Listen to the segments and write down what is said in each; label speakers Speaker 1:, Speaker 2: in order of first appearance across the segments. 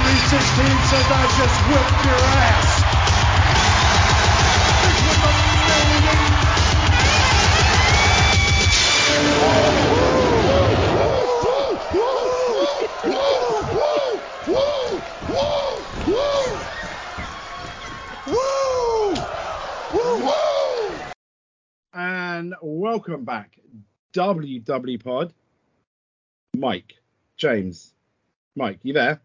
Speaker 1: says I just whipped your ass. This was amazing. And welcome back, WW Pod. Mike, James, Mike, you there?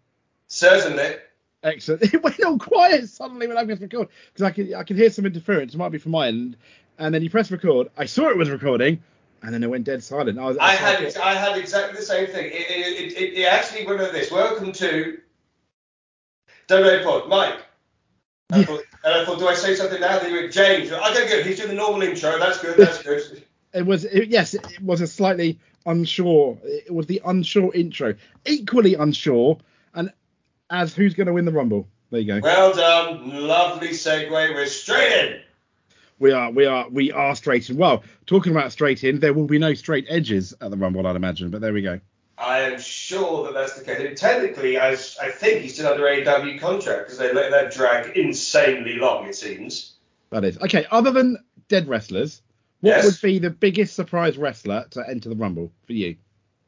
Speaker 2: Certainly.
Speaker 1: Excellent. It went all quiet suddenly when I pressed record because I could I could hear some interference. It might be from my end. And then you press record. I saw it was recording, and then it went dead silent. I was.
Speaker 2: I had ex- I had exactly the same thing. It, it, it, it actually went like this. Welcome to Dono Pod, Mike. And I, thought, and I thought, do I say something now? Then you went, James. I don't good. He's doing the normal intro. That's good. That's good.
Speaker 1: It was it, yes. It was a slightly unsure. It was the unsure intro. Equally unsure. And as who's going to win the rumble? There you go.
Speaker 2: Well done. Lovely segue. We're straight in.
Speaker 1: We are, we are, we are straight in. Well, talking about straight in, there will be no straight edges at the Rumble, I'd imagine. But there we go.
Speaker 2: I am sure that that's the case. And technically, I, s- I think he's still under AEW contract because they let that drag insanely long, it seems.
Speaker 1: That is okay. Other than dead wrestlers, what
Speaker 2: Yes.
Speaker 1: would be the biggest surprise wrestler to enter the Rumble for you?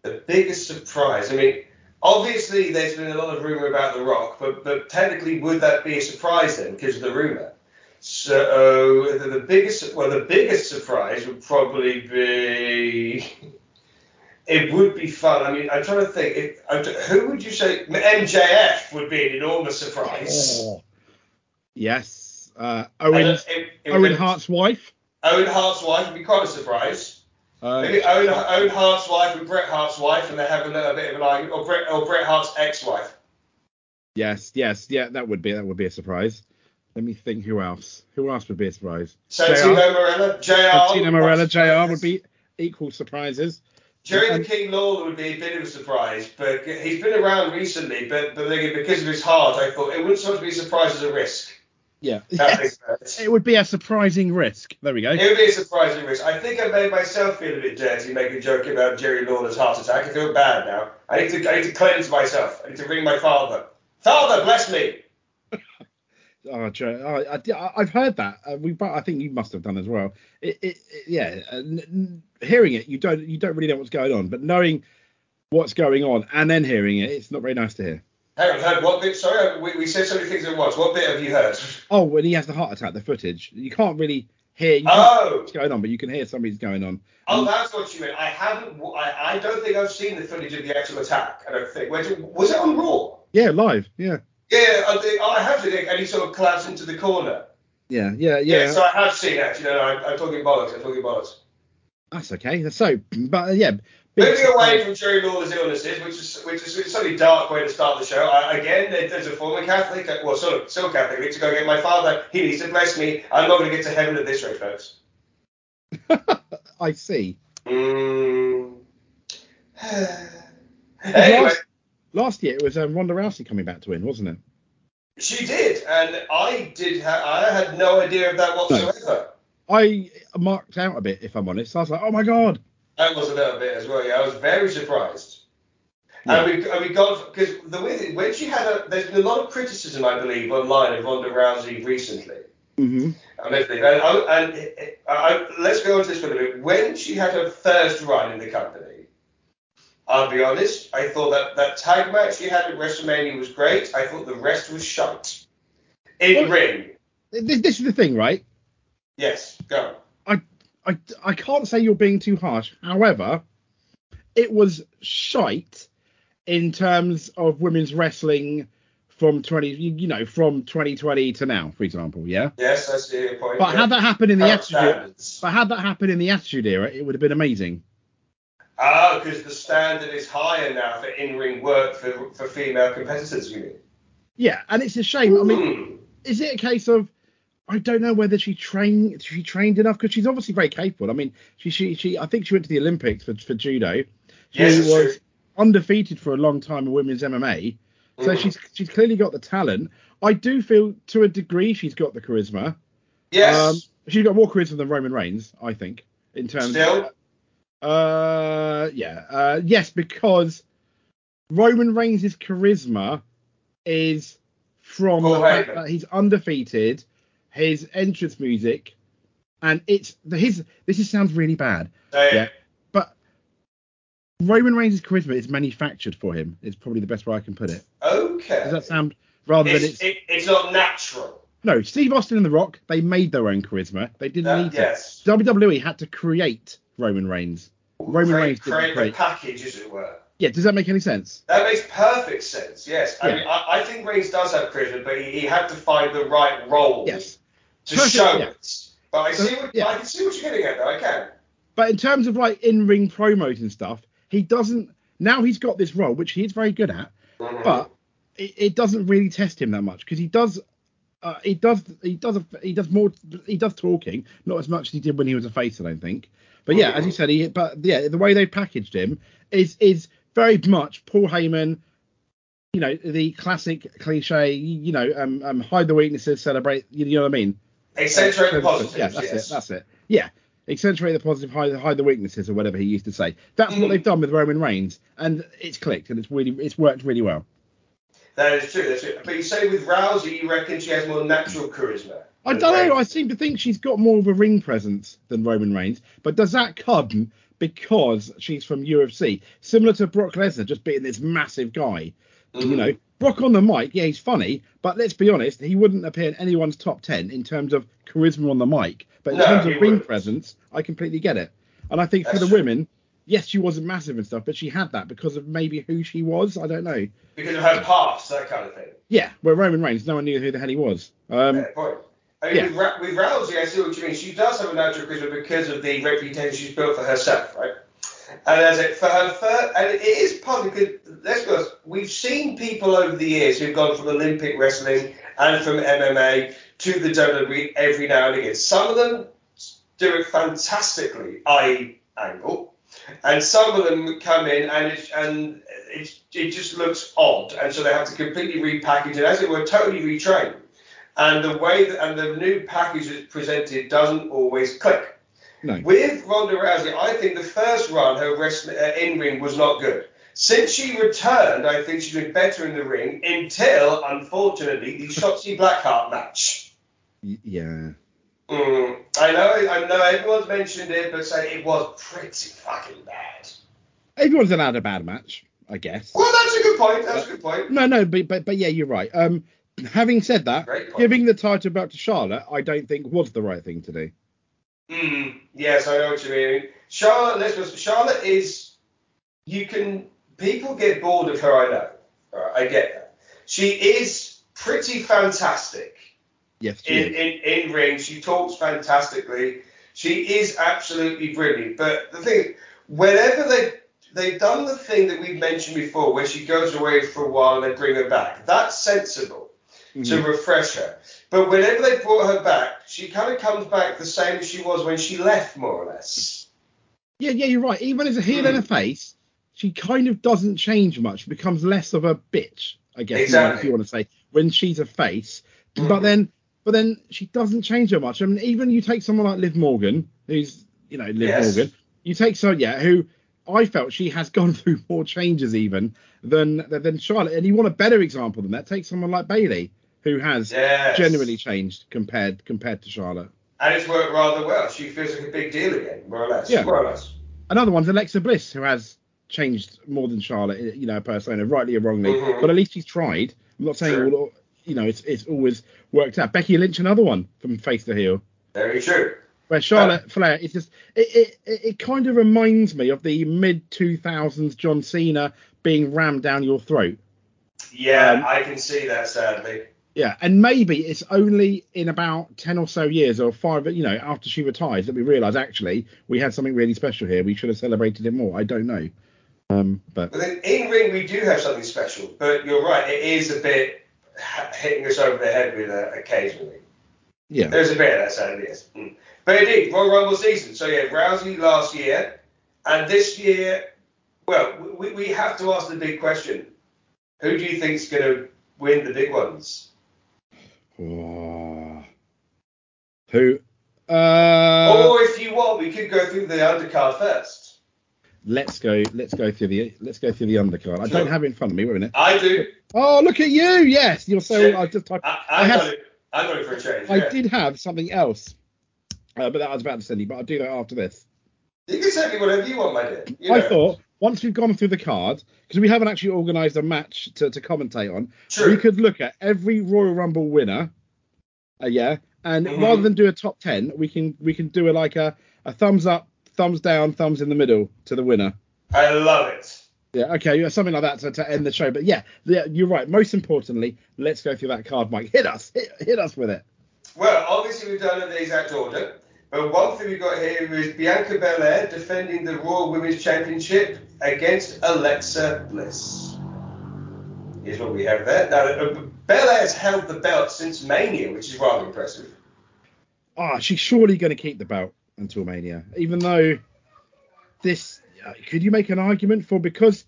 Speaker 2: The biggest surprise. I mean, obviously, there's been a lot of rumor about The Rock, but, but technically, would that be a surprise then because of the rumor? So the, the biggest, well, the biggest surprise would probably be. It would be fun. I mean, I'm trying to think. It, I, d- who would you say MJF would be an enormous surprise?
Speaker 1: Oh. Yes, uh,
Speaker 2: And
Speaker 1: Owen,
Speaker 2: it- it- it would-
Speaker 1: Owen Hart's wife.
Speaker 2: Owen Hart's wife would be quite a surprise.
Speaker 1: Uh,
Speaker 2: Maybe Owen, Owen Hart's wife and Bret Hart's wife, and they have a little bit of an argument, or Bret, or Bret Hart's ex-wife.
Speaker 1: yes, yes, yeah, that would be that would be a surprise. Let me think. Who else? Who else would be a surprise?
Speaker 2: Santino Morella, JR.
Speaker 1: Santino Morella,
Speaker 2: would-
Speaker 1: Jr. would be equal surprises.
Speaker 2: Jerry the King Lawler would be a bit of a surprise, but he's been around recently. But but again, because of his heart, I thought it wouldn't so much be a surprise as a risk.
Speaker 1: Yeah.
Speaker 2: That
Speaker 1: Yes.
Speaker 2: makes sense.
Speaker 1: It would be a surprising risk. There we go.
Speaker 2: It would be a surprising risk. I think I made myself feel a bit dirty making a joke about Jerry Lawler's heart attack. I feel bad now. I need to I need to cleanse myself. I need to ring my father. Father, bless me.
Speaker 1: Oh, Joe, oh, I, I, I've heard that. Uh, we, but I think you must have done as well. It, it, it yeah. uh, n- n- hearing it, you don't, you don't really know what's going on, but knowing what's going on and then hearing it, it's not very nice to hear.
Speaker 2: Hang on, heard what bit? Sorry, we, we said so many things at once. What bit have you heard?
Speaker 1: Oh, when he has the heart attack, the footage, you can't really hear. You can't hear
Speaker 2: Oh,
Speaker 1: what's going on, but you can hear something's going on.
Speaker 2: oh, that's what you meant. I haven't. w- I, I don't think I've seen the footage of the actual attack. I don't think. Where did, was it on Raw?
Speaker 1: Yeah, live. Yeah,
Speaker 2: Yeah, I, think, oh, I have seen it, and he sort of collapsed into the corner.
Speaker 1: yeah, yeah, yeah.
Speaker 2: so I have seen that. You know, I, I'm talking bollocks. I'm talking bollocks.
Speaker 1: That's okay. So, but uh, yeah. big
Speaker 2: Moving away
Speaker 1: surprise.
Speaker 2: from Jerry Lawler's illnesses, which is which is it's a slightly dark way to start the show. I, again, there- there's a former Catholic, uh, well, sort of still Catholic, need to go get my father. He needs to bless me. I'm not going to get to heaven at this rate, folks.
Speaker 1: I see.
Speaker 2: Mm. anyway,
Speaker 1: Last, last year it was um, Ronda Rousey coming back to win, wasn't it?
Speaker 2: she did, and I did. Ha- I had no idea of that whatsoever.
Speaker 1: I marked out a bit, if I'm honest. I was like, oh my god.
Speaker 2: That was a little bit as well. Yeah, I was very surprised.
Speaker 1: Yeah.
Speaker 2: And we and we got because the way that- when she had a there's been a lot of criticism I believe online of Ronda Rousey recently.
Speaker 1: Mm-hmm.
Speaker 2: And, everything. and, I- and I, I, let's go on to this one a bit. When she had her first run in the company, I'll be honest, I thought that that tag match she had at WrestleMania was great. I thought the rest was shite. In
Speaker 1: Well-
Speaker 2: ring,
Speaker 1: This, this is the thing, right?
Speaker 2: yes, go.
Speaker 1: I, I can't say you're being too harsh. However, it was shite in terms of women's wrestling from 20, you, you know, from 2020 to now, for example. Yeah.
Speaker 2: Yes, I see your point.
Speaker 1: But
Speaker 2: yeah.
Speaker 1: had that happened in the
Speaker 2: Current
Speaker 1: Attitude, era,
Speaker 2: standards.
Speaker 1: but had that happened in the Attitude era, it would have been amazing.
Speaker 2: Ah, because the standard is higher now for in-ring work for, for female competitors. You mean?
Speaker 1: Yeah, and it's a shame. I mean,
Speaker 2: Hmm.
Speaker 1: is it a case of I don't know whether she trained she trained enough because she's obviously very capable. I mean, she she she I think she went to the Olympics for for judo. She
Speaker 2: Yes, that's
Speaker 1: was
Speaker 2: true.
Speaker 1: undefeated for a long time in women's MMA. So
Speaker 2: Mhm.
Speaker 1: she's she's clearly got the talent. I do feel to a degree she's got the charisma.
Speaker 2: Yes.
Speaker 1: um, she's got more charisma than Roman Reigns, I think, in terms
Speaker 2: Still?
Speaker 1: uh yeah. Uh yes, because Roman Reigns' charisma is from
Speaker 2: Paul
Speaker 1: the fact
Speaker 2: Heyman.
Speaker 1: that he's undefeated, his entrance music, and it's the- his. This is, sounds really bad,
Speaker 2: Hey,
Speaker 1: Yeah. but Roman Reigns' charisma is manufactured for him. It's probably the best way I can put it.
Speaker 2: Okay.
Speaker 1: Does that sound rather than
Speaker 2: it's,
Speaker 1: it's
Speaker 2: it, it's not natural.
Speaker 1: no Steve Austin and The Rock? They made their own charisma. They didn't
Speaker 2: That-
Speaker 1: need it.
Speaker 2: Uh, yes.
Speaker 1: WWE had to create Roman Reigns. Roman
Speaker 2: create,
Speaker 1: Reigns didn't
Speaker 2: create
Speaker 1: create.
Speaker 2: the package, as it were.
Speaker 1: Yeah, does that make any sense?
Speaker 2: That makes perfect sense. Yes, I
Speaker 1: Yeah.
Speaker 2: mean, I, I think Reigns does have charisma, but he, he had to find the right role
Speaker 1: Yes.
Speaker 2: to
Speaker 1: Perfect,
Speaker 2: show
Speaker 1: yeah.
Speaker 2: it. But I
Speaker 1: So,
Speaker 2: see, what,
Speaker 1: yeah.
Speaker 2: I can see what you're getting at, though. I can.
Speaker 1: But in terms of like in ring promos and stuff, he doesn't. Now he's got this role, which he is very good at,
Speaker 2: Mhm.
Speaker 1: but it, it doesn't really test him that much because he does. Uh, he does. He does. A, he does more. He does talking, not as much as he did when he was a face. I don't think. But yeah, as you said, he. But yeah, the way they packaged him is is very much Paul Heyman. You know the classic cliche. You know, um, um hide the weaknesses, celebrate. You, you know what I mean?
Speaker 2: accentuate the positives.
Speaker 1: Yeah, that's
Speaker 2: yes.
Speaker 1: it. That's it. Yeah. Accentuate the positive, hide, hide the weaknesses, or whatever he used to say. That's
Speaker 2: Mhm.
Speaker 1: what they've done with Roman Reigns, and it's clicked, and it's really, it's worked really well.
Speaker 2: That is true. That's true. But you say with Rousey, you reckon she has more natural charisma.
Speaker 1: I
Speaker 2: than
Speaker 1: don't know. I
Speaker 2: Reigns?
Speaker 1: seem to think she's got more of a ring presence than Roman Reigns, but does that come because she's from UFC, similar to Brock Lesnar, just being this massive guy? You
Speaker 2: Mhm.
Speaker 1: know, Brock on the mic, yeah, he's funny, but let's be honest, he wouldn't appear in anyone's top ten in terms of charisma on the mic. But in
Speaker 2: No,
Speaker 1: terms
Speaker 2: he
Speaker 1: of ring
Speaker 2: wouldn't.
Speaker 1: presence, I completely get it. And I think for
Speaker 2: That's
Speaker 1: the
Speaker 2: true.
Speaker 1: women, yes, she wasn't massive and stuff, but she had that because of maybe who she was. I don't know.
Speaker 2: because of her past, that kind of thing.
Speaker 1: Yeah, where Roman Reigns, no one knew who the hell he was. Um,
Speaker 2: Fair point. I mean,
Speaker 1: Yeah.
Speaker 2: with, Ra- with Rousey, I see what you mean. She does have a natural charisma because of the reputation she's built for herself, right? And as it for her first, and it is partly because let's be honest, we've seen people over the years who've gone from Olympic wrestling and from MMA to the WWE every now and again. Some of them do it fantastically, i.e., Angle, and some of them come in and it's and it's, it just looks odd, and so they have to completely repackage it, as it were, totally retrain and the way that, and the new package that's presented doesn't always click.
Speaker 1: No.
Speaker 2: With Ronda Rousey, I think the first run her wrestling uh, in ring was not good. Since she returned, I think she did better in the ring until, unfortunately, the Shotzi Blackheart match.
Speaker 1: y- yeah.
Speaker 2: Mm, I know, I know, everyone's mentioned it, but say it was pretty fucking bad.
Speaker 1: everyone's allowed a bad match, I guess.
Speaker 2: Well, that's a good point. That's a good point.
Speaker 1: No, no, but but, but yeah, you're right. Um, having said that,
Speaker 2: Great point.
Speaker 1: giving the title back to Charlotte, I don't think was the right thing to do.
Speaker 2: Mm, yes, I know what you mean. Charlotte, let's just, Charlotte is. You can. People get bored of her, I know. All right, I get that. She is pretty fantastic
Speaker 1: Yes, she
Speaker 2: in,
Speaker 1: is.
Speaker 2: in, in ring. She talks fantastically. She is absolutely brilliant. But the thing is, whenever they, they've done the thing that we've mentioned before, where she goes away for a while and they bring her back, that's sensible to
Speaker 1: Mhm.
Speaker 2: refresh her. But whenever they brought her back, she kind of comes back the same as she was when she left, more or less.
Speaker 1: Yeah, yeah, you're right. Even as a heel
Speaker 2: Mm.
Speaker 1: and a face, she kind of doesn't change much. Becomes less of a bitch, I guess. If
Speaker 2: Exactly.
Speaker 1: you want to say when she's a face, but
Speaker 2: Mhm.
Speaker 1: then but then she doesn't change her much. I mean, even you take someone like Liv Morgan, who's you know Liv
Speaker 2: Yes.
Speaker 1: Morgan. You take so yeah, who I felt she has gone through more changes even than than, than Charlotte. And you want a better example than that? Take someone like Bailey, who has
Speaker 2: Yes.
Speaker 1: genuinely changed compared compared to Charlotte.
Speaker 2: And it's worked rather well. She feels like a big deal again, more or less.
Speaker 1: Yeah.
Speaker 2: More or less.
Speaker 1: another one's Alexa Bliss, who has changed more than Charlotte, you know, her persona, rightly or wrongly.
Speaker 2: Mhm.
Speaker 1: But at least she's tried. I'm not saying
Speaker 2: Sure.
Speaker 1: all, you know, it's it's always worked out. Becky Lynch, another one from face to heel,
Speaker 2: Very true.
Speaker 1: where Charlotte Flair is just it it, it kind of reminds me of the mid 2000s John Cena being rammed down your throat.
Speaker 2: Yeah,
Speaker 1: Um,
Speaker 2: I can see that sadly.
Speaker 1: Yeah, and maybe it's only in about ten or so years, or five, you know, after she retires, that we realise actually we had something really special here. We should have celebrated it more. I don't know, um, but
Speaker 2: But then in ring, we do have something special. But you're right, it is a bit h- hitting us over the head with it occasionally.
Speaker 1: yeah.
Speaker 2: There's a bit of that sadly, yes. Mm. But indeed, Royal Rumble season. So yeah, Rousey last year, and this year, well, we, we have to ask the big question: Who do you think's going to win the big ones?
Speaker 1: Oh. Who? Uh,
Speaker 2: Oh. or if you want, we could go through the undercard first.
Speaker 1: Let's go. Let's go through the. Let's go through the undercard. I don't
Speaker 2: Sure.
Speaker 1: have it in front of me. Wait a minute.
Speaker 2: I do.
Speaker 1: Oh, look at you! Yes, you're so.
Speaker 2: Shit.
Speaker 1: I just. typed-
Speaker 2: I,
Speaker 1: I
Speaker 2: I,
Speaker 1: have-
Speaker 2: got it. I got it for a change.
Speaker 1: I
Speaker 2: Ah, yeah.
Speaker 1: did have something else, uh, but that I was about to send you. But I'll do that after this.
Speaker 2: You can send me whatever you want, my dear. You
Speaker 1: I
Speaker 2: know.
Speaker 1: thought once we've gone through the card, because we haven't actually organised a match to, to commentate on, we
Speaker 2: True.
Speaker 1: could look at every Royal Rumble winner. Uh, yeah, and
Speaker 2: Mhm.
Speaker 1: rather than do a top ten, we can we can do a, like a, a thumbs up, thumbs down, thumbs in the middle to the winner.
Speaker 2: I love it.
Speaker 1: Yeah, okay, yeah, something like that to, to end the show. But yeah, yeah, you're right. Most importantly, let's go through that card, Mike. Hit us, hit, hit us with it.
Speaker 2: Well, obviously we've done it in the exact order, but one thing we've got here is Bianca Belair defending the Raw Women's Championship against Alexa Bliss. Here's what we have there. Now, uh, Belair's held the belt since Mania, which is rather impressive.
Speaker 1: Ah, she's surely going to keep the belt until Mania, even though this. Uh, could you make an argument for because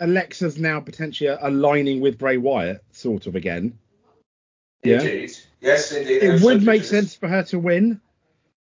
Speaker 1: Alexa's now potentially aligning with Bray Wyatt, sort of again? Yeah.
Speaker 2: Indeed. Yes, indeed.
Speaker 1: it
Speaker 2: There's
Speaker 1: would
Speaker 2: some
Speaker 1: make
Speaker 2: pictures.
Speaker 1: sense for her to win,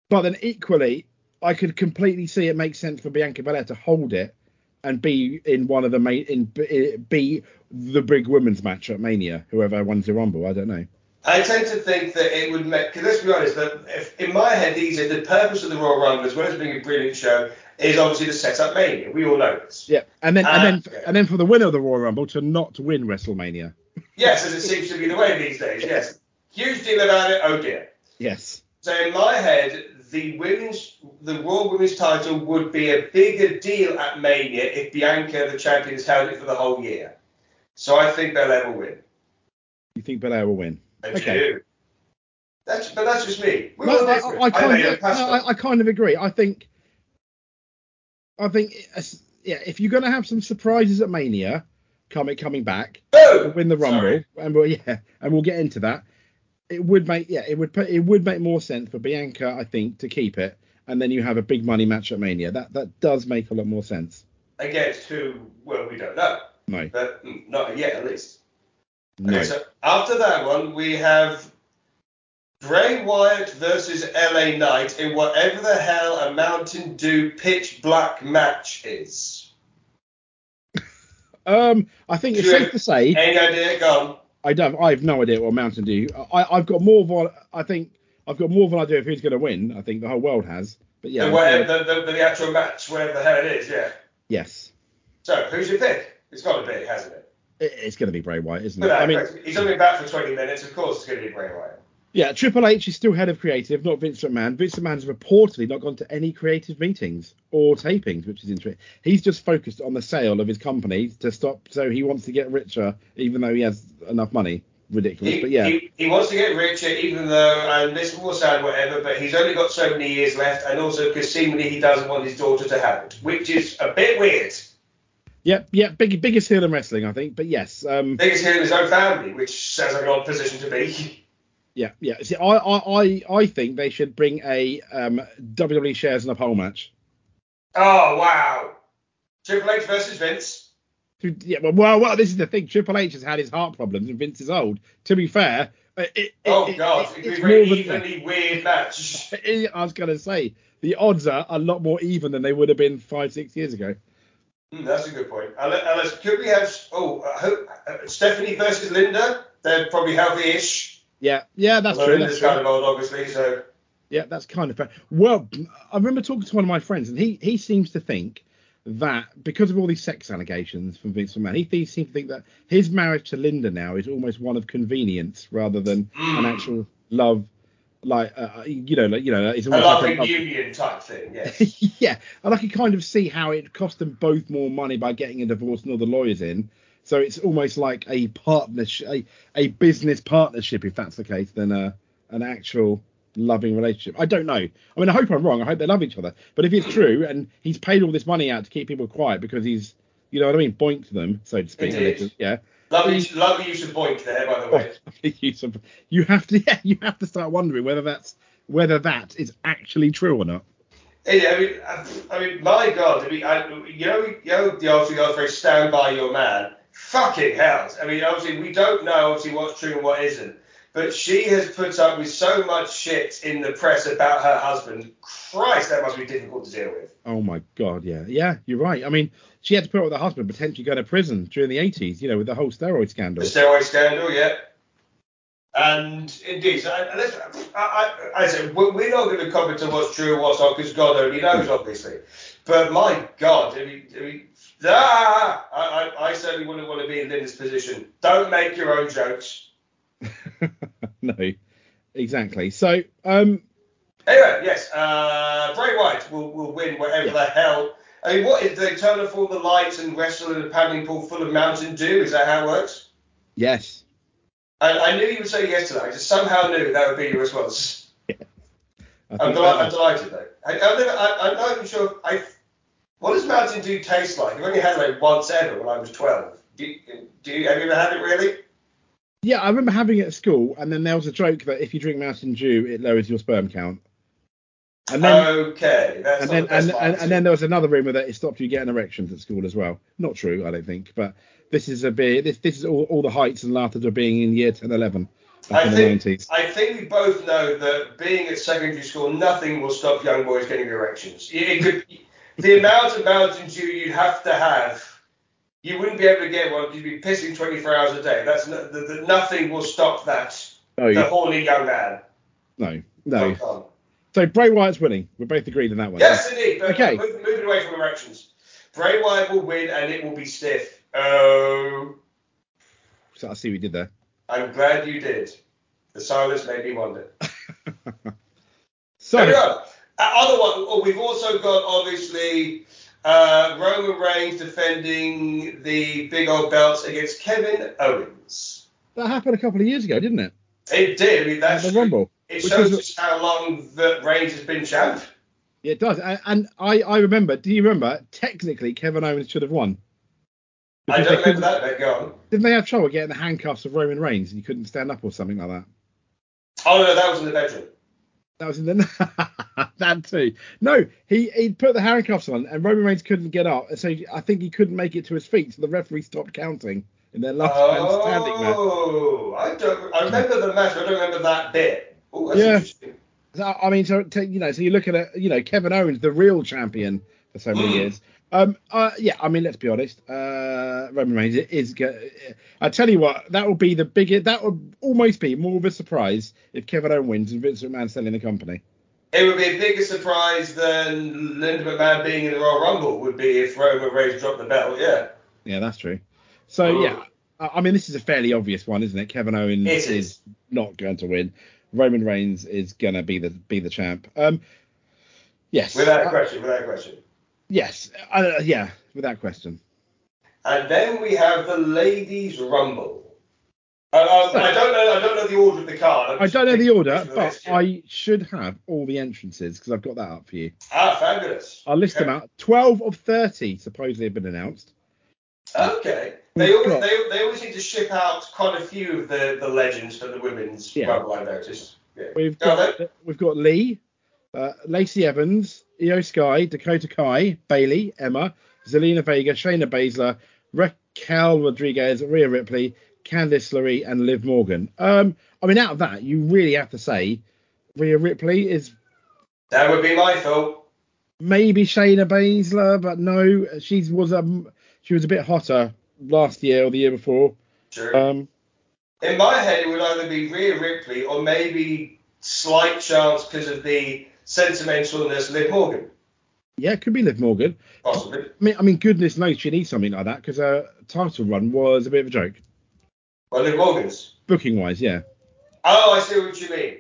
Speaker 1: but then equally, I could completely see it makes sense for Bianca Belair to hold it and be in one of the main in be the big women's match at Mania, whoever wins the Rumble. I don't know.
Speaker 2: I tend to think that it would make. Cause let's be honest. That if, in my head, these are the purpose of the Royal Rumble, as well as being a brilliant show, is obviously to set up Mania. We all know this.
Speaker 1: Yeah, and then
Speaker 2: Ah,
Speaker 1: and then
Speaker 2: yeah.
Speaker 1: and then for the winner of the Royal Rumble to not win WrestleMania.
Speaker 2: Yes, as it seems to be the way these days. Yes. Huge deal about it. Oh dear.
Speaker 1: Yes.
Speaker 2: So in my head, the women's, the Raw Women's title would be a bigger deal at Mania if Bianca, the champion, has held it for the whole year. So I think Belair will win.
Speaker 1: You think Belair will win?
Speaker 2: I
Speaker 1: Okay.
Speaker 2: do. That's, but that's just me. We're
Speaker 1: No,
Speaker 2: all
Speaker 1: I,
Speaker 2: different.
Speaker 1: I, I kind
Speaker 2: know
Speaker 1: of,
Speaker 2: Pascal.
Speaker 1: I, I kind of agree. I think, I think, it's- yeah, if you're going to have some surprises at Mania, coming coming back,
Speaker 2: Boom!
Speaker 1: win the rumble,
Speaker 2: Sorry.
Speaker 1: and we'll yeah, and we'll get into that. It would make yeah, it would put it would make more sense for Bianca, I think, to keep it, and then you have a big money match at Mania. That that does make a lot more sense.
Speaker 2: Against who? Well, we don't know,
Speaker 1: No,
Speaker 2: but mm, not yet, at least.
Speaker 1: no,
Speaker 2: Okay, so after that one, we have Bray Wyatt versus LA Knight in whatever the hell a Mountain Dew pitch black match is.
Speaker 1: um, I think it's
Speaker 2: Sure.
Speaker 1: safe to say
Speaker 2: Any idea? Gone.
Speaker 1: I don't. I have no idea what Mountain Dew. I, I've got more of. a- I think I've got more of an idea of who's going to win. I think the whole world has. But yeah,
Speaker 2: The,
Speaker 1: I think-
Speaker 2: whatever, the, the, the actual match, wherever the hell it is, yeah.
Speaker 1: yes,
Speaker 2: So, who's your pick? It's got to be, hasn't it?
Speaker 1: it, it's going to be Bray Wyatt, isn't it?
Speaker 2: But
Speaker 1: I mean,
Speaker 2: he's only back for 20 minutes. Of course, it's going to be Bray Wyatt.
Speaker 1: yeah, Triple H is still head of creative, not Vince McMahon. Vince McMahon's reportedly not gone to any creative meetings or tapings, which is interesting. He's just focused on the sale of his company to stop. So he wants to get richer, even though he has enough money. Ridiculous,
Speaker 2: He,
Speaker 1: but yeah,
Speaker 2: he, he wants to get richer, even though, and this will sound whatever, but he's only got so many years left, and also because seemingly he doesn't want his daughter to have it, which is a bit weird.
Speaker 1: yep, yep, big, biggest heel in wrestling, I think. But yes, um,
Speaker 2: biggest hero in his own family, which sounds like an odd position to be.
Speaker 1: Yeah, yeah. See, I, I, I, I think they should bring a um, WWE shares in a pole match.
Speaker 2: Oh wow! Triple H versus Vince.
Speaker 1: Who- Yeah, well, well, well, this is the thing. Triple H has had his heart problems, and Vince is old. To be fair, uh, it, it,
Speaker 2: oh
Speaker 1: it-
Speaker 2: god,
Speaker 1: it-
Speaker 2: it'd
Speaker 1: it's
Speaker 2: be a
Speaker 1: more
Speaker 2: really
Speaker 1: than.
Speaker 2: evenly weird match.
Speaker 1: I- I was gonna say the odds are a lot more even than they would have been five, six years ago.
Speaker 2: Hmm, that's a good point. Unless, unless could we have? Oh, I hope, uh, Stephanie versus Linda. They're probably healthy-ish.
Speaker 1: Yeah, yeah, that's
Speaker 2: Although
Speaker 1: true. That's
Speaker 2: Linda's
Speaker 1: true.
Speaker 2: kind of old, obviously. So
Speaker 1: Yeah, that's kind of fair. Well, I remember talking to one of my friends, and he he seems to think that because of all these sex allegations from Vince McMahon, he, he seems to think that his marriage to Linda now is almost one of convenience rather than an
Speaker 2: Mm.
Speaker 1: actual love, like uh, you know, like you know, it's
Speaker 2: a
Speaker 1: almost like
Speaker 2: loving
Speaker 1: a love-
Speaker 2: union type thing. Yes.
Speaker 1: yeah, and I can kind of see how it cost them both more money by getting a divorce and all the lawyers in. So it's almost like a partnership, a, a business partnership, if that's the case, than a an actual loving relationship. I don't know. I mean, I hope I'm wrong. I hope they love each other. But if it's true, and he's paid all this money out to keep people quiet because he's, you know what I mean, boinked them, so to speak. a
Speaker 2: Indeed.
Speaker 1: little, Yeah.
Speaker 2: lovely, lovely use of boink there, by the way.
Speaker 1: Oh. You sub- you have to, yeah, you have to start wondering whether that's whether that is actually true or not.
Speaker 2: Hey, I mean, I, I mean, my God, I mean, I, you know, you know, the old, the old phrase, "Stand by your man." Fucking hell! I mean, obviously, we don't know obviously what's true and what isn't. But she has put up with so much shit in the press about her husband. Christ, that must be difficult to deal with.
Speaker 1: Oh my God, yeah, yeah, you're right. I mean, she had to put up with her husband potentially go to prison during the 80s, you know, with the whole steroid
Speaker 2: The
Speaker 1: scandal.
Speaker 2: steroid scandal, yeah. And indeed, so I, let's- I, I, I said we- we're not going to comment on what's true and what's not because God only knows, obviously. But my God, I mean, I mean ah, I, I, I certainly wouldn't want to be in Linda's position. Don't make your own jokes.
Speaker 1: no, exactly. So, um,
Speaker 2: Anyway, yes, uh, Bray Wyatt will, will win whatever the hell. I mean, what if they turn off all the lights and wrestle in a paddling pool full of Mountain Dew? Is that how it works?
Speaker 1: yes,
Speaker 2: I, I knew you would say yes to that. I just somehow knew that would be your response.
Speaker 1: I
Speaker 2: I'm,
Speaker 1: think
Speaker 2: deli- I'm
Speaker 1: that-
Speaker 2: delighted though. I, I'm, never, I, I'm not even sure. I, what does Mountain Dew taste like? I've only had it like once ever when I was 12. Do, do you, have you ever had it really?
Speaker 1: yeah, I remember having it at school, and then there was a joke that if you drink Mountain Dew, it lowers your sperm count. And then,
Speaker 2: okay, Oh, that's
Speaker 1: and
Speaker 2: not
Speaker 1: then
Speaker 2: the best
Speaker 1: and,
Speaker 2: part,
Speaker 1: and,
Speaker 2: is
Speaker 1: and
Speaker 2: it?
Speaker 1: then there was another rumor that it stopped you getting erections at school as well. Not true, I don't think. But this is a bit this this is all, all the heights and laughter of being in year 10, 11 back
Speaker 2: I
Speaker 1: in the
Speaker 2: think-
Speaker 1: 90s.
Speaker 2: I think we both know that being at secondary school, nothing will stop young boys getting erections. It could, the amount of Mountain Dew you'd have to have, you wouldn't be able to get one. You'd be pissing 24 hours a day. That's no, the, the, nothing will stop that.
Speaker 1: No,
Speaker 2: The
Speaker 1: you-
Speaker 2: horny young man.
Speaker 1: no, no.
Speaker 2: Dot com.
Speaker 1: So Bray Wyatt's winning. We both agreed on that one.
Speaker 2: Yes, indeed. But
Speaker 1: Okay.
Speaker 2: move- moving away from erections, Bray Wyatt will win, and it will be stiff. Oh,
Speaker 1: So I see what you did there.
Speaker 2: I'm glad you did. The silence made me wonder.
Speaker 1: So
Speaker 2: There we are. Uh, Other one. Oh, we've also got obviously uh, Roman Reigns defending the big old belts against Kevin Owens.
Speaker 1: that happened a couple of years ago, didn't it?
Speaker 2: It did. I mean,
Speaker 1: At
Speaker 2: that's
Speaker 1: the Rumble.
Speaker 2: It
Speaker 1: which
Speaker 2: shows
Speaker 1: was-
Speaker 2: us how long that Reigns has been champ.
Speaker 1: It does. And, and I I remember. Do you remember? Technically, Kevin Owens should have won.
Speaker 2: I
Speaker 1: Because
Speaker 2: don't
Speaker 1: they couldn't-
Speaker 2: remember that bit gone.
Speaker 1: Didn't they have trouble getting the handcuffs of Roman Reigns and you couldn't stand up or something like that?
Speaker 2: Oh no, that was in the bedroom.
Speaker 1: That was in the that too. No, he he put the handcuffs on and Roman Reigns couldn't get up, and so I think he couldn't make it to his feet, so the referee stopped counting in their last man standing match.
Speaker 2: Oh, I don't. I remember the match. but I don't remember that bit. Oh, that's
Speaker 1: Yeah.
Speaker 2: interesting.
Speaker 1: So, I mean, so t- you know, so you're looking at you know Kevin Owens, the real champion for so many
Speaker 2: Mm.
Speaker 1: years. Um, uh, yeah, I mean, let's be honest. Uh, Roman Reigns is. go- I tell you what, that will be the biggest. That would almost be more of a surprise if Kevin Owens wins and Vince McMahon's selling the company.
Speaker 2: It would be a bigger surprise than Linda McMahon being in the Royal Rumble would be if Roman Reigns dropped the belt. Yeah,
Speaker 1: Yeah, that's true. So
Speaker 2: Oh.
Speaker 1: yeah, I I mean this is a fairly obvious one, isn't it? Kevin Owens
Speaker 2: It is.
Speaker 1: is not going to win. Roman Reigns is gonna be the be the champ. Um, yes,
Speaker 2: without
Speaker 1: Uh,
Speaker 2: question, without question.
Speaker 1: yes, uh, yeah, without question.
Speaker 2: And then we have the Ladies Rumble. And um, I don't know. I don't know the order of the card. I'm
Speaker 1: I
Speaker 2: just
Speaker 1: don't know the
Speaker 2: thinking
Speaker 1: order,
Speaker 2: of the
Speaker 1: but
Speaker 2: list here.
Speaker 1: I should have all the entrances because I've got that up for you.
Speaker 2: ah, fabulous.
Speaker 1: I'll list them
Speaker 2: Okay.
Speaker 1: out. Twelve of thirty supposedly have been announced.
Speaker 2: Okay. They always,
Speaker 1: Got-
Speaker 2: they, they always need to ship out quite a few of the, the legends for the women's
Speaker 1: Yeah.
Speaker 2: Rumble. I noticed. Yeah.
Speaker 1: We've
Speaker 2: Go
Speaker 1: got we've got Lee, uh, Lacey Evans, Io Sky, Dakota Kai, Bailey, Emma, Zelina Vega, Shayna Baszler, Raquel Rodriguez, Rhea Ripley, Candice LeRae, and Liv Morgan. Um, I mean, out of that, you really have to say Rhea Ripley is
Speaker 2: That would be my fault.
Speaker 1: maybe Shayna Baszler, but no, she was um she was a bit hotter last year or the year before.
Speaker 2: Sure.
Speaker 1: Um,
Speaker 2: In my head, it would either be Rhea Ripley or maybe slight chance because of the sentimentalness Liv Morgan,
Speaker 1: yeah, it could be Liv Morgan.
Speaker 2: possibly.
Speaker 1: I mean, I mean, goodness knows she needs something like that because her title run was a bit of a joke.
Speaker 2: Or Liv Morgan's.
Speaker 1: booking wise, yeah.
Speaker 2: Oh, I see what you mean.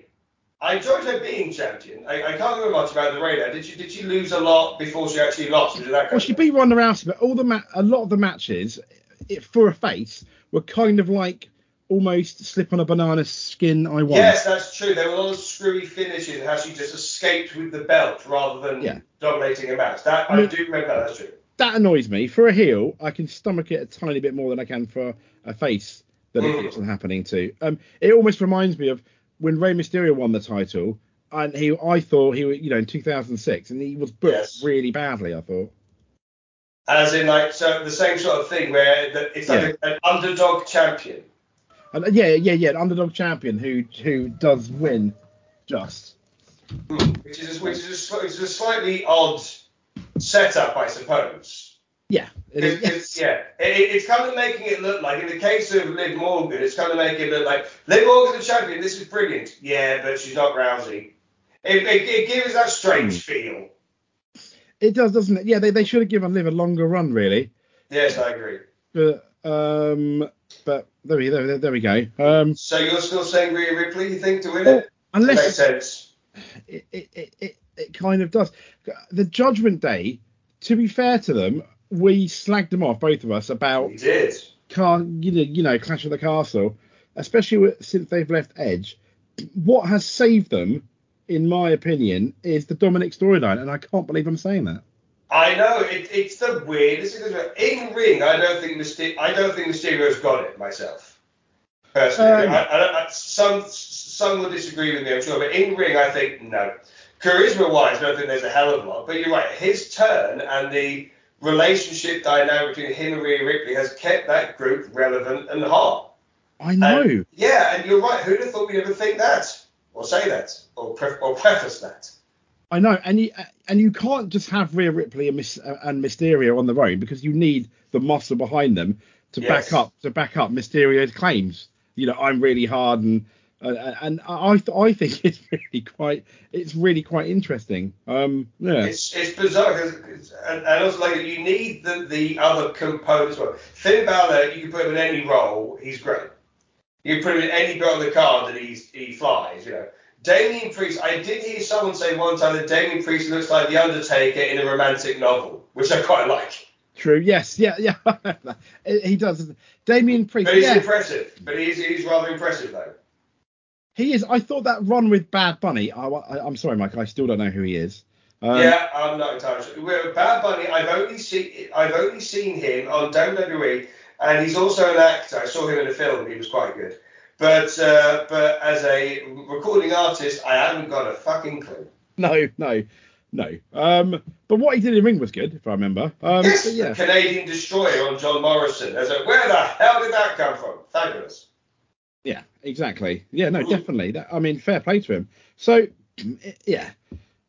Speaker 2: I enjoyed her being champion. I, I can't remember much about the radar. Did she did she lose a lot before she actually lost? Was it that
Speaker 1: Well,
Speaker 2: kind
Speaker 1: she beat Ronda Rousey, but all the ma- a lot of the matches, it, for a face, were kind of like almost slip on a banana skin. I won.
Speaker 2: Yes, that's true. There were a lot of screwy finishes and how she just escaped with the belt rather than
Speaker 1: Yeah.
Speaker 2: dominating a match. That
Speaker 1: I
Speaker 2: I
Speaker 1: mean-
Speaker 2: do remember that. That's true.
Speaker 1: That annoys me. For a heel, I can stomach it a tiny bit more than I can for a face that it
Speaker 2: Mm.
Speaker 1: keeps on happening to. Um, it almost reminds me of when Rey Mysterio won the title, and he, I thought he, was, you know, in 2006, and he was booked
Speaker 2: Yes.
Speaker 1: really badly. I thought.
Speaker 2: As in, like, so the same sort of thing where the, it's like
Speaker 1: Yeah.
Speaker 2: a, an underdog champion.
Speaker 1: And uh, yeah, yeah, yeah, an underdog champion who who does win, just.
Speaker 2: Hmm, Which is which is a, sl- which is a slightly odd setup, I suppose.
Speaker 1: Yeah. It is,
Speaker 2: It's, it's- yeah, it, it- it's kind of making it look like, in the case of Liv Morgan, it's kind of making it look like Liv Morgan the champion. This is brilliant. Yeah, but she's not Rousey. It, it, it gives that strange
Speaker 1: Hmm.
Speaker 2: feel.
Speaker 1: It does, doesn't it? Yeah, they, they should have given Liv a longer run, really.
Speaker 2: Yes, I agree.
Speaker 1: But um, but there we there, there we go. Um,
Speaker 2: So you're still saying Rhea Ripley, you think, to win
Speaker 1: oh,
Speaker 2: it? Makes
Speaker 1: unless
Speaker 2: sense.
Speaker 1: it, it, it, it, it kind of does. The Judgment Day. To be fair to them, we slagged them off, both of us, about
Speaker 2: He did.
Speaker 1: car, you know, you know, Clash of the Castle, especially with- since they've left Edge. What has saved them, in my opinion, is the Dominic storyline, and I can't believe I'm saying that.
Speaker 2: I know it, it's the weirdest. thing as well. In ring, I don't think Mysterio, I don't think Mysterio's got it myself. Personally,
Speaker 1: Um,
Speaker 2: I, I, don't- I, some some will disagree with me, I'm sure, but in ring, I think no. Charisma wise, I don't think there's a hell of a lot. But you're right, his turn and the relationship dynamic between him and Rhea Ripley has kept that group relevant and hot. Um,
Speaker 1: I know.
Speaker 2: And- yeah, and you're right. Who'd have thought we'd ever think that, or say that, or, pref- or preface that?
Speaker 1: I know, and you and you can't just have Rhea Ripley and, Mis- and Mysterio on their own because you need the muscle behind them to
Speaker 2: Yes.
Speaker 1: back up to back up Mysterio's claims. You know, I'm really hard, and and, and I I think it's really quite it's really quite interesting. Um, yeah,
Speaker 2: It's, it's bizarre 'cause- 'cause- and, and also like you need the, the other components. Well, Finn Balor, you can put him in any role, he's great. You can put him in any bit on the card that he's, he flies. You know, Damien Priest. I did hear someone say one time that Damien Priest looks like the Undertaker in a romantic novel, which I quite like.
Speaker 1: true. Yes, yeah, yeah. he does. Damien Priest.
Speaker 2: But he's
Speaker 1: yeah.
Speaker 2: impressive. But he's he's rather impressive though.
Speaker 1: He is. I thought that run with Bad Bunny. I, I, am sorry, Mike. I still don't know who he is. Um,
Speaker 2: yeah, I'm not entirely sure. Well, Bad Bunny, I've only seen I've only seen him on WWE, and he's also an actor. I saw him in a film; he was quite good. But uh, but as a recording artist, I haven't got a fucking clue.
Speaker 1: No, no, no. Um, but what he did in ring was good, if I remember. Um,
Speaker 2: yes,
Speaker 1: but yeah.
Speaker 2: the Canadian Destroyer on John Morrison. As a, where the hell did that come from? Fabulous.
Speaker 1: Yeah, exactly. Yeah, no,
Speaker 2: Mm.
Speaker 1: definitely. That, I mean, fair play to him. So, it, yeah,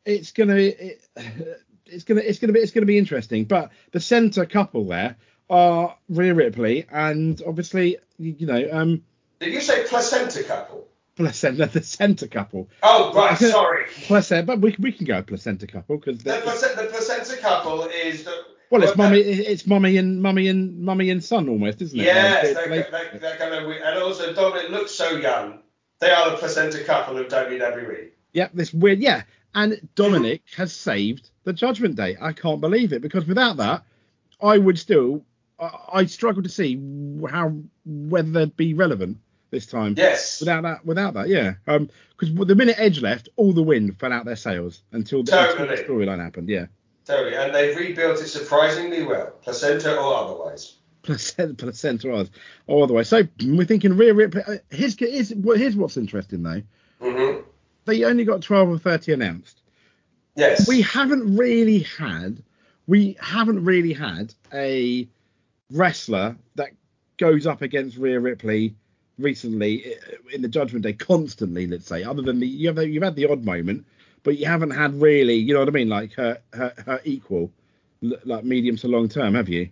Speaker 1: it's gonna, it, it's gonna, it's gonna be, it's gonna be interesting. But the centre couple there are Rhea Ripley and obviously, you, you know, um,
Speaker 2: Did you say placenta couple?
Speaker 1: placenta, the centre couple,
Speaker 2: Oh right,
Speaker 1: Okay.
Speaker 2: sorry.
Speaker 1: placenta. But we we can go placenta couple because
Speaker 2: The, placenta, the placenta couple is the,
Speaker 1: well, it's
Speaker 2: well,
Speaker 1: mummy, it's mummy and mummy and mummy and son almost, isn't it?
Speaker 2: Yes,
Speaker 1: Like,
Speaker 2: that, that, that kind of weird. And also, Dominic looks so young. They are the placenta couple of WWE.
Speaker 1: Yep, this weird. Yeah, and Dominic has saved the Judgment Day. I can't believe it because without that, I would still, I, I struggle to see how whether they'd be relevant this time.
Speaker 2: Yes.
Speaker 1: Without that, without that, yeah. Um, because the minute Edge left, all the wind fell out their sails until the, until the
Speaker 2: Totally.
Speaker 1: storyline happened. Yeah,
Speaker 2: Totally. And they've rebuilt it surprisingly well, placenta or otherwise.
Speaker 1: placenta, placenta was or otherwise. So we're thinking Rhea Ripley. uh, Here's, here's, what- here's what's interesting though. Mm-hmm.
Speaker 2: hmm
Speaker 1: They only got 12 or 30 announced.
Speaker 2: Yes.
Speaker 1: we haven't really had we haven't really had a wrestler that goes up against Rhea Ripley recently i- in the Judgment Day constantly. Let's say, other than the you have you've had the odd moment, but you haven't had really, you know what I mean, like her her, her equal, l- like medium to long term, have you?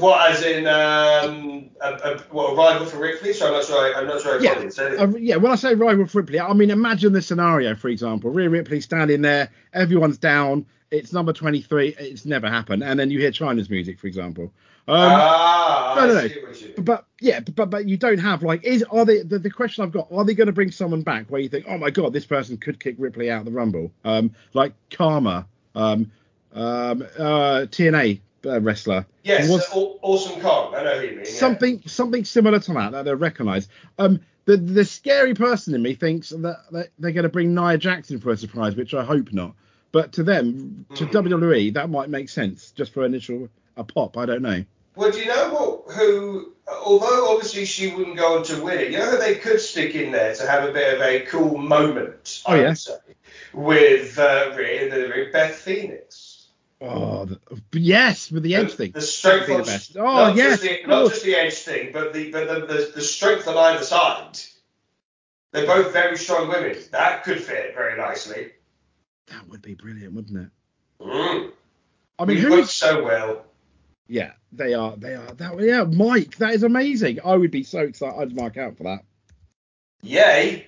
Speaker 2: What, as in um, a, a, what, a rival for Ripley? So I'm not sure. I, I'm not sure I
Speaker 1: Yeah.
Speaker 2: fully said it.
Speaker 1: Uh, yeah, when I say rival for Ripley, I mean imagine the scenario. For example, Rhea Ripley standing there, everyone's down. It's number 23. It's never happened, and then you hear China's music, for example. Um,
Speaker 2: ah,
Speaker 1: no, no,
Speaker 2: I
Speaker 1: no.
Speaker 2: see what you mean.
Speaker 1: But, but yeah, but, but but you don't have like is are they the, the question I've got are they going to bring someone back where you think oh my god this person could kick Ripley out of the Rumble um like Karma um um uh TNA uh, wrestler
Speaker 2: Yes,
Speaker 1: was-
Speaker 2: aw- awesome con. I know who you mean. yeah.
Speaker 1: something something similar to that that they recognise um the the scary person in me thinks that, that they're going to bring Nia Jackson for a surprise which I hope not but to them to
Speaker 2: Mhm.
Speaker 1: WWE that might make sense just for initial a pop I don't know
Speaker 2: Well, do you know what? Who, although obviously she wouldn't go on to win it, you know who they could stick in there to have a bit of a cool moment.
Speaker 1: Oh,
Speaker 2: I
Speaker 1: yeah.
Speaker 2: would say, with uh, Rhea in the ring, Beth Phoenix.
Speaker 1: Oh, the, yes, with the edge thing.
Speaker 2: The strength
Speaker 1: That'd
Speaker 2: on
Speaker 1: be the best. Oh,
Speaker 2: not
Speaker 1: yes,
Speaker 2: just the,
Speaker 1: of
Speaker 2: not
Speaker 1: course.
Speaker 2: just the edge thing, but the but the, the, the strength on either side. They're both very strong women. That could fit very nicely.
Speaker 1: That would be brilliant, wouldn't it?
Speaker 2: Mm.
Speaker 1: I mean,
Speaker 2: we
Speaker 1: who
Speaker 2: work
Speaker 1: is?
Speaker 2: so well.
Speaker 1: Yeah, they are. They are. That yeah, Mike. That is amazing. I would be so excited. I'd mark out for that.
Speaker 2: Yay!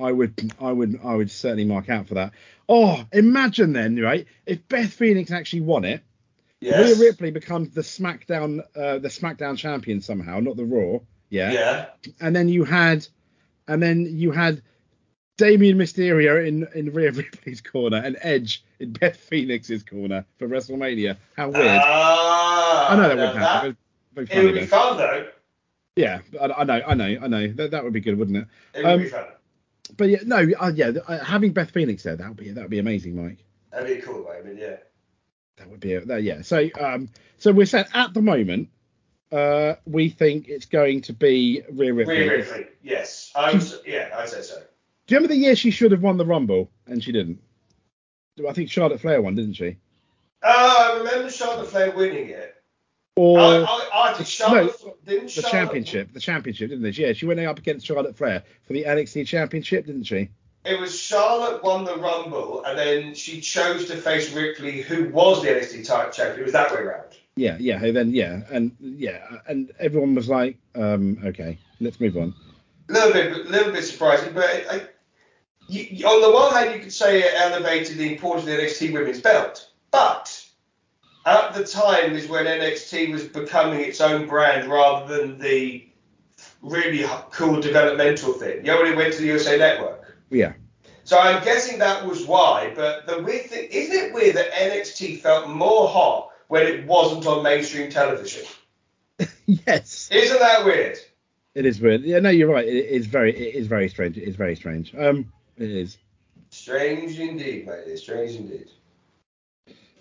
Speaker 1: I would, I would, I would certainly mark out for that. Oh, imagine then, right? If Beth Phoenix actually won it,
Speaker 2: Yes.
Speaker 1: Rhea Ripley becomes the SmackDown, uh, the SmackDown champion somehow, not the Raw. Yeah.
Speaker 2: Yeah.
Speaker 1: And then you had, and then you had Damien Mysterio in in Rhea Ripley's corner and Edge in Beth Phoenix's corner for WrestleMania. How weird!
Speaker 2: Ah,
Speaker 1: I know that
Speaker 2: now
Speaker 1: wouldn't happen. but it'd be
Speaker 2: it would
Speaker 1: funny though.
Speaker 2: be fun though.
Speaker 1: Yeah, I, I know, I know, I know. That that would be good, wouldn't it?
Speaker 2: It would
Speaker 1: Um,
Speaker 2: be fun.
Speaker 1: But yeah, no, uh, yeah. th- uh, Having Beth Phoenix there, that would be that would be amazing, Mike.
Speaker 2: That'd be a cool moment, yeah.
Speaker 1: That would be it. That- yeah. So um, so we're set at the moment. Uh, we think it's going to be Rhea Ripley.
Speaker 2: Rhea Ripley, yes. I was, yeah, I'd say so.
Speaker 1: Do you remember the year she should have won the Rumble and she didn't? I think Charlotte Flair won, didn't she?
Speaker 2: Oh, I remember Charlotte Flair winning it.
Speaker 1: Or
Speaker 2: I, I, I think Charlotte
Speaker 1: the
Speaker 2: didn't Oh, Charlotte,
Speaker 1: championship, the championship, didn't they? Yeah, she went up against Charlotte Flair for the NXT championship, didn't she?
Speaker 2: It was Charlotte won the Rumble, and then she chose to face Ripley, who was the NXT title champion. It was that way around.
Speaker 1: Yeah, yeah. and Then yeah, and yeah, and everyone was like, um, okay, let's move on.
Speaker 2: A little bit, little bit surprising, but I, I- you, you- on the one hand, you could say it elevated the importance of the NXT Women's Belt, but at the time is when NXT was becoming its own brand rather than the really h- cool developmental thing. You only went to the USA Network.
Speaker 1: Yeah.
Speaker 2: So I'm guessing that was why. But the weird thing isn't it weird that NXT felt more hot when it wasn't on mainstream television?
Speaker 1: yes.
Speaker 2: Isn't that weird?
Speaker 1: It is weird. Yeah, no, you're right. It is very, it is very strange. It is very strange. Um, it is.
Speaker 2: Strange indeed, mate. It's strange indeed.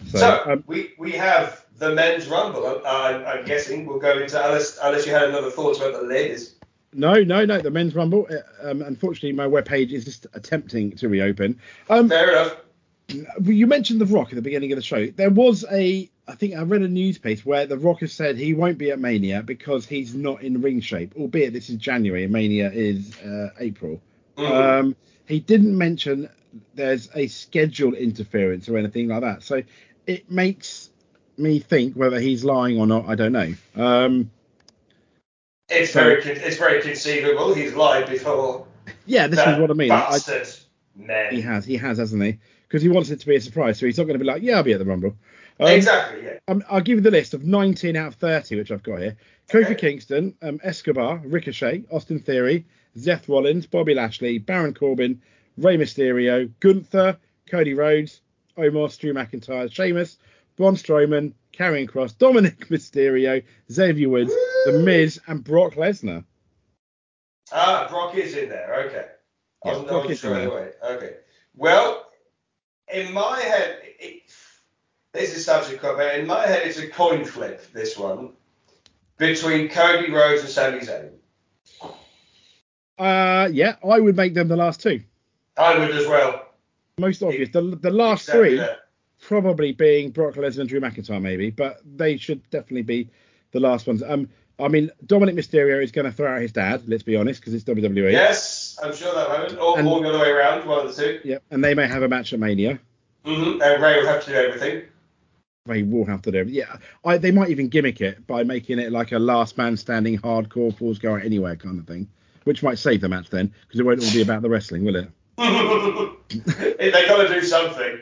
Speaker 1: So,
Speaker 2: So,
Speaker 1: um,
Speaker 2: we, we have the men's rumble. Uh, I'm, I'm guessing we'll go into unless unless you had another thought about the ladies.
Speaker 1: no, no, no. The men's rumble. uh, Um, unfortunately, my webpage is just attempting to reopen. Um,
Speaker 2: Fair enough.
Speaker 1: you mentioned the Rock at the beginning of the show. There was a, I think I read a news piece where the Rock has said he won't be at Mania because he's not in ring shape. Albeit this is January, and Mania is uh, April.
Speaker 2: Mm.
Speaker 1: Um, he didn't mention there's a schedule interference or anything like that. So it makes me think whether he's lying or not. I don't know. Um,
Speaker 2: it's
Speaker 1: so-
Speaker 2: very con- it's very conceivable. He's lied before.
Speaker 1: yeah, this
Speaker 2: That
Speaker 1: is what I mean. I,
Speaker 2: Bastard man.
Speaker 1: he has, he has, hasn't he? Because he wants it to be a surprise, so he's not going to be like, yeah, I'll be at the Rumble. Um,
Speaker 2: exactly. Yeah.
Speaker 1: um, I'll give you the list of 19 out of 30, which I've got here. Kofi
Speaker 2: Okay.
Speaker 1: Kingston, um, Escobar, Ricochet, Austin Theory, Seth Rollins, Bobby Lashley, Baron Corbin, Rey Mysterio, Gunther, Cody Rhodes, Omos, Drew McIntyre, Sheamus, Braun Strowman, Karrion Cross, Dominic Mysterio, Xavier Woods, The Miz, and Brock Lesnar.
Speaker 2: Ah, Brock is in there. Okay. I
Speaker 1: Yeah,
Speaker 2: wasn't
Speaker 1: Brock is
Speaker 2: on
Speaker 1: in
Speaker 2: straight
Speaker 1: there.
Speaker 2: away. Okay. Well, in my head, it, this is such a cover. In my head, it's a coin flip. This one between Cody Rhodes and Sami Zayn.
Speaker 1: Uh, yeah, I would make them the last two.
Speaker 2: I would as well.
Speaker 1: Most obvious. The, the last
Speaker 2: Exactly
Speaker 1: three
Speaker 2: that.
Speaker 1: probably being Brock Lesnar and Drew McIntyre, maybe, but they should definitely be the last ones. Um, I mean, Dominic Mysterio is going to throw out his dad. Let's be honest, because it's E. WWE.
Speaker 2: Yes, I'm sure that happened. Or,
Speaker 1: And-
Speaker 2: or the other way around, one of the two.
Speaker 1: Yep. And they may have a match at Mania.
Speaker 2: hmm And Ray will have to do everything.
Speaker 1: They will have to do. it. Yeah. I, they might even gimmick it by making it like a last man standing, hardcore falls go out anywhere kind of thing, which might save the match then, because it won't all be about the wrestling, will it?
Speaker 2: they got to do something.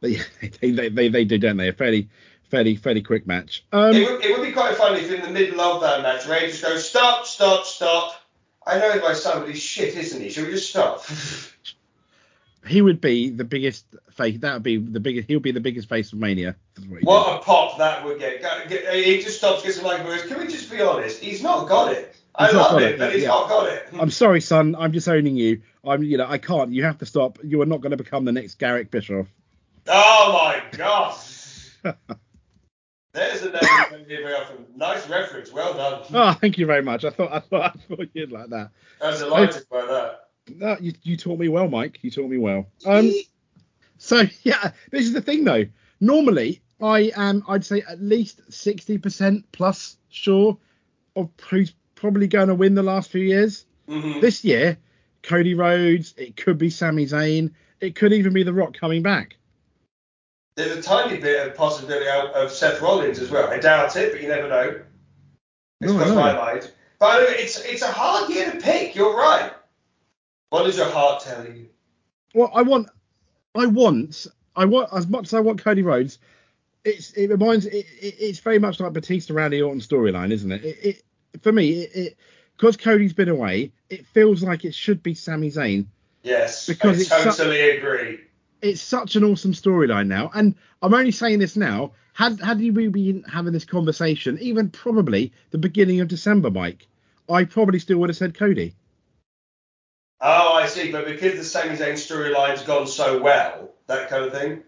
Speaker 1: They they, they, they, they do, don't they? A fairly fairly fairly quick match. Um,
Speaker 2: it, would, it would be quite funny if in the middle of that match, Ray just goes, stop, stop, stop. I know my son, but he's shit, isn't he? Should we just stop?
Speaker 1: he would be the biggest face. That would be the biggest. He'll be the biggest face of Mania. That's what he did.
Speaker 2: what a pop that would get. Go- get- He just stops, gets a mic and goes, can we just be honest? He's not got it. I
Speaker 1: He's not
Speaker 2: love
Speaker 1: got
Speaker 2: it,
Speaker 1: it,
Speaker 2: but
Speaker 1: yeah,
Speaker 2: he's
Speaker 1: yeah. Um,
Speaker 2: not got it.
Speaker 1: I'm sorry, son. I'm just owning you. I'm, you know, I can't. You have to stop. You are not going to become the next Garrick Bischoff.
Speaker 2: Oh my god. There's a name that's going to be very often. Nice reference. Well done.
Speaker 1: Oh, thank you very much. I thought, I thought, I thought you'd like that.
Speaker 2: I was delighted by that.
Speaker 1: No, you, you taught me well, Mike. You taught me well. Um, so yeah, this is the thing though. normally I am, I'd say, at least 60% plus sure of who's probably going to win the last few years.
Speaker 2: Mhm.
Speaker 1: This year, Cody Rhodes, it could be Sami Zayn, it could even be The Rock coming back.
Speaker 2: There's a tiny bit of possibility of, of Seth Rollins as well. I doubt it, but you never know. It's
Speaker 1: No, I
Speaker 2: crossed
Speaker 1: know.
Speaker 2: my mind. But I mean, it's it's a hard year to pick. You're right. What does your heart tell you?
Speaker 1: Well, I want, I want, I want as much as I want Cody Rhodes. It's it reminds it, it it's very much like Batista Randy Orton storyline, isn't it? It, it for me it. it because Cody's been away, it feels like it should be Sami Zayn.
Speaker 2: Yes,
Speaker 1: Because it's
Speaker 2: I
Speaker 1: so-
Speaker 2: totally agree.
Speaker 1: It's such an awesome storyline now, and I'm only saying this now. Had had you we been having this conversation, even probably the beginning of December, Mike, I probably still would have said Cody.
Speaker 2: Oh, I see. But because the Sami Zayn storyline's gone so well, that kind of thing.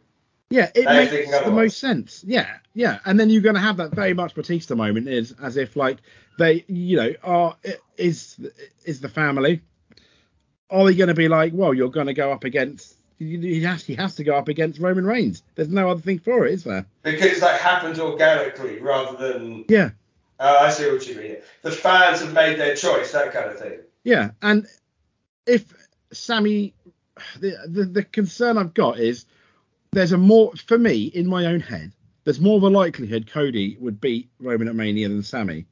Speaker 1: Yeah, it
Speaker 2: Now you're
Speaker 1: makes
Speaker 2: thinking
Speaker 1: the
Speaker 2: otherwise.
Speaker 1: most sense. Yeah, yeah, and then you're going to have that very much Batista moment is as if like they, you know, are is is the family. Are they going to be like, well, you're going to go up against? He has he has to go up against Roman Reigns. There's no other thing for it, is there?
Speaker 2: Because that happens organically rather than.
Speaker 1: Yeah,
Speaker 2: Oh, I see what you mean. The fans have made their choice, that kind of thing.
Speaker 1: yeah, and if Sammy, the the, the concern I've got is there's a more for me in my own head. There's more of a likelihood Cody would beat Roman at Mania than Sammy.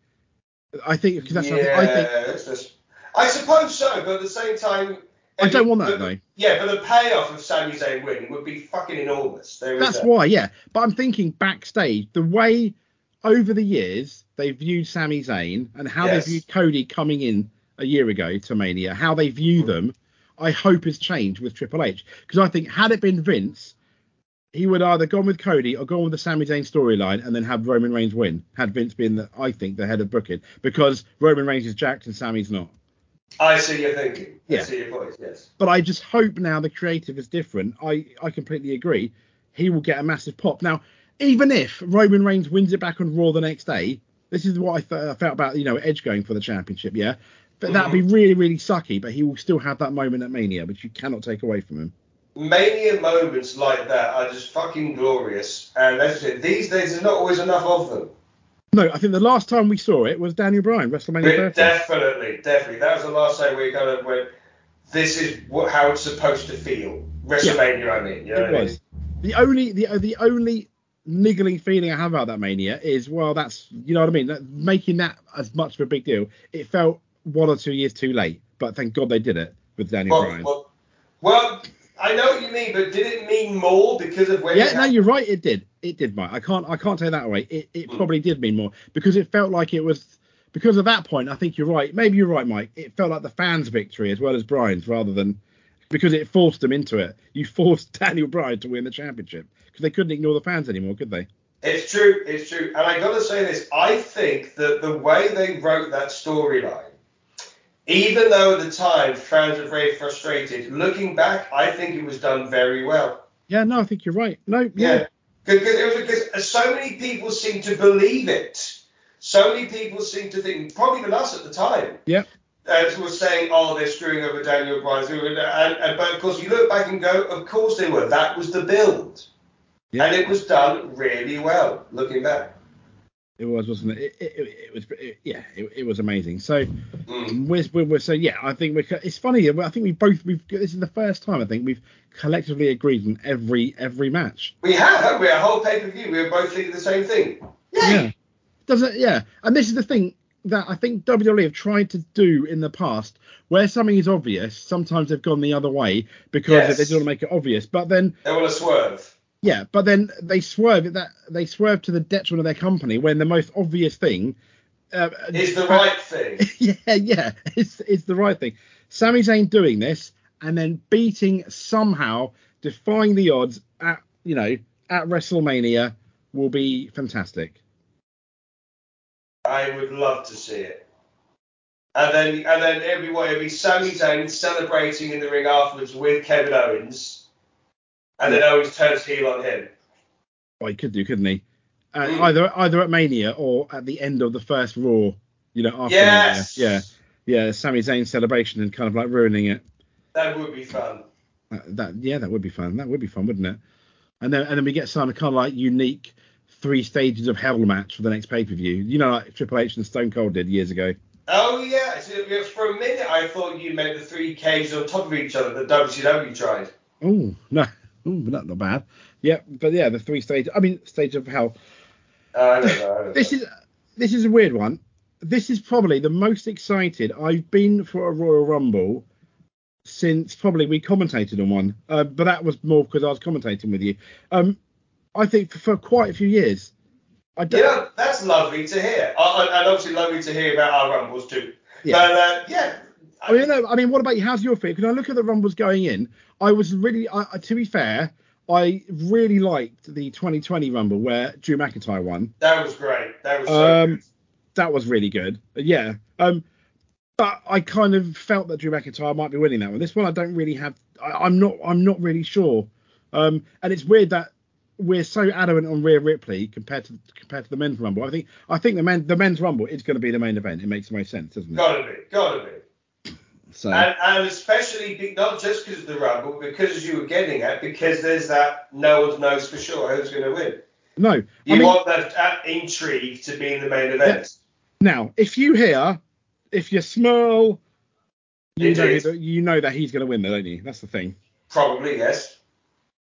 Speaker 1: I think because that's I think
Speaker 2: it's just- I suppose so, but at the same time.
Speaker 1: I don't want that
Speaker 2: but-
Speaker 1: though.
Speaker 2: Yeah, but the payoff of Sami Zayn winning would be fucking enormous. There is
Speaker 1: That's
Speaker 2: that.
Speaker 1: why, yeah. But I'm thinking backstage, the way over the years they viewed Sami Zayn and how
Speaker 2: Yes.
Speaker 1: they viewed Cody coming in a year ago to Mania, how they
Speaker 2: Mm-hmm.
Speaker 1: view them, I hope has changed with Triple H. Because I think had it been Vince, he would either gone with Cody or gone with the Sami Zayn storyline and then have Roman Reigns win. Had Vince been, the, I think, the head of booking because Roman Reigns is jacked and Sami's not.
Speaker 2: I see your thinking. I
Speaker 1: Yeah.
Speaker 2: see your point, yes.
Speaker 1: but I just hope now the creative is different. I, I completely agree. He will get a massive pop. Now, even if Roman Reigns wins it back on Raw the next day, this is what I, th- I felt about you know Edge going for the championship. Yeah, but that'd be really really sucky. But he will still have that moment at Mania, which you cannot take away from him.
Speaker 2: Mania moments like that are just fucking glorious. And as you said, these days there's not always enough of them.
Speaker 1: No, I think the last time we saw it was Daniel Bryan WrestleMania 30.
Speaker 2: But definitely, definitely. That was the last time we kind of went, this is what, how it's supposed to feel. WrestleMania, I mean. You know
Speaker 1: It
Speaker 2: what I
Speaker 1: was the only the the only niggling feeling I have about that mania is well that's you know what I mean that, making that as much of a big deal. It felt one or two years too late, but thank God they did it with Daniel
Speaker 2: mean?
Speaker 1: Bryan.
Speaker 2: Well, well, well, I know what you mean, but did it mean more because of when
Speaker 1: yeah,
Speaker 2: it
Speaker 1: no,
Speaker 2: happened?
Speaker 1: you're right. It did. It did, Mike. I can't. I can't take that away. It, it
Speaker 2: Hmm.
Speaker 1: probably did mean more because it felt like it was because of that point. I think you're right. Maybe you're right, Mike. It felt like the fans' victory as well as Bryan's, rather than because it forced them into it. You forced Daniel Bryan to win the championship because they couldn't ignore the fans anymore, could they?
Speaker 2: It's true, it's true. And I gotta say this, I think that the way they wrote that storyline, even though at the time fans were very frustrated, looking back, I think it was done very well.
Speaker 1: Yeah, no, I think you're right. No,
Speaker 2: Yeah.
Speaker 1: yeah,
Speaker 2: Because uh, so many people seem to believe it. So many people seem to think, probably even us at the time,
Speaker 1: yeah,
Speaker 2: uh, were saying, oh, they're screwing over Daniel Bryan. And, and, but of course, you look back and go, of course they were. That was the build.
Speaker 1: Yeah.
Speaker 2: And it was done really well, looking back.
Speaker 1: it was, wasn't it? It, it, it was, it, yeah, it, it was amazing. So
Speaker 2: Mm.
Speaker 1: we're, we're, we're so yeah, I think we're. co- It's funny. I think we both we've. This is the first time I think we've collectively agreed on every every match.
Speaker 2: We have, haven't we? A whole pay per view. We were both thinking the same thing.
Speaker 1: Yeah. Doesn't yeah, and this is the thing that I think WWE have tried to do in the past, where something is obvious. Sometimes they've gone the other way because
Speaker 2: Yes.
Speaker 1: they don't want to make it obvious. But then
Speaker 2: They want to swerve.
Speaker 1: Yeah, but then they swerve that they swerve to the detriment of their company when the most obvious thing. Uh,
Speaker 2: It's the right thing.
Speaker 1: yeah, yeah, it's it's the right thing. Sami Zayn doing this and then beating somehow, defying the odds at you know at WrestleMania will be fantastic.
Speaker 2: I would love to see it. And then, and then everyone, it'd be Sami Zayn celebrating in the ring afterwards with Kevin Owens, and then Owens turns heel on him.
Speaker 1: Well, he could do, couldn't he? Uh,
Speaker 2: Mm.
Speaker 1: Either either at Mania or at the end of the first Raw, you know after
Speaker 2: Yes.
Speaker 1: Mania. Yeah, yeah, Sami Zayn celebration and kind of like ruining it. Uh,
Speaker 2: That would be fun.
Speaker 1: That, that yeah, that would be fun. That would be fun, wouldn't it? and then and then we get some kind of like unique three stages of hell match for the next pay per view. You know, like Triple H and Stone Cold did years ago.
Speaker 2: Oh yeah, so, yeah, for a minute I thought you meant the three cages on top of each other that WCW tried.
Speaker 1: Oh no, Ooh, not not bad. Yeah, but yeah, the three stage. I mean, stage of hell.
Speaker 2: Uh, I don't know. I don't
Speaker 1: This
Speaker 2: know.
Speaker 1: is this is a weird one. This is probably the most excited I've been for a Royal Rumble since probably we commentated on one. Uh, but that was more because I was commentating with you. Um, I think for, for quite a few years. I don't.
Speaker 2: Yeah, that's lovely to hear. I, I, and obviously lovely to hear about our rumbles too.
Speaker 1: Yeah. Oh,
Speaker 2: But uh, yeah,
Speaker 1: I mean, no, I mean, what about you? How's your feel? Because I look at the rumbles going in. I was really, I, I- to be fair, I really liked the 2020 rumble where Drew McIntyre won.
Speaker 2: that was great. That was so
Speaker 1: Um,
Speaker 2: good.
Speaker 1: That was really good. Yeah. Um, but I kind of felt that Drew McIntyre might be winning that one. This one, I don't really have. I, I'm not. I'm not really sure. Um, and it's weird that we're so adamant on Rhea Ripley compared to compared to the men's rumble. I think I think the men the men's rumble is going to be the main event. It makes the most sense, doesn't it?
Speaker 2: Gotta be, gotta be.
Speaker 1: So
Speaker 2: And, and especially be, not just because of the rumble, because as you were getting at, because there's that no one knows for sure who's going to win.
Speaker 1: no.
Speaker 2: You
Speaker 1: I mean,
Speaker 2: want that, that intrigue to be in the main event.
Speaker 1: Now, if you hear, if you smell, you
Speaker 2: It
Speaker 1: know,
Speaker 2: is.
Speaker 1: that, you know that he's going to win, though, don't you? That's the thing.
Speaker 2: Probably yes.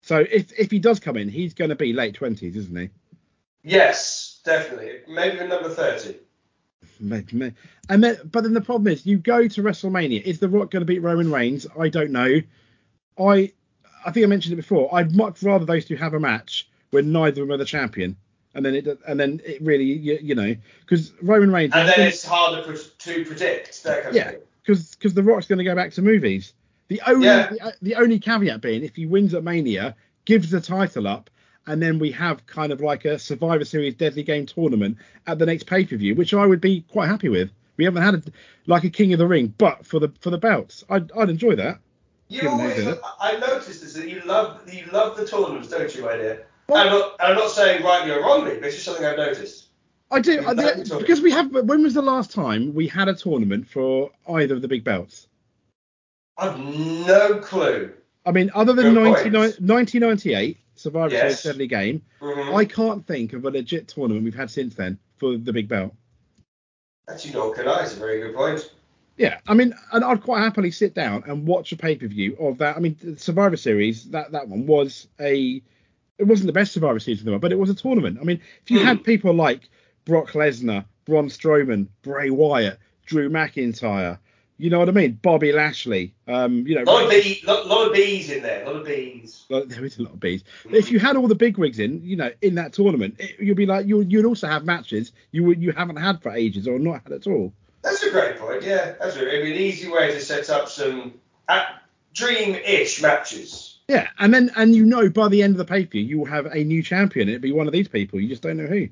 Speaker 1: So if if he does come in, he's going to be late twenties, isn't he?
Speaker 2: Yes, definitely. Maybe even number thirty.
Speaker 1: May- may- And then, but then the problem is, you go to WrestleMania. Is The Rock going to beat Roman Reigns? I don't know. I I think I mentioned it before. I'd much rather those two have a match where neither of them are the champion, and then it and then it really you, you know because Roman Reigns
Speaker 2: And then it's harder pro- to predict. That kind
Speaker 1: Yeah,
Speaker 2: Of thing.
Speaker 1: because The Rock's going to go back to movies. The only
Speaker 2: Yeah.
Speaker 1: the, uh, the only caveat being if he wins at Mania, gives the title up, and then we have kind of like a Survivor Series Deadly Game tournament at the next pay per view, which I would be quite happy with. We haven't had a, like a King of the Ring, but for the for the belts, I'd, I'd enjoy that.
Speaker 2: You
Speaker 1: Given
Speaker 2: always,
Speaker 1: who's in it.
Speaker 2: I noticed this that you love you love the tournaments, don't you, my dear?
Speaker 1: Well-
Speaker 2: I'm not, I'm not saying rightly or wrongly, but it's just something I've noticed.
Speaker 1: I do
Speaker 2: Yeah,
Speaker 1: I,
Speaker 2: that'd be
Speaker 1: do-
Speaker 2: totally-
Speaker 1: because we have. When was the last time we had a tournament for either of the big belts?
Speaker 2: I've no clue.
Speaker 1: I mean, other than
Speaker 2: Good
Speaker 1: 19,
Speaker 2: points.
Speaker 1: 1998 Survivor
Speaker 2: Yes.
Speaker 1: Series Deadly Game,
Speaker 2: Mhm.
Speaker 1: I can't think of a legit tournament we've had since then for the big belt.
Speaker 2: Actually, nor can I. It's a very good point.
Speaker 1: Yeah, I mean, and I'd quite happily sit down and watch a pay per view of that. I mean, the Survivor Series that that one was a it wasn't the best Survivor Series in the world, but it was a tournament. I mean, if you had people like Brock Lesnar, Braun Strowman, Bray Wyatt, Drew McIntyre, you know what I mean, Bobby Lashley, um, you know,
Speaker 2: A lot of bees, lot, lot of bees in there. A lot of bees.
Speaker 1: Well, there is a lot of bees. But if you had all the big wigs in, you know, in that tournament, it, you'd be like, you, you'd also have matches you would- you haven't had for ages or not had at all.
Speaker 2: That's a great point. Yeah, that's a, it'd be an easy way to set up some uh, dream-ish matches.
Speaker 1: Yeah, and then and you know by the end of the pay per view you will have a new champion. It'd be one of these people. You just don't know who.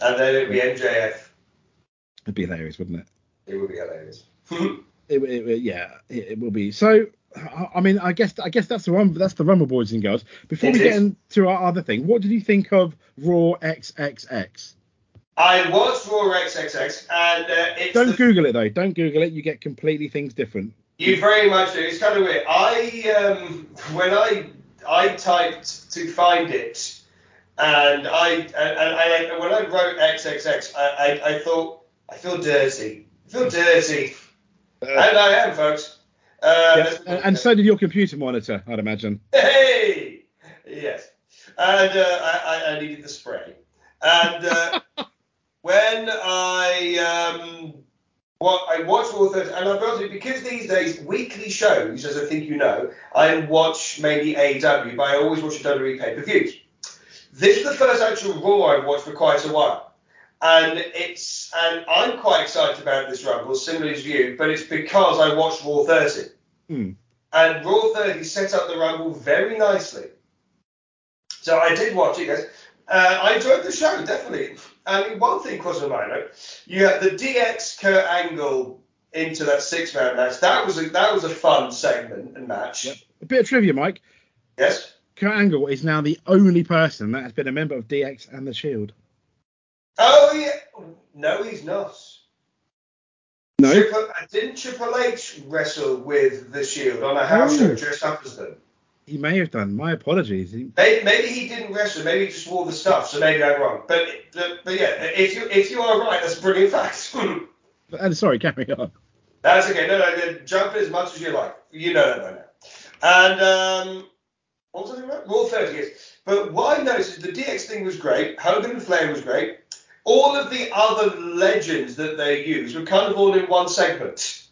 Speaker 2: And then it'd be MJF.
Speaker 1: It'd be hilarious, wouldn't it?
Speaker 2: It would be hilarious.
Speaker 1: It, it, it- yeah, it, it will be. So I, I mean, I guess I guess that's the one. That's the Rumble boys and girls. Before we
Speaker 2: It
Speaker 1: get
Speaker 2: is.
Speaker 1: into our other thing, what did you think of Raw XXX?
Speaker 2: I watched Raw XXX, and uh, it's
Speaker 1: Don't
Speaker 2: the
Speaker 1: Google it though. Don't Google it. You get completely things different.
Speaker 2: You very much do. It's kind of weird. I um, when I I typed to find it, and I and, and I, when I wrote XXX, I, I, I thought I feel dirty. I feel dirty, and I am, folks. Uh,
Speaker 1: Yeah, and, and so did your computer monitor, I'd imagine.
Speaker 2: hey, yes, and uh, I, I- I needed the spray, and uh, when I um, what I watch all those, and I've got to because these days weekly shows, as I think you know, I watch mainly AEW, but I always watch a E WWE pay per views. This is the first actual Raw I've watched for quite a while, and it's and I'm quite excited about this Rumble, similar to you, but it's because I watched Raw 30,
Speaker 1: Hmm.
Speaker 2: and Raw 30 set up the Rumble very nicely. So I did watch it, yes. Uh, I enjoyed the show, definitely. I mean, one thing was a minor. You had the DX Kurt Angle into that six man match. That was a that was a fun segment and match.
Speaker 1: Yep. A bit of trivia, Mike.
Speaker 2: Yes.
Speaker 1: Kurt Angle is now the only person that has been a member of DX and the Shield.
Speaker 2: Oh yeah. No, he's not. uh, Triple, didn't Triple H wrestle with the Shield on a house
Speaker 1: No.
Speaker 2: show dressed up as them?
Speaker 1: He may have done. My apologies. He,
Speaker 2: Maybe, maybe he didn't wrestle. Maybe he just wore the stuff. So maybe I'm wrong. But but, but yeah, if you if you are right, that's a brilliant fact.
Speaker 1: and uh, sorry, carry on.
Speaker 2: that's okay. No, no, no, jump as much as you like. You know that by now. And um, what was I talking about? Raw 30 years. But what I noticed is the DX thing was great. Hogan and Flair was great. All of the other legends that they used were kind of all in one segment.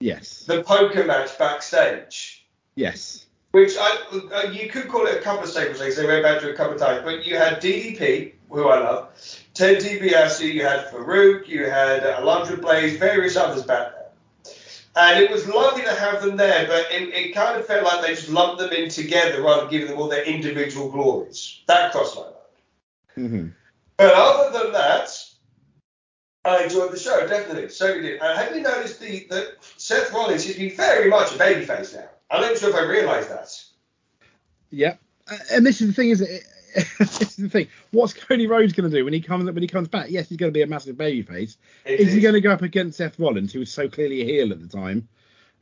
Speaker 1: Yes.
Speaker 2: The poker match backstage.
Speaker 1: Yes.
Speaker 2: Which I, uh, you could call it a couple of staples because they went back to a couple of times. But you had DDP, who I love, Ted DiBiase, you had Farouk, you had uh, Alondra Blaze, various others back there. And it was lovely to have them there, but it, it kind of felt like they just lumped them in together rather than giving them all their individual glories. That crossed my mind.
Speaker 1: hmm
Speaker 2: But other than that, I enjoyed the show, definitely. So did. And have you noticed the, that Seth Rollins has been very much a babyface now? I'm not sure if I realised that.
Speaker 1: Yep. Uh, And this is the thing, is it? this is the thing. What's Cody Rhodes going to do when he comes when he comes back? Yes, he's going to be a massive babyface.
Speaker 2: It
Speaker 1: Is he
Speaker 2: is.
Speaker 1: going to go up against Seth Rollins, who was so clearly a heel at the time?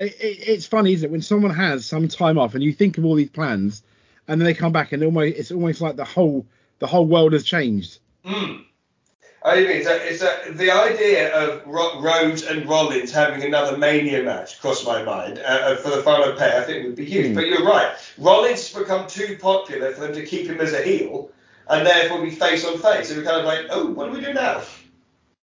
Speaker 1: It, it, it's funny, isn't it, when someone has some time off and you think of all these plans, and then they come back and almost it's almost like the whole the whole world has changed.
Speaker 2: Mm. I mean, it's, a, it's a, the idea of Ro- Rhodes and Rollins having another Mania match crossed my mind uh, uh, for the final pair. I think would be huge.
Speaker 1: Hmm.
Speaker 2: But you're right. Rollins has become too popular for them to keep him as a heel, and therefore be face on face. And we're kind of like, oh, what do we do now?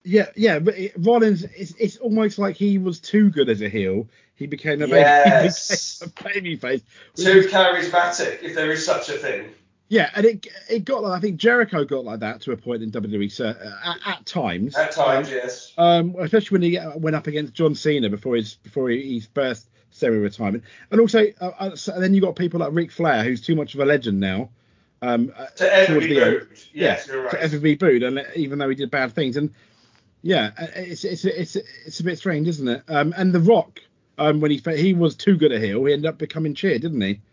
Speaker 1: Yeah, yeah, but it, Rollins, it's, it's almost like he was too good as a heel. He became a baby,
Speaker 2: Yes.
Speaker 1: he became a babyface. which
Speaker 2: Too
Speaker 1: is-
Speaker 2: charismatic, if there is such a thing.
Speaker 1: Yeah, and it it got like I think Jericho got like that to a point in WWE so, uh, at, at times.
Speaker 2: At times, yes.
Speaker 1: Um, especially when he uh, went up against John Cena before his before his first semi-retirement, and also uh, uh, so then you got people like Ric Flair, who's too much of a legend now. Um, uh,
Speaker 2: To ever
Speaker 1: towards
Speaker 2: be
Speaker 1: the end.
Speaker 2: rude. Yes, you're right.
Speaker 1: to ever be booed, and uh, even though he did bad things, and yeah, uh, it's it's it's it's a bit strange, isn't it? Um, and The Rock, um, when he fa- he was too good a heel, he ended up becoming cheered, didn't he?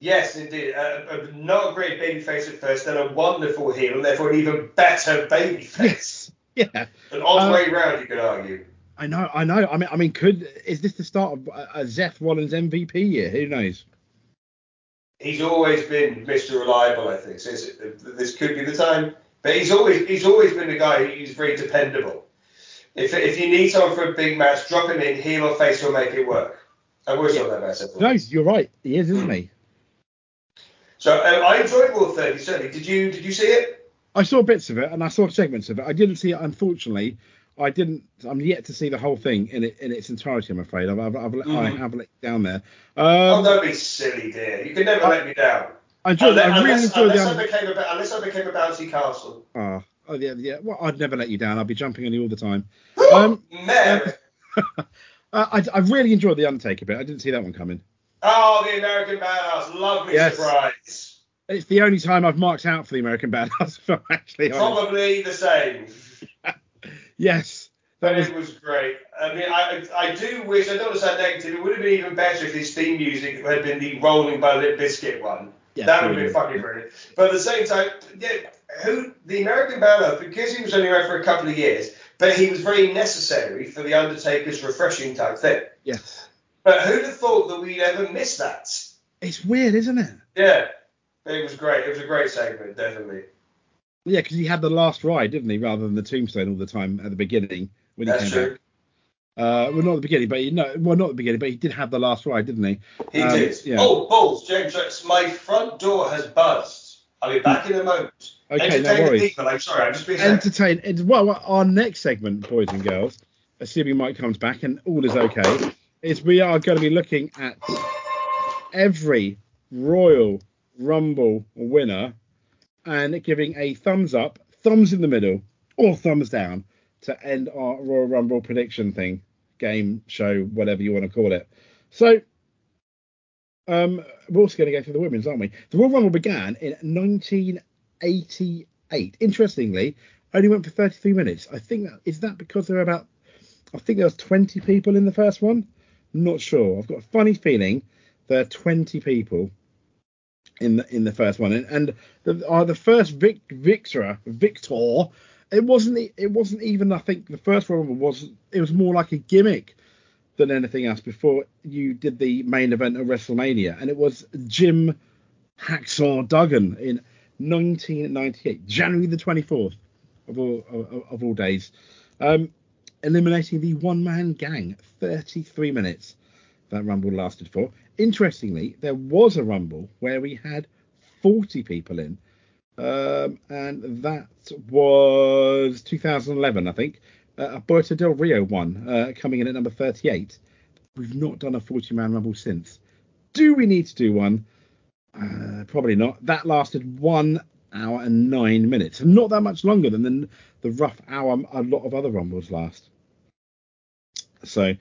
Speaker 2: Yes, indeed. Uh, uh, not a great baby face at first, then a wonderful heel, and therefore an even better baby face.
Speaker 1: Yeah.
Speaker 2: An odd
Speaker 1: Uh,
Speaker 2: way round, you could argue.
Speaker 1: I know, I know. I mean, I mean, could is this the start of a, a Zeth Rollins MVP year? Who knows?
Speaker 2: He's always been Mr. Reliable, I think. So it's, this could be the time. But he's always he's always been a guy who's very dependable. If if you need someone for a big match, drop him in, heel or face, he'll make it work. I've always thought that about Seth
Speaker 1: No,
Speaker 2: Rollins.
Speaker 1: you're right. He is, isn't he?
Speaker 2: So um, I enjoyed Raw 30 certainly. Did you did you see it?
Speaker 1: I saw bits of it and I saw segments of it. I didn't see it, unfortunately. I didn't. I'm yet to see the whole thing in it in its entirety. I'm afraid. I've, I've, I've let- I
Speaker 2: Mhm.
Speaker 1: have let you down there.
Speaker 2: oh,
Speaker 1: Um,
Speaker 2: don't be silly, dear. You can never let me down.
Speaker 1: I enjoyed.
Speaker 2: unless,
Speaker 1: I really
Speaker 2: unless,
Speaker 1: enjoyed the.
Speaker 2: unless, I
Speaker 1: Under-
Speaker 2: became a, ba- unless I became a bouncy castle.
Speaker 1: oh, oh, yeah, yeah. Well, I'd never let you down. I'd be jumping on you all the time.
Speaker 2: Um,
Speaker 1: Um,
Speaker 2: Mary.
Speaker 1: Uh, I, I really enjoyed the Undertaker bit. I didn't see that one coming.
Speaker 2: Oh, the American Badass. Lovely
Speaker 1: Yes.
Speaker 2: surprise.
Speaker 1: It's the only time I've marked out for the American Badass film, actually. honest.
Speaker 2: Probably the same,
Speaker 1: Yes.
Speaker 2: but
Speaker 1: That was
Speaker 2: it was great. I mean, I, I do wish, I don't want to sound negative, it would have been even better if this theme music had been the Rolling by Lip Biscuit one.
Speaker 1: Yeah,
Speaker 2: that would have been
Speaker 1: brilliant.
Speaker 2: fucking brilliant. But at the same time, yeah, who the American Badass, because he was only around for a couple of years, but he was very necessary for The Undertaker's refreshing type thing.
Speaker 1: yes.
Speaker 2: But who'd have thought that we'd ever miss that?
Speaker 1: It's weird, isn't it?
Speaker 2: Yeah, it was great. It was a great segment, definitely.
Speaker 1: Yeah, because he had the last ride, didn't he? Rather than the tombstone all the time at the beginning when he
Speaker 2: That's
Speaker 1: came
Speaker 2: true.
Speaker 1: back. Uh, well, not the beginning, but he, no, well, not the beginning, but he did have the last ride, didn't he?
Speaker 2: He
Speaker 1: Um,
Speaker 2: did.
Speaker 1: yeah.
Speaker 2: Oh, balls, James. Rex, My front door has buzzed. I'll be back in a moment.
Speaker 1: Okay, no
Speaker 2: Entertain the
Speaker 1: worries.
Speaker 2: people. I'm sorry, I'm just being sad.
Speaker 1: Entertain. It's, well, well, our next segment, boys and girls, assuming Mike comes back and all is okay, is we are going to be looking at every Royal Rumble winner and giving a thumbs up, thumbs in the middle, or thumbs down to end our Royal Rumble prediction thing, game, show, whatever you want to call it. So, um, we're also going to go through the women's, aren't we? The Royal Rumble began in 1988. Interestingly, only went for 33 minutes. I think that is that because there were about, I think there was 20 people in the first one. Not sure. I've got a funny feeling there are 20 people in the in the first one, and and the, uh, the first vic, victor victor. It wasn't e- it wasn't even I think the first Royal Rumble was it was more like a gimmick than anything else before you did the main event of WrestleMania, and it was Jim Hacksaw Duggan in 1998, January the 24th of all of, of all days, um, eliminating the one man gang. 33 minutes that Rumble lasted for. Interestingly, there was a Rumble where we had 40 people in, um, and that was 2011, I think. Uh, Alberto Del Rio won, uh, coming in at number 38. We've not done a 40 man Rumble since. Do we need to do one? Uh, probably not. That lasted one hour and nine minutes. Not that much longer than the, the rough hour a lot of other Rumbles last. So,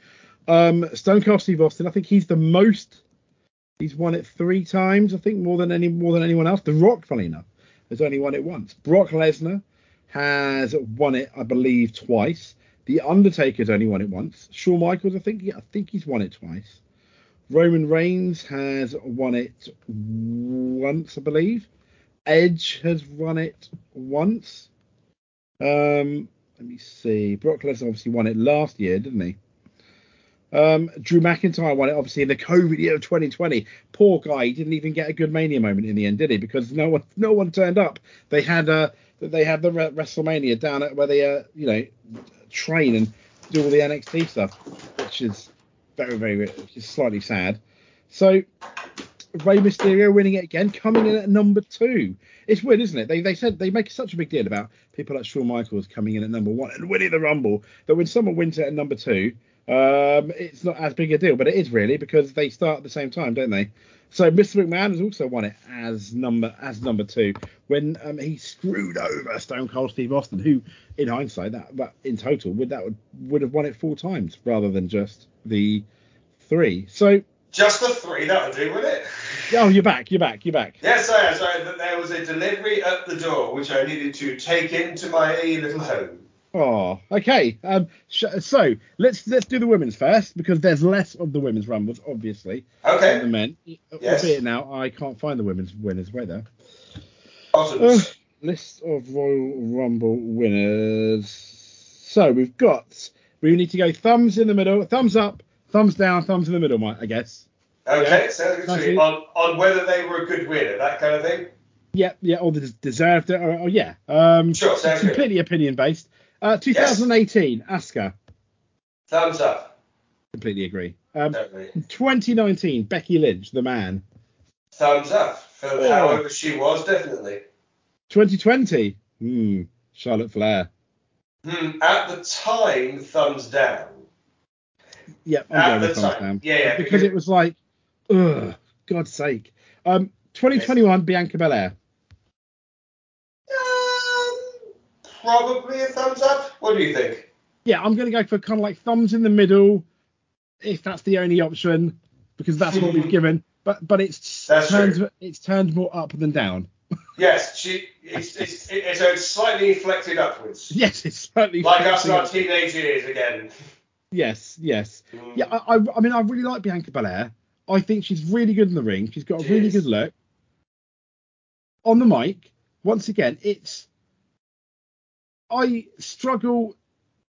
Speaker 1: um, Stone Cold Steve Austin, I think he's the most. He's won it three times, I think, more than any more than anyone else. The Rock, funny enough, has only won it once. Brock Lesnar has won it, I believe, twice. The Undertaker's only won it once. Shawn Michaels, I think, yeah, I think he's won it twice. Roman Reigns has won it once, I believe. Edge has won it once. Um, let me see. Brock Lesnar obviously won it last year, didn't he? Um, Drew McIntyre won it obviously in the COVID year of 2020. Poor guy, he didn't even get a good Mania moment in the end, did he? Because no one, no one turned up. They had uh, they had the Re- WrestleMania down at where they, uh, you know, train and do all the NXT stuff, which is very, very, just slightly sad. So Rey Mysterio winning it again, coming in at number two. It's weird, isn't it? They they said they make such a big deal about people like Shawn Michaels coming in at number one and winning the Rumble that when someone wins it at number two, um, it's not as big a deal, but it is really because they start at the same time, don't they? So Mr. McMahon has also won it as number as number two when um, he screwed over Stone Cold Steve Austin, who, in hindsight, that but in total would that would, would have won it four times rather than just the three. So
Speaker 2: Just the three, that'll do, would it?
Speaker 1: oh, you're back, you're back, you're back.
Speaker 2: Yes, I am. Sorry, that there was a delivery at the door which I needed to take into my little home.
Speaker 1: Oh, okay. Um, sh- so let's let's do the women's first because there's less of the women's rumbles, obviously, than the
Speaker 2: Okay.
Speaker 1: men.
Speaker 2: Yes.
Speaker 1: Albeit now I can't find the women's winners. Where there? Uh,
Speaker 2: Bottoms.
Speaker 1: list of Royal Rumble winners. So we've got. We need to go thumbs in the middle, thumbs up, thumbs down, thumbs in the middle. Mike, I guess.
Speaker 2: Okay,
Speaker 1: yeah.
Speaker 2: sounds good to
Speaker 1: Thank
Speaker 2: me.
Speaker 1: you.
Speaker 2: On, on whether they were a good winner, that kind of thing.
Speaker 1: Yeah, yeah, or des- deserved it. Or, or yeah. Um,
Speaker 2: Sure, sounds good.
Speaker 1: completely opinion based. Uh, 2018, Asuka.
Speaker 2: Thumbs up.
Speaker 1: Completely agree. Um,
Speaker 2: Totally.
Speaker 1: 2019, Becky Lynch, the man.
Speaker 2: Thumbs up. For
Speaker 1: Oh.
Speaker 2: however she was, definitely.
Speaker 1: 2020, hmm, Charlotte Flair.
Speaker 2: Hmm, at the time, thumbs down.
Speaker 1: Yep,
Speaker 2: At
Speaker 1: I'm going
Speaker 2: the
Speaker 1: with thumbs
Speaker 2: time.
Speaker 1: down.
Speaker 2: uh, Yeah, yeah,
Speaker 1: because,
Speaker 2: because-
Speaker 1: it was like, ugh, God's sake. Um, 2021, Bianca Belair.
Speaker 2: Um, probably a thumbs up. What do you think?
Speaker 1: Yeah, I'm going to go for kind of like thumbs in the middle, if that's the only option, because that's what we've given. But but it's
Speaker 2: That's
Speaker 1: turned
Speaker 2: true.
Speaker 1: it's turned more up than down.
Speaker 2: Yes, she. It's, it's, it's, so it's slightly inflected upwards.
Speaker 1: Yes, it's slightly
Speaker 2: Like us
Speaker 1: flexing
Speaker 2: in our
Speaker 1: up.
Speaker 2: teenage years again.
Speaker 1: Yes, yes.
Speaker 2: Mm.
Speaker 1: Yeah, I, I, I mean, I really like Bianca Belair. I think she's really good in the ring. She's got a
Speaker 2: She
Speaker 1: really
Speaker 2: is.
Speaker 1: good look. On the mic, once again, it's. I struggle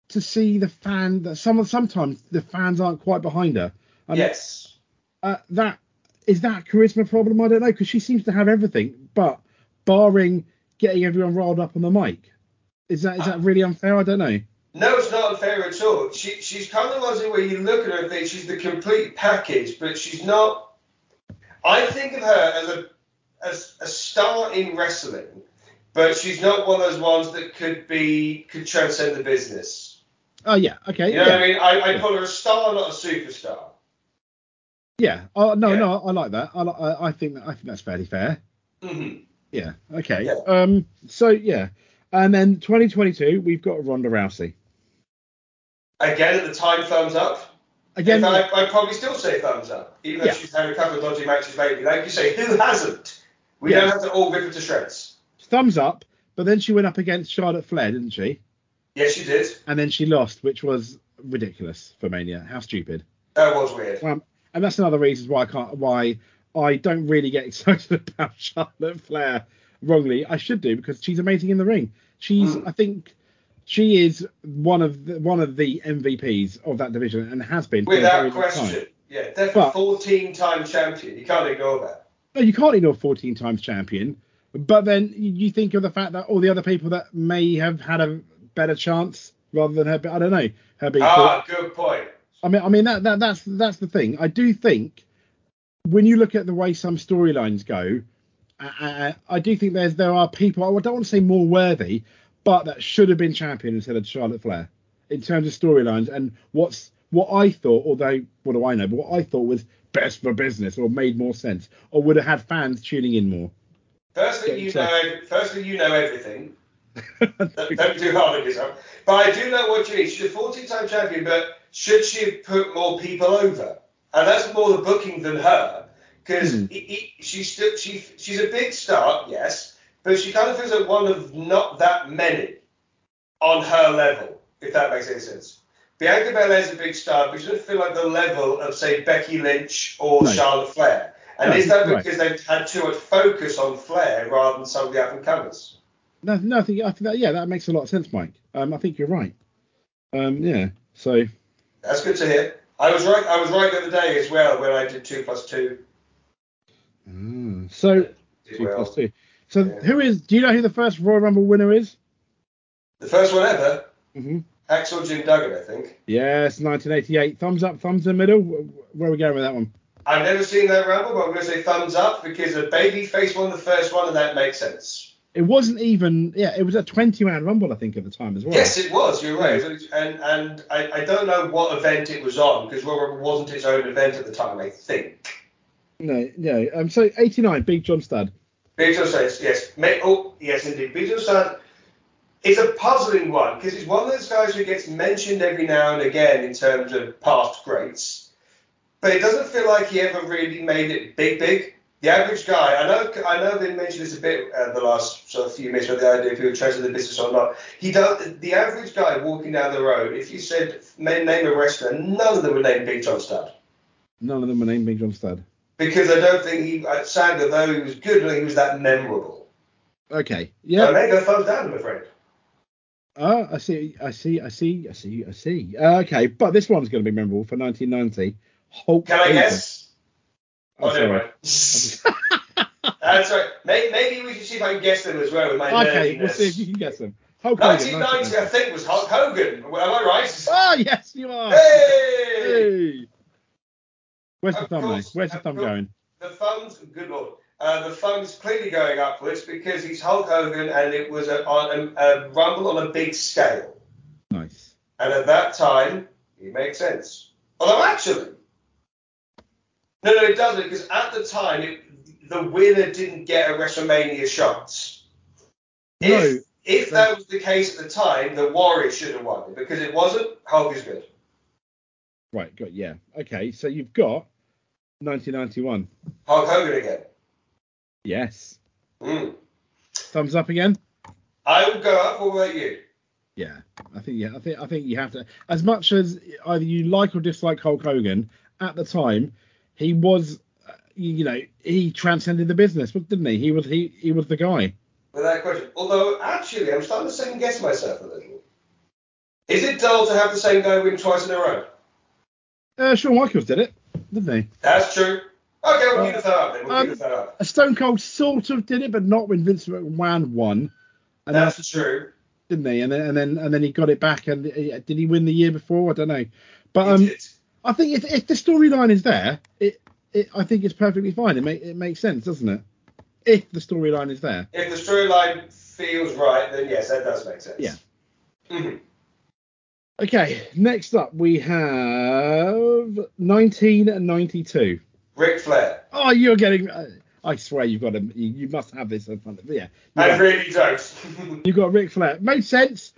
Speaker 1: to see the fan that some sometimes the fans aren't quite behind her. I mean,
Speaker 2: yes.
Speaker 1: uh, that is that a charisma problem? I don't know because she seems to have everything, but barring getting everyone riled up on the mic, is that is that really unfair? I don't know.
Speaker 2: No, it's not unfair at all. She, she's kind of one of those where you look at her and think she's the complete package, but she's not. I think of her as a as a star in wrestling, but she's not one of those ones that could be could transcend the business.
Speaker 1: Oh yeah, okay.
Speaker 2: You know
Speaker 1: yeah.
Speaker 2: what I mean? I, I call her a star, not a superstar.
Speaker 1: Yeah. Oh no,
Speaker 2: Yeah.
Speaker 1: no, I like that. I, li- I I think that, I think that's fairly fair.
Speaker 2: Mm-hmm.
Speaker 1: Yeah. Okay.
Speaker 2: Yeah.
Speaker 1: Um. So yeah, and then 2022, we've got Ronda Rousey
Speaker 2: Again, at the time, thumbs up.
Speaker 1: again.
Speaker 2: In fact, I, I'd probably still say thumbs up, even though
Speaker 1: Yeah.
Speaker 2: she's had a couple of dodgy matches lately. Like you say, who hasn't? We
Speaker 1: Yeah.
Speaker 2: don't have to all rip her to shreds.
Speaker 1: Thumbs up. But then she went up against Charlotte Flair, didn't she?
Speaker 2: Yes, you did.
Speaker 1: And then she lost, which was ridiculous for Mania. How stupid.
Speaker 2: That was weird.
Speaker 1: Um, and that's another reason why I can't. Why I don't really get excited about Charlotte Flair. Wrongly, I should do because she's amazing in the ring. She's,
Speaker 2: Mm.
Speaker 1: I think, she is one of the, one of the MVPs of that division and has been for a very
Speaker 2: Without
Speaker 1: long time.
Speaker 2: question. Yeah, definitely
Speaker 1: But-
Speaker 2: 14 time champion. You can't ignore that.
Speaker 1: No, you can't ignore 14 times champion. But then you you think of the fact that all the other people that may have had a better chance rather than her, but I don't know, her being.
Speaker 2: Ah, good point.
Speaker 1: I mean, I mean that, that that's that's the thing. I do think when you look at the way some storylines go, I, I, I do think there's there are people. I don't want to say more worthy, but that should have been champion instead of Charlotte Flair in terms of storylines and what's what I thought. Although what do I know? But what I thought was best for business or made more sense or would have had fans tuning in more.
Speaker 2: Firstly, you
Speaker 1: Sorry.
Speaker 2: know, firstly, you know everything. Don't don't be too hard on yourself. But I do know what you mean. She's a 14 time champion, but should she have put more people over? And that's more the booking than her. Because
Speaker 1: Hmm.
Speaker 2: she's, still, she, she's a big star, yes, but she kind of feels like one of not that many on her level, if that makes any sense. Bianca Belair is a big star, but she doesn't feel like the level of, say, Becky Lynch or
Speaker 1: No.
Speaker 2: Charlotte Flair. And
Speaker 1: No,
Speaker 2: is that
Speaker 1: right.
Speaker 2: because they've had too much focus on Flair rather than some of the up and comers?
Speaker 1: No, no, I think I think that yeah, that makes a lot of sense, Mike. Um, I think you're right. Um, yeah. So
Speaker 2: That's good to hear. I was right. I was right the other day as well when I did two plus two.
Speaker 1: Ah, so
Speaker 2: as
Speaker 1: two
Speaker 2: well.
Speaker 1: plus two. So
Speaker 2: Yeah.
Speaker 1: who is? Do you know who the first Royal Rumble winner is?
Speaker 2: The first one ever,
Speaker 1: Mm-hmm.
Speaker 2: Axel Jim Duggan, I think.
Speaker 1: Yes, 1988. Thumbs up, thumbs in the middle. Wh- Where are we going with that one?
Speaker 2: I've never seen that ramble, but I'm going to say thumbs up because a baby face won the first one, and that makes sense.
Speaker 1: It wasn't even. Yeah, it was a 20-man Rumble, I think, at the time as well.
Speaker 2: Yes, it was. You're right. And and I, I don't know what event it was on because Royal Rumble wasn't its own event at the time, I think.
Speaker 1: No, no. Um, so 89, Big John Studd.
Speaker 2: Beatles says yes. Ma- oh, yes, indeed. Beatles said it's a puzzling one because he's one of those guys who gets mentioned every now and again in terms of past greats, but it doesn't feel like he ever really made it big, big. The average guy, I know, I know, they mentioned this a bit uh, the last sort of few minutes with the idea of who treasure the business or not. He does. The average guy walking down the road, if you said name, name a wrestler, none of them would name Big John Studd
Speaker 1: None of them were named Big John Studd.
Speaker 2: because I don't think he, uh, sadly, though he was good, I don't think he was that memorable.
Speaker 1: Okay.
Speaker 2: So
Speaker 1: Yeah.
Speaker 2: they go thumbs down, I'm afraid.
Speaker 1: Oh, I see. I see. I see. I see. I see. Uh, okay, but this one's going to be memorable for 1990. Hulk.
Speaker 2: Can I
Speaker 1: Hogan.
Speaker 2: guess?
Speaker 1: Oh,
Speaker 2: Oh, never
Speaker 1: sorry.
Speaker 2: mind. That's right. Maybe, maybe we should see if I can guess them as well with my
Speaker 1: Okay,
Speaker 2: nerdiness.
Speaker 1: we'll see if you can guess them. Hulk Hogan.
Speaker 2: 1990, I think, was Hulk Hogan. Am I right?
Speaker 1: Oh, yes, you are.
Speaker 2: Hey!
Speaker 1: Hey! Where's the
Speaker 2: Of
Speaker 1: thumb, mate?
Speaker 2: course,
Speaker 1: Where's the
Speaker 2: of
Speaker 1: thumb
Speaker 2: course.
Speaker 1: going?
Speaker 2: The thumbs, good lord. Uh, the thumb's clearly going upwards because he's Hulk Hogan and it was a, on um, a, a rumble on a big scale.
Speaker 1: Nice.
Speaker 2: And at that time, it makes sense. Although, actually, no, no, it doesn't because at the time, it, the winner didn't get a WrestleMania shot. If,
Speaker 1: No.
Speaker 2: if that was the case at the time, the Warriors should have won because it wasn't. Hulk is good.
Speaker 1: Right, got yeah. Okay, so you've got 1991.
Speaker 2: Hulk Hogan again.
Speaker 1: Yes.
Speaker 2: Mm.
Speaker 1: Thumbs up again.
Speaker 2: I will go up. What about you?
Speaker 1: Yeah, I think yeah, I think I think you have to. As much as either you like or dislike Hulk Hogan, at the time, he was, uh, you you know, he transcended the business, didn't he? He was he he was the guy.
Speaker 2: Without question. Although, actually, I'm starting to second guess myself a little. Is it dull to have the same guy win twice in a row?
Speaker 1: Uh, Shawn Michaels did it, didn't he?
Speaker 2: That's true. Okay, we'll keep it that up then. We'll
Speaker 1: Um,
Speaker 2: keep it that up.
Speaker 1: A Stone Cold sort of did it, but not when Vince McMahon won. And that's
Speaker 2: That's true.
Speaker 1: didn't he? And then and then and then he got it back. And uh, did he win the year before? I don't know. But
Speaker 2: He
Speaker 1: um,
Speaker 2: did.
Speaker 1: I think if if the storyline is there, it, it I think it's perfectly fine. It make, it makes sense, doesn't it? If the storyline is there.
Speaker 2: If the storyline feels right, then yes, that does make sense.
Speaker 1: Yeah.
Speaker 2: Mhm.
Speaker 1: Okay, next up we have 1992.
Speaker 2: Ric Flair.
Speaker 1: Oh, you're getting. Uh, I swear you've got a. You, you must have this in front of yeah.
Speaker 2: I
Speaker 1: yeah.
Speaker 2: really don't.
Speaker 1: You've got Ric Flair. Made sense.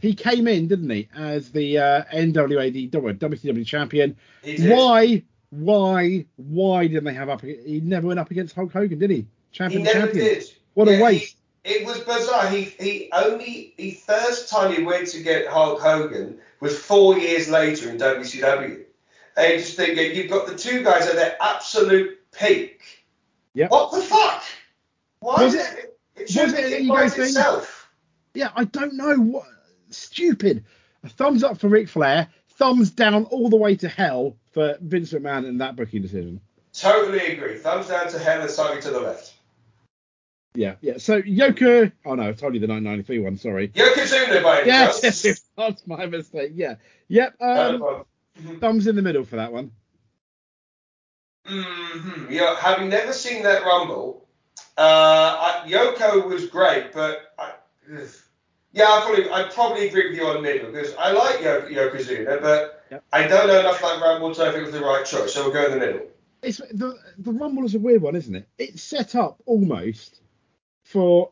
Speaker 1: He came in, didn't he, as the uh, NWA the WCW champion.
Speaker 2: He did.
Speaker 1: Why, why, why didn't they have up? He never went up against Hulk Hogan, did he?
Speaker 2: He
Speaker 1: Champion,
Speaker 2: never
Speaker 1: champion.
Speaker 2: did.
Speaker 1: What a
Speaker 2: Yeah, he-
Speaker 1: waste.
Speaker 2: it was bizarre. He he only the first time he went to get Hulk Hogan was four years later in WCW. And you just think yeah, you've got the two guys at their absolute peak.
Speaker 1: Yep.
Speaker 2: What the fuck? Why
Speaker 1: Was
Speaker 2: did
Speaker 1: it-
Speaker 2: it? It should
Speaker 1: was
Speaker 2: be
Speaker 1: it an
Speaker 2: it
Speaker 1: ego
Speaker 2: buys
Speaker 1: thing?
Speaker 2: itself.
Speaker 1: Yeah, I don't know what. stupid. A thumbs up for Ric Flair, thumbs down all the way to hell for Vince McMahon and that booking decision.
Speaker 2: Totally agree. Thumbs down to hell and slightly to the left.
Speaker 1: Yeah, yeah. So Yoko, oh no, it's only the 993 one. Sorry.
Speaker 2: Yokozuna by any
Speaker 1: Yes, yes,
Speaker 2: chance?
Speaker 1: yes, that's my mistake. Yeah, yep.
Speaker 2: Uh,
Speaker 1: Um,
Speaker 2: well,
Speaker 1: thumbs in the middle for that one.
Speaker 2: mhm. Yeah, having never seen that Rumble, uh, I, Yoko was great, but I, ugh. yeah, I probably I probably agree with you on middle because I like Yoko, Yokozuna, but
Speaker 1: Yep.
Speaker 2: I don't know enough about Rumble to know if it was the right choice, so we'll go in the middle.
Speaker 1: It's the the Rumble is a weird one, isn't it? It's set up almost for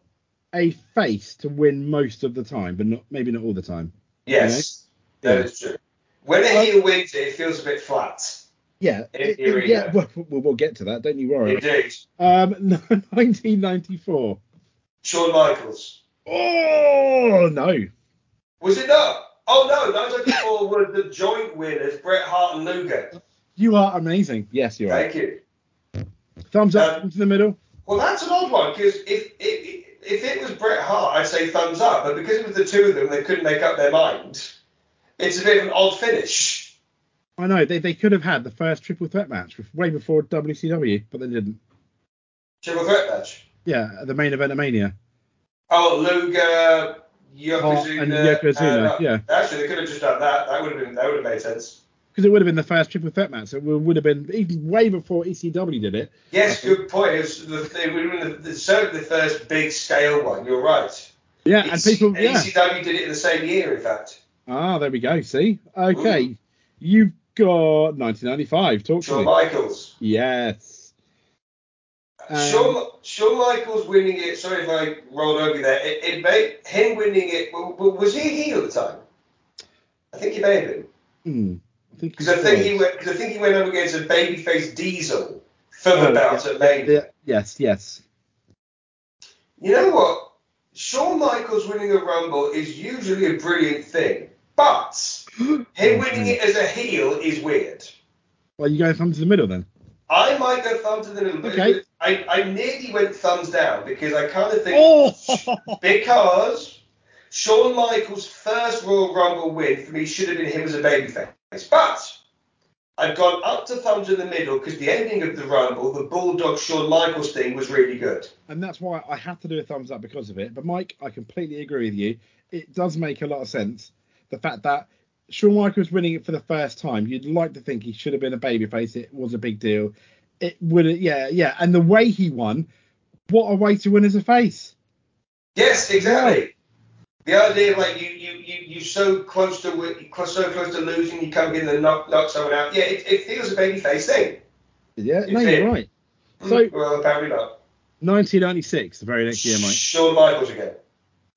Speaker 1: a face to win most of the time, but not maybe not all the time.
Speaker 2: Yes,
Speaker 1: Yeah.
Speaker 2: that is true. When a
Speaker 1: Well-
Speaker 2: heel wins it, it feels a bit flat.
Speaker 1: Yeah,
Speaker 2: In
Speaker 1: it- it-
Speaker 2: theory,
Speaker 1: yeah.
Speaker 2: yeah.
Speaker 1: We'll, we'll, we'll get to that. Don't you worry.
Speaker 2: Indeed.
Speaker 1: Um, 1994.
Speaker 2: Shawn Michaels.
Speaker 1: Oh no.
Speaker 2: Was it not? Oh no, 1994 were the joint winners, Bret Hart and Luger.
Speaker 1: You are amazing. Yes, you are.
Speaker 2: Thank you.
Speaker 1: Thumbs up
Speaker 2: Um,
Speaker 1: into the middle.
Speaker 2: Well, that's an odd one because if, if if it was Bret Hart, I'd say thumbs up, but because it was the two of them, they couldn't make up their mind. It's a bit of an odd finish.
Speaker 1: I know they, they could have had the first triple threat match with- way before WCW, but they didn't.
Speaker 2: Triple threat match.
Speaker 1: Yeah, at the main event of Mania.
Speaker 2: Oh, Luger,
Speaker 1: Hart
Speaker 2: Yokozuna,
Speaker 1: and Yokozuna,
Speaker 2: uh,
Speaker 1: yeah.
Speaker 2: Actually, they could have just done that. That would have been that would have made sense.
Speaker 1: Because it would have been the first triple threat match. It would would have been even way before ECW did it.
Speaker 2: Yes, good point. It, was the, it would have been the, the, certainly the first big scale one. You're right.
Speaker 1: Yeah, and people.
Speaker 2: EC-
Speaker 1: Yeah.
Speaker 2: ECW did it in the same year, in fact.
Speaker 1: Ah, there we go. See. Okay, you've got 1995. Talk to
Speaker 2: Shawn
Speaker 1: me.
Speaker 2: Michaels.
Speaker 1: Yes. Um,
Speaker 2: Shawn, Shawn Michaels winning it. Sorry if I rolled over there. It, it made him winning it. w- w- Was he a heel at the time? I think he may have been
Speaker 1: Hmm, I think
Speaker 2: because I think he
Speaker 1: was.
Speaker 2: went. Cause I think he went up against a babyface Diesel for the
Speaker 1: Oh,
Speaker 2: belt at Mania.
Speaker 1: Yeah, yes, yes.
Speaker 2: You know what? Shawn Michaels winning a Rumble is usually a brilliant thing, but him winning it as a heel is weird.
Speaker 1: Well, you go thumbs to the middle then.
Speaker 2: I might go thumbs to the middle. but
Speaker 1: Okay.
Speaker 2: I, I nearly went thumbs down because I kind of think
Speaker 1: Oh,
Speaker 2: because Shawn Michaels' first Royal Rumble win for me should have been him as a babyface. But I've gone up to thumbs in the middle because the ending of the Rumble, the Bulldog Shawn Michaels thing, was really good.
Speaker 1: and that's why I had to do a thumbs up because of it. But Mike, I completely agree with you. It does make a lot of sense. The fact that Shawn Michaels winning it for the first time, you'd like to think he should have been a babyface. It was a big deal. It would, yeah, yeah. And the way he won, what a way to win as a face.
Speaker 2: Yes, exactly. The idea of like you you you you so close to wi- so close to losing, you come in and knock knock someone out. Yeah, it, it feels a babyface thing.
Speaker 1: Yeah, no,
Speaker 2: It Mm. did.
Speaker 1: you're right. So-
Speaker 2: well, apparently not.
Speaker 1: 1996, the very next year, Mike.
Speaker 2: Shawn Michaels again.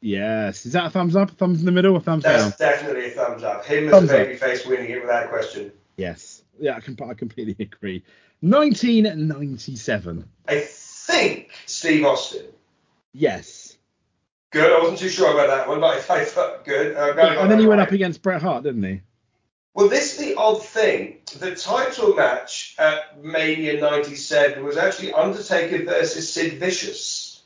Speaker 1: Yes. Is that a thumbs up, a thumbs in the middle, or thumbs down?
Speaker 2: That's definitely a thumbs up. Him
Speaker 1: Thumbs
Speaker 2: as a
Speaker 1: up.
Speaker 2: babyface winning it without question.
Speaker 1: Yes. Yeah, I, com- I completely agree. 1997.
Speaker 2: I think Steve Austin.
Speaker 1: Yes.
Speaker 2: Good. I wasn't too sure about that one, but I, I felt good. Uh, glad I got
Speaker 1: and then
Speaker 2: that
Speaker 1: he went
Speaker 2: right.
Speaker 1: up against Bret Hart, didn't he?
Speaker 2: Well, this is the odd thing. The title match at Mania 97 was actually Undertaker versus Sid Vicious.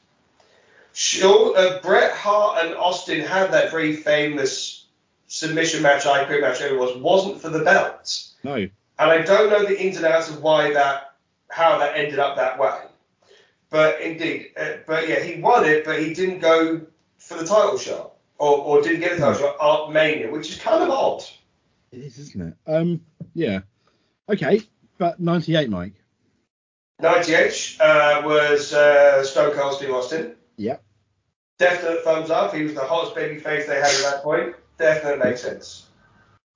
Speaker 2: Sure, uh, Bret Hart and Austin had that very famous submission match, I Quit match, whatever it was, wasn't for the belt.
Speaker 1: No.
Speaker 2: And I don't know the ins and outs of why that, how that ended up that way. But indeed, uh, but yeah, he won it, but he didn't go for the title shot or, or didn't get the title shot at Mania, which is kind of odd.
Speaker 1: It is, isn't it? Um. Yeah. Okay. But 98, Mike.
Speaker 2: 98 uh, was uh, Stone Cold Steve Austin.
Speaker 1: Yep.
Speaker 2: Definite thumbs up. He was the hottest baby face they had at that point. Definitely makes sense.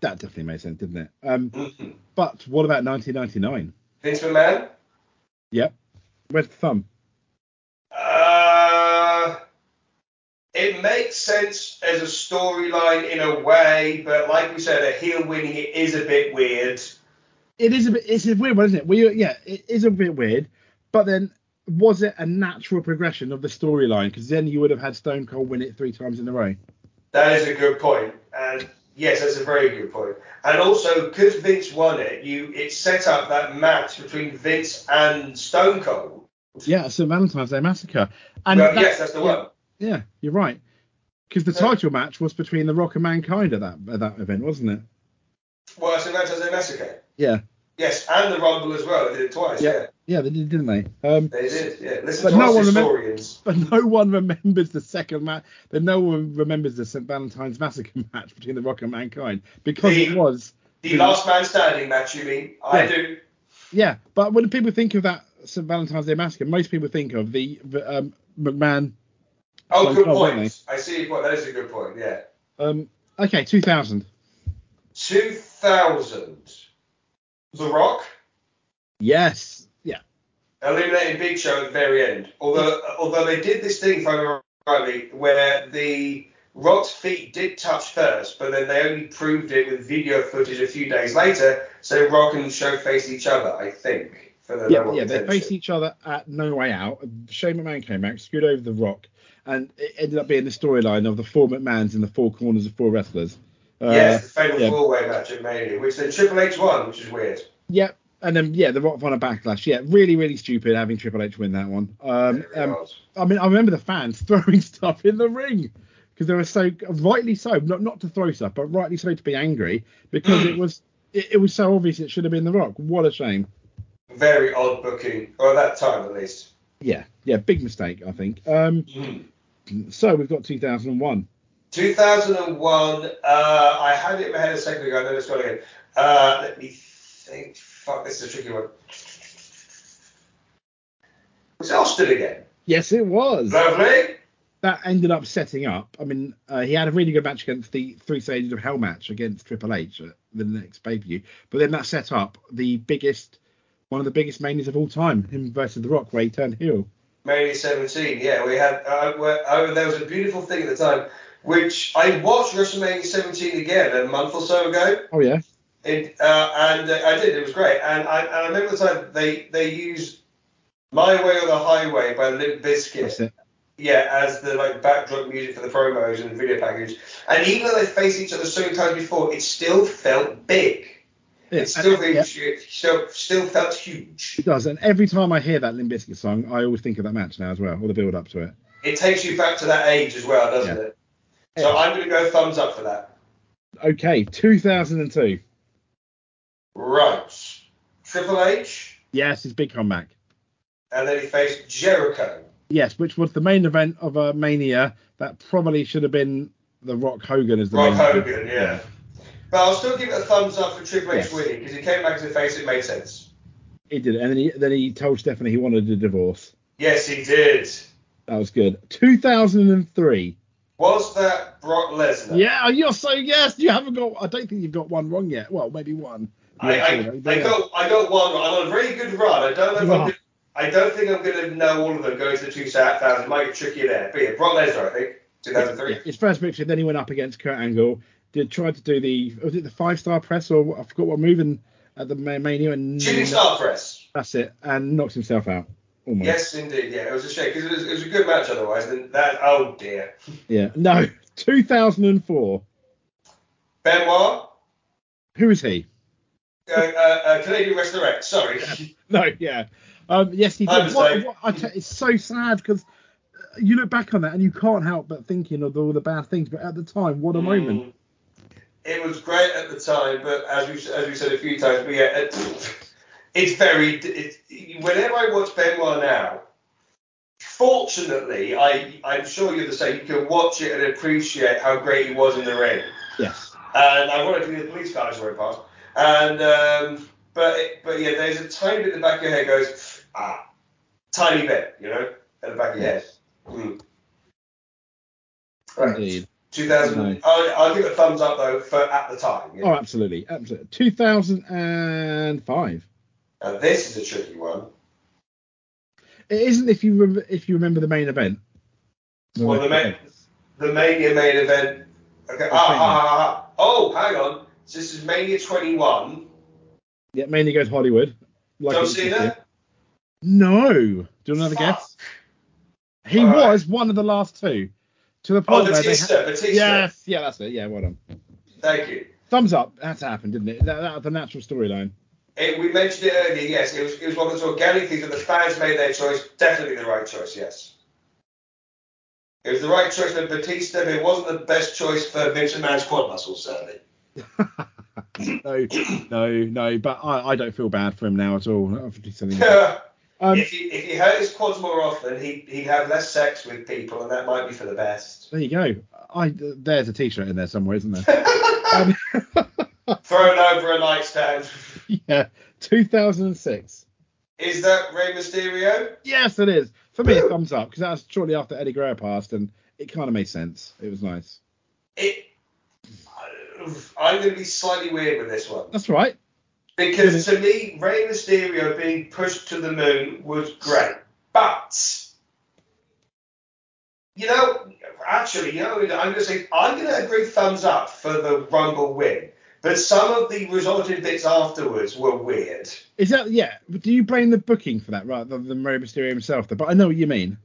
Speaker 1: That definitely made sense, didn't it? Um.
Speaker 2: Mhm.
Speaker 1: But what about 1999?
Speaker 2: Vince McMahon.
Speaker 1: Yep. Where's the thumb?
Speaker 2: Uh, it makes sense as a storyline in a way, but like we said, a heel winning it is a bit weird.
Speaker 1: It is a bit. It's a weird one, isn't it? We yeah. It is a bit weird. But then. Was it a natural progression of the storyline? Because then you would have had Stone Cold win it three times in a row.
Speaker 2: That is a good point, and yes, that's a very good point. And also, because Vince won it, you it set up that match between Vince and Stone Cold.
Speaker 1: Yeah, St. Valentine's Day Massacre. And
Speaker 2: well,
Speaker 1: that-
Speaker 2: yes, that's the
Speaker 1: yeah,
Speaker 2: one.
Speaker 1: Yeah, you're right. Because the title match was between The Rock and Mankind at that at that event, wasn't it?
Speaker 2: Well, it's a match as a massacre.
Speaker 1: Yeah,
Speaker 2: Yes, and the Rumble as well. They did it twice.
Speaker 1: Yeah.
Speaker 2: Yeah,
Speaker 1: yeah, they did, didn't they? Um,
Speaker 2: they did. Yeah, listen
Speaker 1: But
Speaker 2: to
Speaker 1: no
Speaker 2: us
Speaker 1: one remem-
Speaker 2: historians.
Speaker 1: but no one remembers the second match. That no one remembers the St Valentine's Massacre match between The Rock and Mankind because it
Speaker 2: The-
Speaker 1: was
Speaker 2: The last man standing match, you mean? I
Speaker 1: Yeah.
Speaker 2: do.
Speaker 1: yeah. But when people think of that St Valentine's Day Massacre, most people think of the, the um, McMahon.
Speaker 2: Oh,
Speaker 1: Well,
Speaker 2: good
Speaker 1: well,
Speaker 2: point.
Speaker 1: weren't
Speaker 2: I see your point. That is a good point. Yeah.
Speaker 1: Um, okay, 2000.
Speaker 2: 2000. The Rock
Speaker 1: Yes. Yeah.
Speaker 2: eliminated Big Show at the very end. Although, although they did this thing, if I remember rightly, where the Rock's feet did touch first, but then they only proved it with video footage a few days later. So Rock and Show faced each other, I think, for the
Speaker 1: Yeah,
Speaker 2: level
Speaker 1: yeah,
Speaker 2: of
Speaker 1: they
Speaker 2: attention.
Speaker 1: faced each other at No Way Out. Shane McMahon came out, screwed over The Rock, and it ended up being the storyline of the four McMahons in the four corners of four wrestlers. Uh,
Speaker 2: Yes, the fatal
Speaker 1: yeah.
Speaker 2: four-way match at Mania, which then Triple H won, which is weird.
Speaker 1: Yep. And then yeah, The Rock won a backlash. Yeah, really, really stupid having Triple H win that one. Um,
Speaker 2: Very
Speaker 1: um,
Speaker 2: odd.
Speaker 1: I mean, I remember the fans throwing stuff in the ring because they were so rightly so not not to throw stuff, but rightly so to be angry because it was it, it was so obvious it should have been The Rock. What a shame.
Speaker 2: Very odd booking, or at that time at least. Hmm.
Speaker 1: Yeah, yeah, big mistake I think. Um, so we've got 2001.
Speaker 2: 2001, uh, I had it in my head a second ago, I know it's gone again. Uh, let me think. Fuck, this is a tricky one. Was it Austin again?
Speaker 1: Yes, it was.
Speaker 2: Lovely.
Speaker 1: that ended up setting up. I mean, uh, he had a really good match against the Three Stages of Hell match against Triple H at the next pay per view. But then that set up the biggest, one of the biggest manias of all time, him versus The Rock, where he turned heel.
Speaker 2: Mania 17, yeah, we had, uh, where, oh, there was a beautiful thing at the time, which I watched WrestleMania 17 again a month or so ago.
Speaker 1: Oh yeah,
Speaker 2: It, uh, and uh, I did. It was great. And I, and I remember the time they they used "My Way or the Highway" by Limp
Speaker 1: that's
Speaker 2: Bizkit,
Speaker 1: it.
Speaker 2: yeah, as the like backdrop music for the promos and video package. And even though they faced each other so many times before, it still felt big.
Speaker 1: Yeah,
Speaker 2: It still
Speaker 1: and- yeah,
Speaker 2: felt hu- still still felt huge.
Speaker 1: it does. And every time I hear that Limp Bizkit song, I always think of that match now as well, or the build up to it.
Speaker 2: It takes you back to that age as well, doesn't
Speaker 1: Yeah.
Speaker 2: it? So I'm gonna go thumbs up for that.
Speaker 1: Okay, 2002.
Speaker 2: Right, Triple H,
Speaker 1: Yes, his big comeback.
Speaker 2: and then he faced Jericho.
Speaker 1: Yes, which was the main event of a mania that probably should have been The Rock Hogan as the
Speaker 2: Rock
Speaker 1: main event.
Speaker 2: Hogan, yeah. But I'll still give it a thumbs up for Triple H
Speaker 1: Yes.
Speaker 2: winning because he came back to the face. It made sense.
Speaker 1: He did, it. and then he then he told Stephanie he wanted a divorce.
Speaker 2: Yes, he did.
Speaker 1: That was good. 2003.
Speaker 2: Was that Brock Lesnar?
Speaker 1: Yeah, oh, you're so yes. You haven't got. I don't think you've got one wrong yet. Well, maybe one.
Speaker 2: I, I,
Speaker 1: Yeah,
Speaker 2: I got I got one. I'm on a very good run. I don't know if
Speaker 1: You
Speaker 2: I'm
Speaker 1: are.
Speaker 2: gonna, I don't think I'm going to know all of them going to the two thousand. Might get tricky there. But yeah, Brock Lesnar, I think two thousand three.
Speaker 1: yeah, his first victory. Then he went up against Kurt Angle. Did tried to do the was it the five star press or what- I forgot what move and at the Ma- mania and
Speaker 2: Shooting star press.
Speaker 1: that's it and knocked himself out. Almost.
Speaker 2: Yes, indeed. Yeah, it was a shame because it was, it was a good match otherwise. And that oh dear,
Speaker 1: Yeah. No. 2004.
Speaker 2: Benoit,
Speaker 1: Who is he?
Speaker 2: uh, uh, uh, Canadian Wrestler X. Sorry.
Speaker 1: No. Yeah. Um, yes, he
Speaker 2: I
Speaker 1: did.
Speaker 2: was
Speaker 1: What,
Speaker 2: like-
Speaker 1: what, I t- it's so sad because you look back on that and you can't help but thinking of all the bad things. But at the time, what a
Speaker 2: Mm.
Speaker 1: moment.
Speaker 2: It was great at the time, but as we as we said a few times, but yeah, it, it's very. It, whenever I watch Benoit now, fortunately, I I'm sure you're the same. You can watch it and appreciate how great he was in the ring.
Speaker 1: Yes.
Speaker 2: And ironically, the police cars were past. And um, but it, but yeah, there's a tiny bit in the back of your head goes ah, tiny bit, you know, at the back of your head. Mm. Right.
Speaker 1: Indeed.
Speaker 2: 2000.
Speaker 1: No.
Speaker 2: I'll, I'll give it a thumbs up though for at the time. yeah.
Speaker 1: Oh, absolutely, absolutely. 2005.
Speaker 2: Now, Uh, this is a tricky one.
Speaker 1: It isn't if you remember if you remember the main event.
Speaker 2: Well, the main, the Mania main event. Okay. Ah, ah, ah, ah. Oh, hang on. So This is Mania 21.
Speaker 1: Yeah, mainly goes Hollywood. Like
Speaker 2: John
Speaker 1: it-
Speaker 2: Cena.
Speaker 1: No. Do you want another guess? He
Speaker 2: All right.
Speaker 1: was one of the last two. To the
Speaker 2: Oh,
Speaker 1: point where they
Speaker 2: Batista.
Speaker 1: had.
Speaker 2: Batista.
Speaker 1: Yes, yeah, that's it. Yeah, well done.
Speaker 2: Thank you.
Speaker 1: Thumbs up. That's happened, didn't it? That, that was the natural storyline.
Speaker 2: It, we mentioned it earlier. Yes, it was, it was one of those organic things that the fans made their choice. Definitely the right choice. Yes. It was the right choice for Batista, but it wasn't the best choice for Vincent Man's quad muscles, certainly.
Speaker 1: no, no, no. But I, I don't feel bad for him now at all. I've just said enough.
Speaker 2: if,
Speaker 1: Um,
Speaker 2: he, if he hurt his quads more often, he, he'd have less sex with people, and that might be for the best.
Speaker 1: there you go. I there's a t-shirt in there somewhere, isn't there? um,
Speaker 2: Thrown over a nightstand.
Speaker 1: yeah, 2006.
Speaker 2: Is that Rey Mysterio?
Speaker 1: Yes, it is. For me, a thumbs up because that's shortly after Eddie Guerrero passed, and it kind of made sense. It was nice.
Speaker 2: It. I'm going to be slightly weird with this one.
Speaker 1: That's right.
Speaker 2: Because to me, Rey Mysterio being pushed to the moon was great. But, you know, actually, you know, I'm going to say, I'm going to agree thumbs up for the Rumble win. But some of the resulting bits afterwards were weird.
Speaker 1: Is that yeah? Do you blame the booking for that rather than Rey Mysterio himself? Though, but I know what you mean.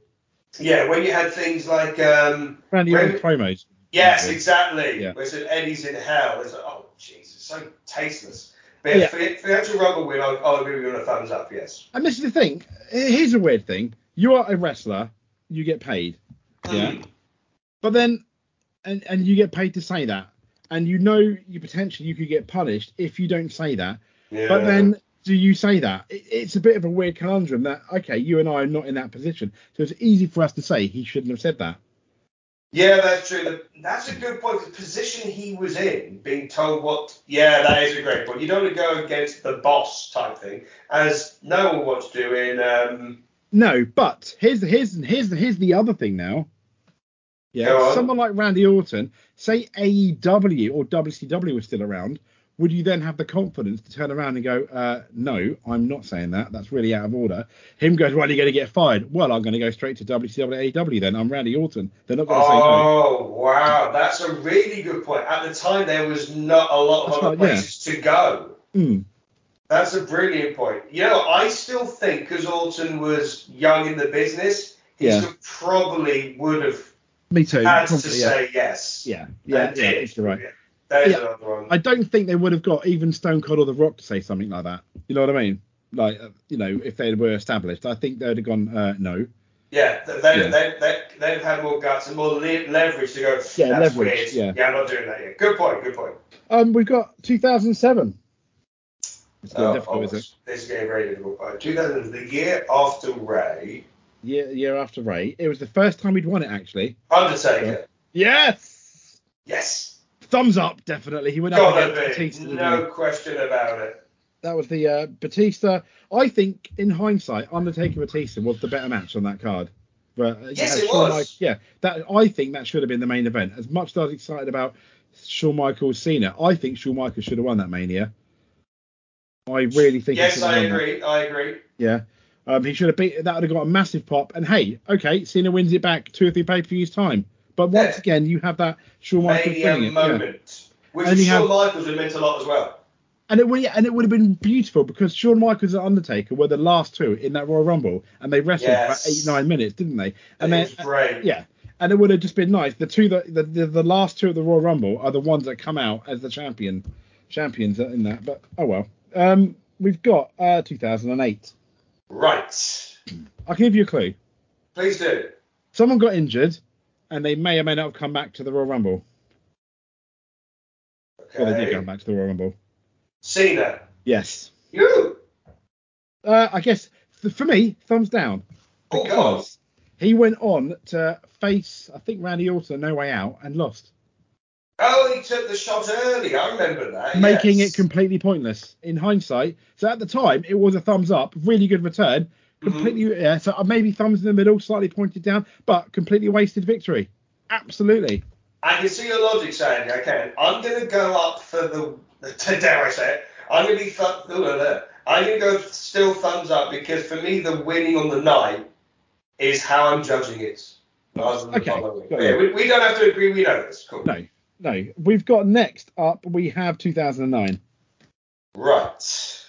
Speaker 2: Yeah, when you had things like, um,
Speaker 1: Randy
Speaker 2: Rey-
Speaker 1: Orton's promos.
Speaker 2: yes, exactly.
Speaker 1: Yeah.
Speaker 2: Where it's like Eddie's in hell. It's like, oh, Jesus, so tasteless. But
Speaker 1: Yeah.
Speaker 2: for, the, for the actual Rumble win, I'll, I'll agree with you on a thumbs up, yes.
Speaker 1: And this is the thing. Here's a weird thing. You are a wrestler. You get paid.
Speaker 2: Um,
Speaker 1: Yeah. But then, and and you get paid to say that, and you know you potentially you could get punished if you don't say that.
Speaker 2: Yeah.
Speaker 1: But then, do you say that? It, it's a bit of a weird conundrum. That okay, you and I are not in that position, so it's easy for us to say he shouldn't have said that.
Speaker 2: Yeah, that's true. The- That's a good point. The position he was in, being told what. Yeah, that is a great point. You don't want to go against the boss type thing, as no one wants to do in. Um,
Speaker 1: No, but here's the here's here's the, here's the other thing now.
Speaker 2: Go
Speaker 1: Yeah,
Speaker 2: on.
Speaker 1: someone like Randy Orton, say AEW or WCW was still around, would you then have the confidence to turn around and go, uh, "No, I'm not saying that. That's really out of order." Him goes, "Well, you're going to get fired." Well, I'm going to go straight to WCW, AEW. E Then I'm Randy Orton. They're not going to say no.
Speaker 2: oh, wow. That's a really good point. At the time, there was not a lot of
Speaker 1: That's
Speaker 2: other
Speaker 1: right, yeah.
Speaker 2: places to go.
Speaker 1: Mm,
Speaker 2: That's a brilliant point. You know, I still think because Alton was young in the business, he
Speaker 1: Yeah.
Speaker 2: still probably would have
Speaker 1: me too.
Speaker 2: had to
Speaker 1: Probably, yeah.
Speaker 2: say yes.
Speaker 1: yeah, yeah,
Speaker 2: And
Speaker 1: yeah,
Speaker 2: did.
Speaker 1: it's the right.
Speaker 2: Yeah. That is
Speaker 1: Yeah.
Speaker 2: another one.
Speaker 1: I don't think they would have got even Stone Cold or The Rock to say something like that. You know what I mean? Like, uh, you know, if they were established, I think they'd have gone, uh, no.
Speaker 2: Yeah, th- they,
Speaker 1: Yeah.
Speaker 2: They, they, they've had more guts and more le- leverage to go, that's
Speaker 1: Yeah, leverage,
Speaker 2: weird.
Speaker 1: yeah.
Speaker 2: I'm not doing that yet. Good point, good point.
Speaker 1: Um, we've got 2007. It's not
Speaker 2: Oh,
Speaker 1: difficult, is it?
Speaker 2: almost. This is getting very difficult. Right, 2000, the year after Ray,
Speaker 1: Year, year after Ray. It was the first time we'd won it, actually.
Speaker 2: Undertaker.
Speaker 1: Yeah. Yes!
Speaker 2: Yes.
Speaker 1: Thumbs up, definitely. He went up
Speaker 2: Gotta
Speaker 1: against
Speaker 2: be.
Speaker 1: Batista. didn't
Speaker 2: no
Speaker 1: he?
Speaker 2: question about it.
Speaker 1: That was the uh, Batista. I think, in hindsight, Undertaker Batista was the better match on that card. But uh, you
Speaker 2: Yes,
Speaker 1: had
Speaker 2: it
Speaker 1: Shawn
Speaker 2: was.
Speaker 1: Mi- yeah, that I think that should have been the main event. As much as I was excited about Shawn Michaels Cena, I think Shawn Michaels should have won that Mania. I really think. he
Speaker 2: Yes,
Speaker 1: should have
Speaker 2: I
Speaker 1: won that.
Speaker 2: agree. I agree.
Speaker 1: Yeah. Um, he should have beat that would have got a massive pop. And hey, okay, Cena wins it back two or three pay per views time. But once
Speaker 2: Yeah.
Speaker 1: again, you have that Shawn Michaels
Speaker 2: Mania
Speaker 1: winning it, yeah.
Speaker 2: um, moment. Which
Speaker 1: And
Speaker 2: Shawn
Speaker 1: you have-
Speaker 2: Michaels would meant a lot as well.
Speaker 1: and it would and it would have been beautiful because Shawn Michaels and Undertaker were the last two in that Royal Rumble, and they wrestled
Speaker 2: Yes.
Speaker 1: for about eight nine minutes, didn't they? And
Speaker 2: it
Speaker 1: then uh,
Speaker 2: was great.
Speaker 1: yeah, and it would have just been nice. The two that the, the, the last two of the Royal Rumble are the ones that come out as the champion champions in that. But oh well. Um, we've got uh 2008.
Speaker 2: Right.
Speaker 1: I can give you a clue.
Speaker 2: Please do.
Speaker 1: someone got injured and they may or may not have come back to the Royal Rumble.
Speaker 2: Okay.
Speaker 1: Well, they did come back to the Royal Rumble.
Speaker 2: Cena.
Speaker 1: Yes.
Speaker 2: You.
Speaker 1: Uh, I guess th- for me, thumbs down
Speaker 2: Oh,
Speaker 1: because he went on to face, I think, Randy Orton at No Way Out and lost,
Speaker 2: Oh, he took the shot early. I remember that.
Speaker 1: making
Speaker 2: yes.
Speaker 1: it completely pointless in hindsight. So at the time, it was a thumbs up, really good return.
Speaker 2: Mm-hmm.
Speaker 1: Completely, yeah. So uh, maybe thumbs in the middle, slightly pointed down, but completely wasted victory. Absolutely.
Speaker 2: I can see your logic, Sandy. I can. I'm going to go up for the. Dare I say it? I'm going to be. Th- I'm going to go still thumbs up because for me, the winning on the night is how I'm judging it. rather than the
Speaker 1: Okay,
Speaker 2: following.
Speaker 1: got
Speaker 2: Yeah,
Speaker 1: you.
Speaker 2: we, we don't have to agree. We know this. Cool.
Speaker 1: No, no. We've got next up. We have 2009.
Speaker 2: Right.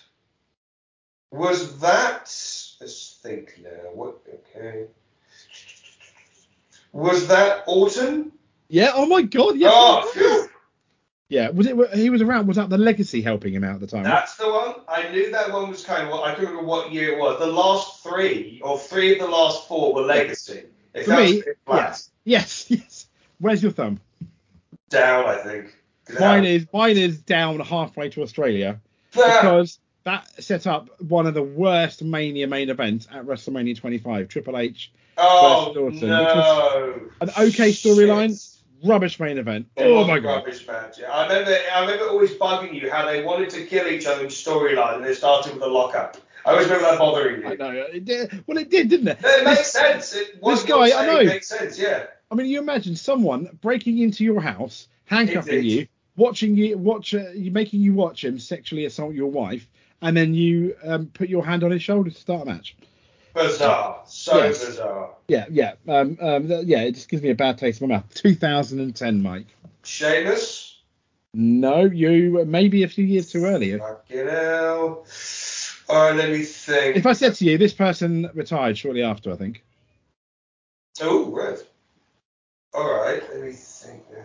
Speaker 2: Was that? Let's think now. What? Okay. Was that Autumn?
Speaker 1: Yeah. Oh my God. Yeah.
Speaker 2: oh, phew.
Speaker 1: Yeah. Was it? He was around. Was that the legacy helping him out at the time?
Speaker 2: That's the one. I knew that one was coming. Well, I couldn't remember what year it was. The last three, or three of the last four, were Legacy. If
Speaker 1: For
Speaker 2: that was
Speaker 1: me,
Speaker 2: fifth class.
Speaker 1: Yes, yes. Where's your thumb?
Speaker 2: Down, I think. Down.
Speaker 1: Mine is mine is down halfway to Australia because that set up one of the worst Mania main events at WrestleMania 25. Triple H,
Speaker 2: oh,
Speaker 1: Where's Dawson?
Speaker 2: no.
Speaker 1: an okay
Speaker 2: Shit.
Speaker 1: storyline. rubbish main event.
Speaker 2: It
Speaker 1: oh
Speaker 2: was
Speaker 1: my
Speaker 2: a
Speaker 1: god.
Speaker 2: Rubbish match. Yeah, I remember. I remember always bugging you how they wanted to kill each other in storyline, and they started with a lockup. I always remember that bothering
Speaker 1: I
Speaker 2: you.
Speaker 1: know. It did, well, it did, didn't it?
Speaker 2: It makes sense. It, what
Speaker 1: this
Speaker 2: you're
Speaker 1: guy, I
Speaker 2: saying
Speaker 1: know.
Speaker 2: Makes sense. Yeah.
Speaker 1: I mean, you imagine someone breaking into your house, handcuffing
Speaker 2: Indeed.
Speaker 1: you, watching you watch, uh, you making you watch him sexually assault your wife, and then you um, put your hand on his shoulder to start a match.
Speaker 2: Bizarre. So
Speaker 1: Yes.
Speaker 2: bizarre.
Speaker 1: Yeah, yeah, um, um, th- yeah. It just gives me a bad taste in my mouth. 2010, Mike.
Speaker 2: Seamus.
Speaker 1: No, you maybe a few years too early.
Speaker 2: Fucking hell. All right, let me think.
Speaker 1: If I said to you, this person retired shortly after, I think.
Speaker 2: Oh, right. All right, let me think now.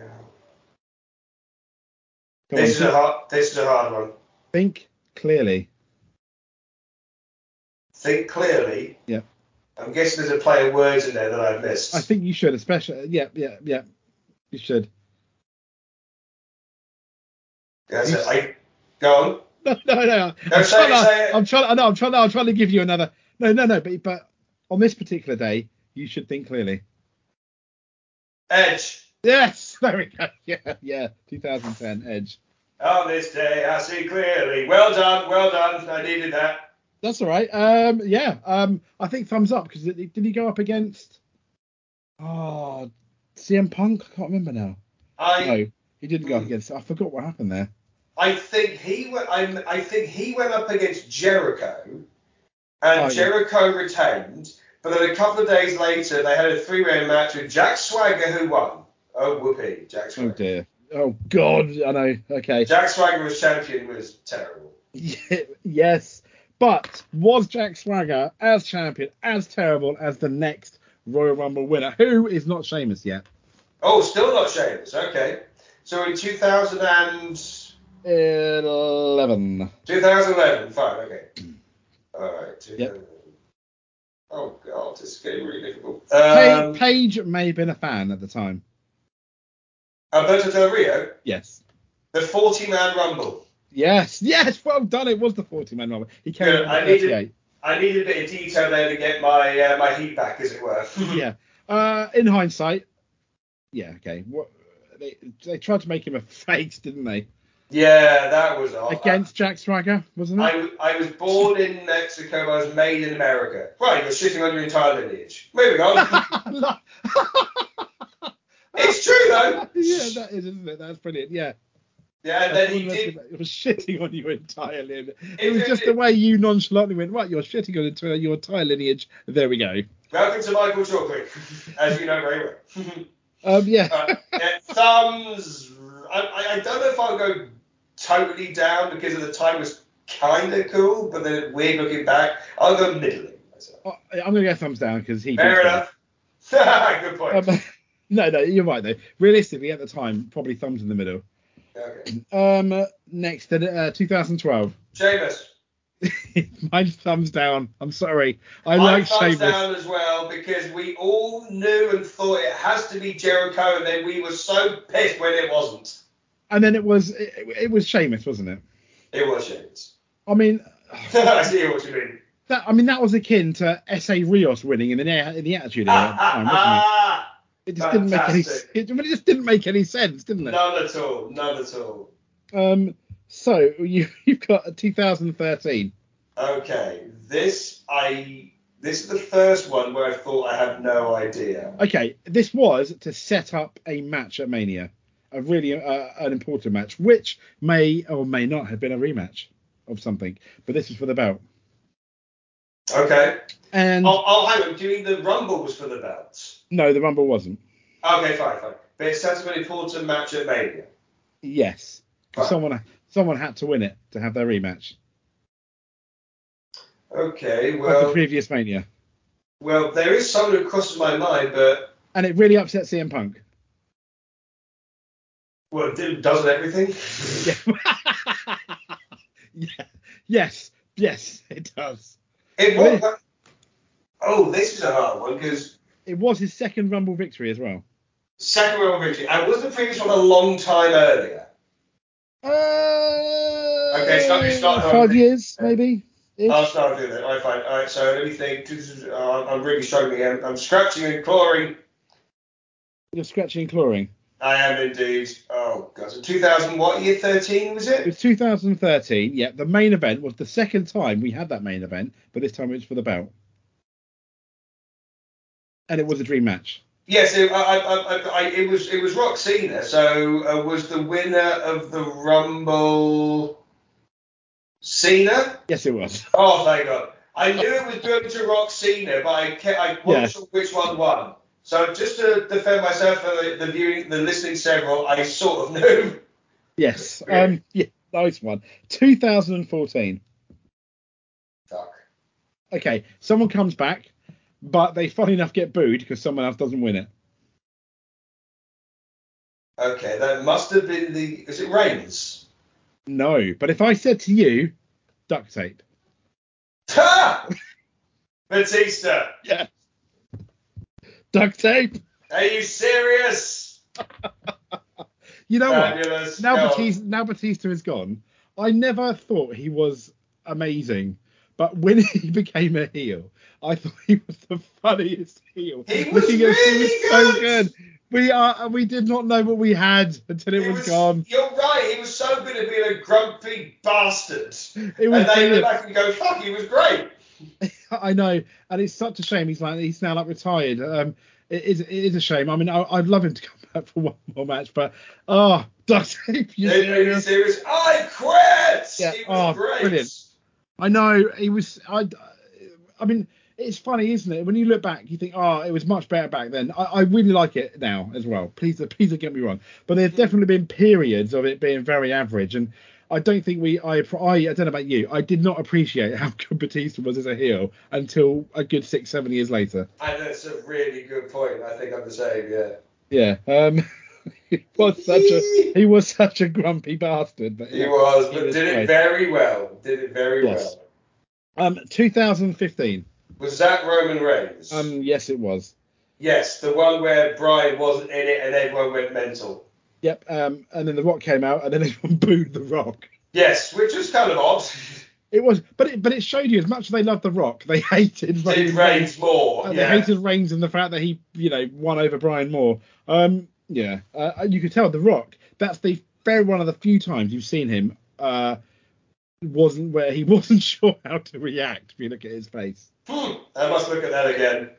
Speaker 1: Come on,
Speaker 2: This is a hard. This is a hard one.
Speaker 1: think clearly.
Speaker 2: Think clearly.
Speaker 1: Yeah.
Speaker 2: I'm guessing there's a play of words in there that I've missed.
Speaker 1: I think you should, especially. Yeah, yeah, yeah. You should.
Speaker 2: That's it. I, go on.
Speaker 1: No, no, no.
Speaker 2: No,
Speaker 1: I'm,
Speaker 2: say it,
Speaker 1: trying to,
Speaker 2: say it.
Speaker 1: I'm trying. No, I'm trying. No, I'm trying to give you another. No, no, no. But but on this particular day, you should think clearly.
Speaker 2: Edge.
Speaker 1: Yes, there we go. Yeah, yeah. 2010 Edge.
Speaker 2: On this day, I see clearly. Well done, well done. I needed that.
Speaker 1: That's all right. Um, yeah. Um, I think thumbs up because did he go up against? Oh, CM Punk. I can't remember now.
Speaker 2: I
Speaker 1: No, he didn't go up
Speaker 2: Hmm.
Speaker 1: against. I forgot what happened there.
Speaker 2: I think he went. I, I think he went up against Jericho, and
Speaker 1: Oh, yeah.
Speaker 2: Jericho retained. But then a couple of days later, they had a three-round match with Jack Swagger, who won. Oh, whoopee, Jack
Speaker 1: Oh
Speaker 2: Swagger.
Speaker 1: dear. Oh God. I know. Okay.
Speaker 2: Jack Swagger as champion was terrible.
Speaker 1: yes. But was Jack Swagger as champion as terrible as the next Royal Rumble winner, who is not Sheamus yet?
Speaker 2: Oh, still not Sheamus. Okay. So in 2000 and
Speaker 1: Eleven.
Speaker 2: 2011, fine. Okay. All right. 2000.
Speaker 1: Mm. Yep.
Speaker 2: Oh God, this is getting really difficult.
Speaker 1: Pa-
Speaker 2: Um,
Speaker 1: Paige may have been a fan at the time.
Speaker 2: Alberto Del Rio,
Speaker 1: Yes.
Speaker 2: the 40-man Rumble.
Speaker 1: Yes. Yes. Well done. It was the forty-man Rumble. He came
Speaker 2: Yeah,
Speaker 1: in
Speaker 2: I
Speaker 1: at
Speaker 2: needed-
Speaker 1: thirty-eight.
Speaker 2: I needed a bit of detail there to get my uh, my heat back, as it were.
Speaker 1: yeah. Uh, in hindsight, yeah. Okay. What they they tried to make him a face, didn't they?
Speaker 2: yeah, that was odd.
Speaker 1: Against Jack Swagger, wasn't it?
Speaker 2: I, I was born in Mexico, but I was made in America. Right, you're shitting on your entire lineage. Moving on. it's true though.
Speaker 1: yeah, that is, isn't it? That's brilliant. Yeah.
Speaker 2: Yeah, and then he did.
Speaker 1: It was shitting on you entirely. It,
Speaker 2: It-
Speaker 1: was
Speaker 2: it-
Speaker 1: just the way you nonchalantly went, right, you're shitting on entire- your entire lineage. There we go.
Speaker 2: Welcome to Michael Chocolate, as you know very well.
Speaker 1: Um, yeah.
Speaker 2: Uh, yeah, thumbs. I, I- I don't know if I'll go totally down because at the time it was kind of cool, but then weird looking back, I'll go middling myself.
Speaker 1: I, I'm going to go thumbs down because he.
Speaker 2: Fair
Speaker 1: did
Speaker 2: enough. Good
Speaker 1: that.
Speaker 2: point.
Speaker 1: Um, no, no, you're right, though. Realistically, at the time, probably thumbs in the middle.
Speaker 2: Okay.
Speaker 1: Um, next, uh, 2012.
Speaker 2: Seamus.
Speaker 1: Mine thumbs down. I'm sorry. I
Speaker 2: I
Speaker 1: like
Speaker 2: thumbs
Speaker 1: Sheamus.
Speaker 2: down as well because we all knew and thought it has to be Jericho, and then we were so pissed when it wasn't.
Speaker 1: And then it was it, it was Sheamus, wasn't it?
Speaker 2: It was Seamus.
Speaker 1: I mean,
Speaker 2: I see what you mean.
Speaker 1: That I mean, that was akin to S. A. Rios winning in the in the Attitude Era. at the time, wasn't
Speaker 2: Ah,
Speaker 1: it? It just didn't make any.
Speaker 2: fantastic.
Speaker 1: It, well, it just didn't make any sense, didn't it?
Speaker 2: none at all. None at all.
Speaker 1: Um. So you you've got a 2013.
Speaker 2: Okay, this I this is the first one where I thought I had no idea.
Speaker 1: Okay, this was to set up a match at Mania, a really uh, an important match, which may or may not have been a rematch of something, but this was for the belt.
Speaker 2: Okay.
Speaker 1: And
Speaker 2: Oh, oh hang on. Do you mean the Rumble was for the belts?
Speaker 1: no, the Rumble wasn't.
Speaker 2: Okay, fine, fine. But it sounds like an important match at Mania.
Speaker 1: Yes, 'Cause
Speaker 2: Right.
Speaker 1: someone someone had to win it to have their rematch
Speaker 2: Okay,
Speaker 1: of the
Speaker 2: well,
Speaker 1: previous Mania,
Speaker 2: well, there is someone who crosses my mind, but
Speaker 1: and it really upset CM Punk.
Speaker 2: Well, it doesn't everything?
Speaker 1: Yeah. yeah. Yes. Yes, it does.
Speaker 2: It
Speaker 1: Really?
Speaker 2: was, oh, this is a hard one because
Speaker 1: It was his second Rumble victory as well.
Speaker 2: Second Royal Victory. And was the previous one a long time earlier?
Speaker 1: Uh,
Speaker 2: Okay, it's not- it's not-
Speaker 1: five years maybe. Ish.
Speaker 2: I'll start doing that. I find. All right, so let me think. Uh, I'm really struggling. I'm, I'm scratching and clawing.
Speaker 1: You're scratching and clawing.
Speaker 2: I am indeed. Oh god. So 2000. What year? 13 was
Speaker 1: It
Speaker 2: it?
Speaker 1: was 2013. Yeah, the main event was the second time we had that main event, but this time it was for the belt, and it was a dream match.
Speaker 2: Yes. It, I, I, I, I, I, it was. It was Rock Cena. So uh, was the winner of the Rumble Cena?
Speaker 1: Yes, it was.
Speaker 2: Oh thank God! I knew it was going to Rock Cena, but I kept, I wasn't
Speaker 1: Yes.
Speaker 2: sure which one won. So just to defend myself for the, the viewing, the listening several, I sort of knew.
Speaker 1: Yes. Um. Yeah. Nice one. 2014.
Speaker 2: Fuck.
Speaker 1: Okay. Someone comes back, but they funny enough get booed because someone else doesn't win it.
Speaker 2: Okay, that must have been the. Is it Reigns?
Speaker 1: No. But if I said to you, duct tape.
Speaker 2: Ha! Batista,
Speaker 1: Yeah. Duct tape.
Speaker 2: are you serious?
Speaker 1: You know what?
Speaker 2: Fabulous.
Speaker 1: now
Speaker 2: Go on.
Speaker 1: Batista, now Batista is gone. I never thought he was amazing, but when he became a heel, I thought he was the funniest heel.
Speaker 2: He was really
Speaker 1: so
Speaker 2: good.
Speaker 1: good. We are we did not know what we had until it
Speaker 2: He
Speaker 1: was, gone.
Speaker 2: You're right. He was so good at being a grumpy bastard.
Speaker 1: It was
Speaker 2: and they look
Speaker 1: brilliant.
Speaker 2: back and go, "Fuck, he was great."
Speaker 1: I know, and it's such a shame he's like he's now like retired. Um, it is it is a shame. I mean, I, I'd love him to come back for one more match, but oh, duct tape. you
Speaker 2: Are you
Speaker 1: serious?
Speaker 2: serious? I quit.
Speaker 1: Yeah,
Speaker 2: He was
Speaker 1: oh,
Speaker 2: great.
Speaker 1: brilliant. I know he was. I, I mean, it's funny, isn't it? When you look back, you think, oh, it was much better back then. I, I really like it now as well. Please, please don't get me wrong, but there's definitely been periods of it being very average, and I don't think we. I, I, I don't know about you. I did not appreciate how good Batista was as a heel until a good six, seven years later.
Speaker 2: And that's a really good point. I think I'm the same. Yeah.
Speaker 1: Yeah. Um. He was such a he was such a grumpy bastard, but
Speaker 2: He was,
Speaker 1: he
Speaker 2: but
Speaker 1: was
Speaker 2: did it
Speaker 1: great.
Speaker 2: very well. Did it very
Speaker 1: Yes.
Speaker 2: well.
Speaker 1: um, 2015.
Speaker 2: Was that Roman Reigns?
Speaker 1: Um, yes, it was.
Speaker 2: yes, the one where Brian wasn't in it and everyone went mental.
Speaker 1: Yep. Um, and then The Rock came out, and then everyone booed The Rock.
Speaker 2: Yes, which is kind of odd.
Speaker 1: It was, but it but it showed you as much as they loved The Rock, they hated
Speaker 2: did Reigns more?
Speaker 1: uh,
Speaker 2: yeah.
Speaker 1: They hated Reigns and the fact that he you know won over Brian Moore. Um, yeah. Uh, you could tell The Rock. That's the very one of the few times you've seen him. Uh, wasn't where he wasn't sure how to react. If you look at his face.
Speaker 2: Hmm, I must look at that again.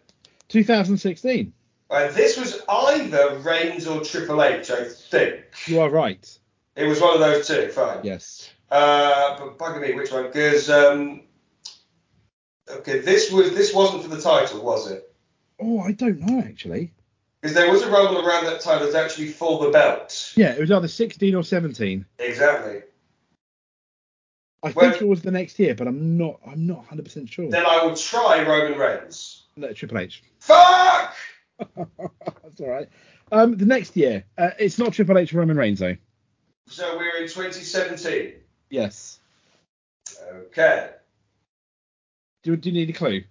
Speaker 1: 2016.
Speaker 2: And this was either Reigns or Triple H, I think.
Speaker 1: You are right.
Speaker 2: It was one of those two. Fine.
Speaker 1: Yes.
Speaker 2: Uh, but bugger me, which one? Because um, okay, this was this wasn't for the title, was it?
Speaker 1: Oh, I don't know actually.
Speaker 2: Because there was a rumble around that time that was actually for the belt.
Speaker 1: Yeah, it was either 16 or 17.
Speaker 2: Exactly.
Speaker 1: I think
Speaker 2: Well-
Speaker 1: it was the next year, but I'm not. I'm not 100 percent sure.
Speaker 2: Then I will try Roman Reigns.
Speaker 1: No, Triple H.
Speaker 2: Fuck!
Speaker 1: That's all right. Um, the next year, uh, it's not Triple H or Roman Reigns though.
Speaker 2: So we're in 2017.
Speaker 1: Yes.
Speaker 2: Okay.
Speaker 1: Do, do you need a clue?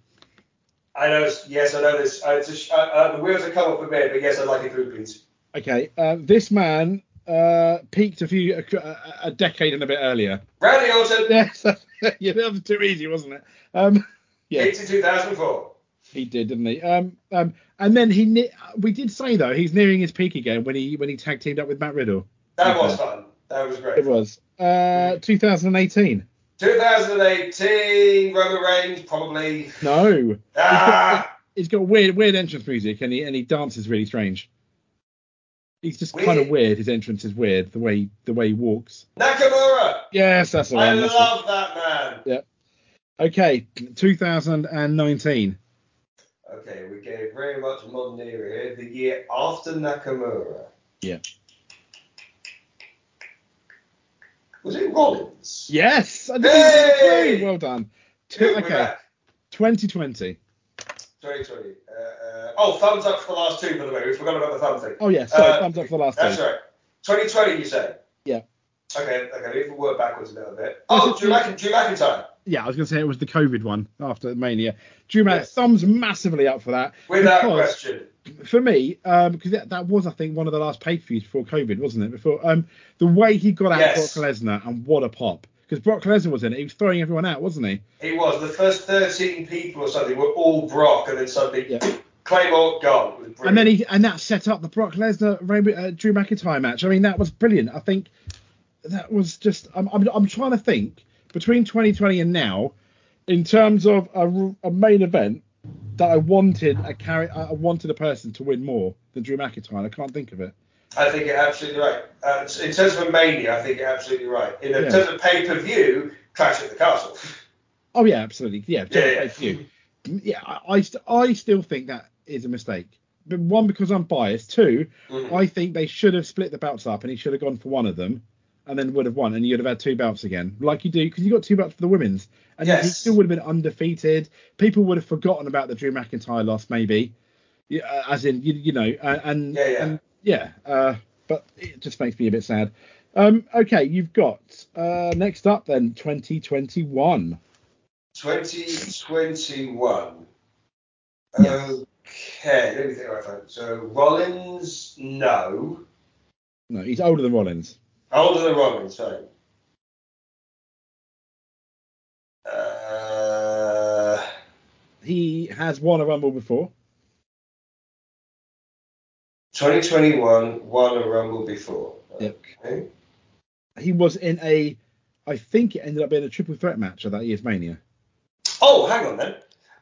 Speaker 2: I know. Yes, I know this. I just, uh, uh, the wheels are come off a bit, but yes, I'd like a clue, please.
Speaker 1: Okay. Uh, this man uh, peaked a few a, a- a decade and a bit earlier.
Speaker 2: Randy Orton,
Speaker 1: Yes. yeah, that was too easy, wasn't it? Um, yeah,
Speaker 2: 82,004.
Speaker 1: he did, didn't he? Um, um, and then he ne- we did say though he's nearing his peak again when he when he tag teamed up with Matt Riddle.
Speaker 2: That was
Speaker 1: Okay.
Speaker 2: fun. That was
Speaker 1: It
Speaker 2: great.
Speaker 1: was uh 2018.
Speaker 2: 2018, Roman Reigns, probably.
Speaker 1: No.
Speaker 2: Ah,
Speaker 1: he's got weird weird entrance music and he and he dances really strange. He's just
Speaker 2: Weird.
Speaker 1: kind of weird. His entrance is weird. The way the way he walks.
Speaker 2: Nakamura.
Speaker 1: Yes, that's all
Speaker 2: I
Speaker 1: right. that's all.
Speaker 2: love that man.
Speaker 1: Okay, 2019.
Speaker 2: Okay, we gave very much modern era here. The year after Nakamura.
Speaker 1: Yeah.
Speaker 2: Was it Rollins?
Speaker 1: Yes, I did
Speaker 2: Hey!
Speaker 1: it. well done. Two-
Speaker 2: Who was
Speaker 1: okay,
Speaker 2: that?
Speaker 1: 2020.
Speaker 2: 2020. Uh, uh, oh, thumbs up for the last two, by the way. We forgot about the thumb thing.
Speaker 1: Oh yeah, sorry,
Speaker 2: Uh,
Speaker 1: thumbs up for the last
Speaker 2: That's
Speaker 1: two.
Speaker 2: right. 2020, you say?
Speaker 1: Yeah.
Speaker 2: Okay, okay. If we work backwards a little bit.
Speaker 1: Was
Speaker 2: Oh,
Speaker 1: it
Speaker 2: Drew, Mc- Drew McIntyre.
Speaker 1: Yeah, I was gonna say it was the COVID one after Mania. Drew Mac
Speaker 2: Yes.
Speaker 1: thumbs massively up for that.
Speaker 2: Without
Speaker 1: because
Speaker 2: question.
Speaker 1: for me, um, because that, that was I think one of the last pay per views before COVID, wasn't it? Before um, the way he got out Brock
Speaker 2: Yes.
Speaker 1: Lesnar and what a pop! Because Brock Lesnar was in it, he was throwing everyone out, wasn't he?
Speaker 2: It was the first 13 people or something were all Brock, and then suddenly Claymore gone. It was brilliant.
Speaker 1: And then he and that set up the Brock Lesnar Ray- uh, Drew McIntyre match. I mean, that was brilliant. I think that was just. I'm I'm, I'm trying to think between 2020 and now, in terms of a, r- a main event that I wanted a carry. I wanted a person to win more than Drew McIntyre. I can't think of it.
Speaker 2: I think you're absolutely right. Uh, in terms of a mania, I think you're absolutely right. In
Speaker 1: Yeah.
Speaker 2: terms of pay per view, Clash at the Castle.
Speaker 1: Oh yeah, absolutely. Yeah,
Speaker 2: Yeah,
Speaker 1: yeah,
Speaker 2: yeah.
Speaker 1: yeah. yeah I, I, st- I still think that is a mistake. But one because I'm biased. Two,
Speaker 2: Mhm.
Speaker 1: I think they should have split the belts up, and he should have gone for one of them, and then would have won, and you'd have had two belts again, like you do, because you got two belts for the women's, and yet he
Speaker 2: Yes.
Speaker 1: still would have been undefeated. People would have forgotten about the Drew McIntyre loss, maybe, Yeah, uh, as in you, you know, uh, and
Speaker 2: Yeah, yeah.
Speaker 1: and yeah. Uh, but it just makes me a bit sad. Um, okay, you've got uh, next up then 2021.
Speaker 2: 2021.
Speaker 1: Yes.
Speaker 2: Okay, let me think about that. So Rollins, no.
Speaker 1: No, he's older than Rollins.
Speaker 2: Older than Rollins, sorry. Uh,
Speaker 1: He has won a Rumble before.
Speaker 2: 2021 won a Rumble before.
Speaker 1: Yep.
Speaker 2: Okay.
Speaker 1: He was in a, I think it ended up being a triple threat match at that year's Mania.
Speaker 2: Oh, hang on then.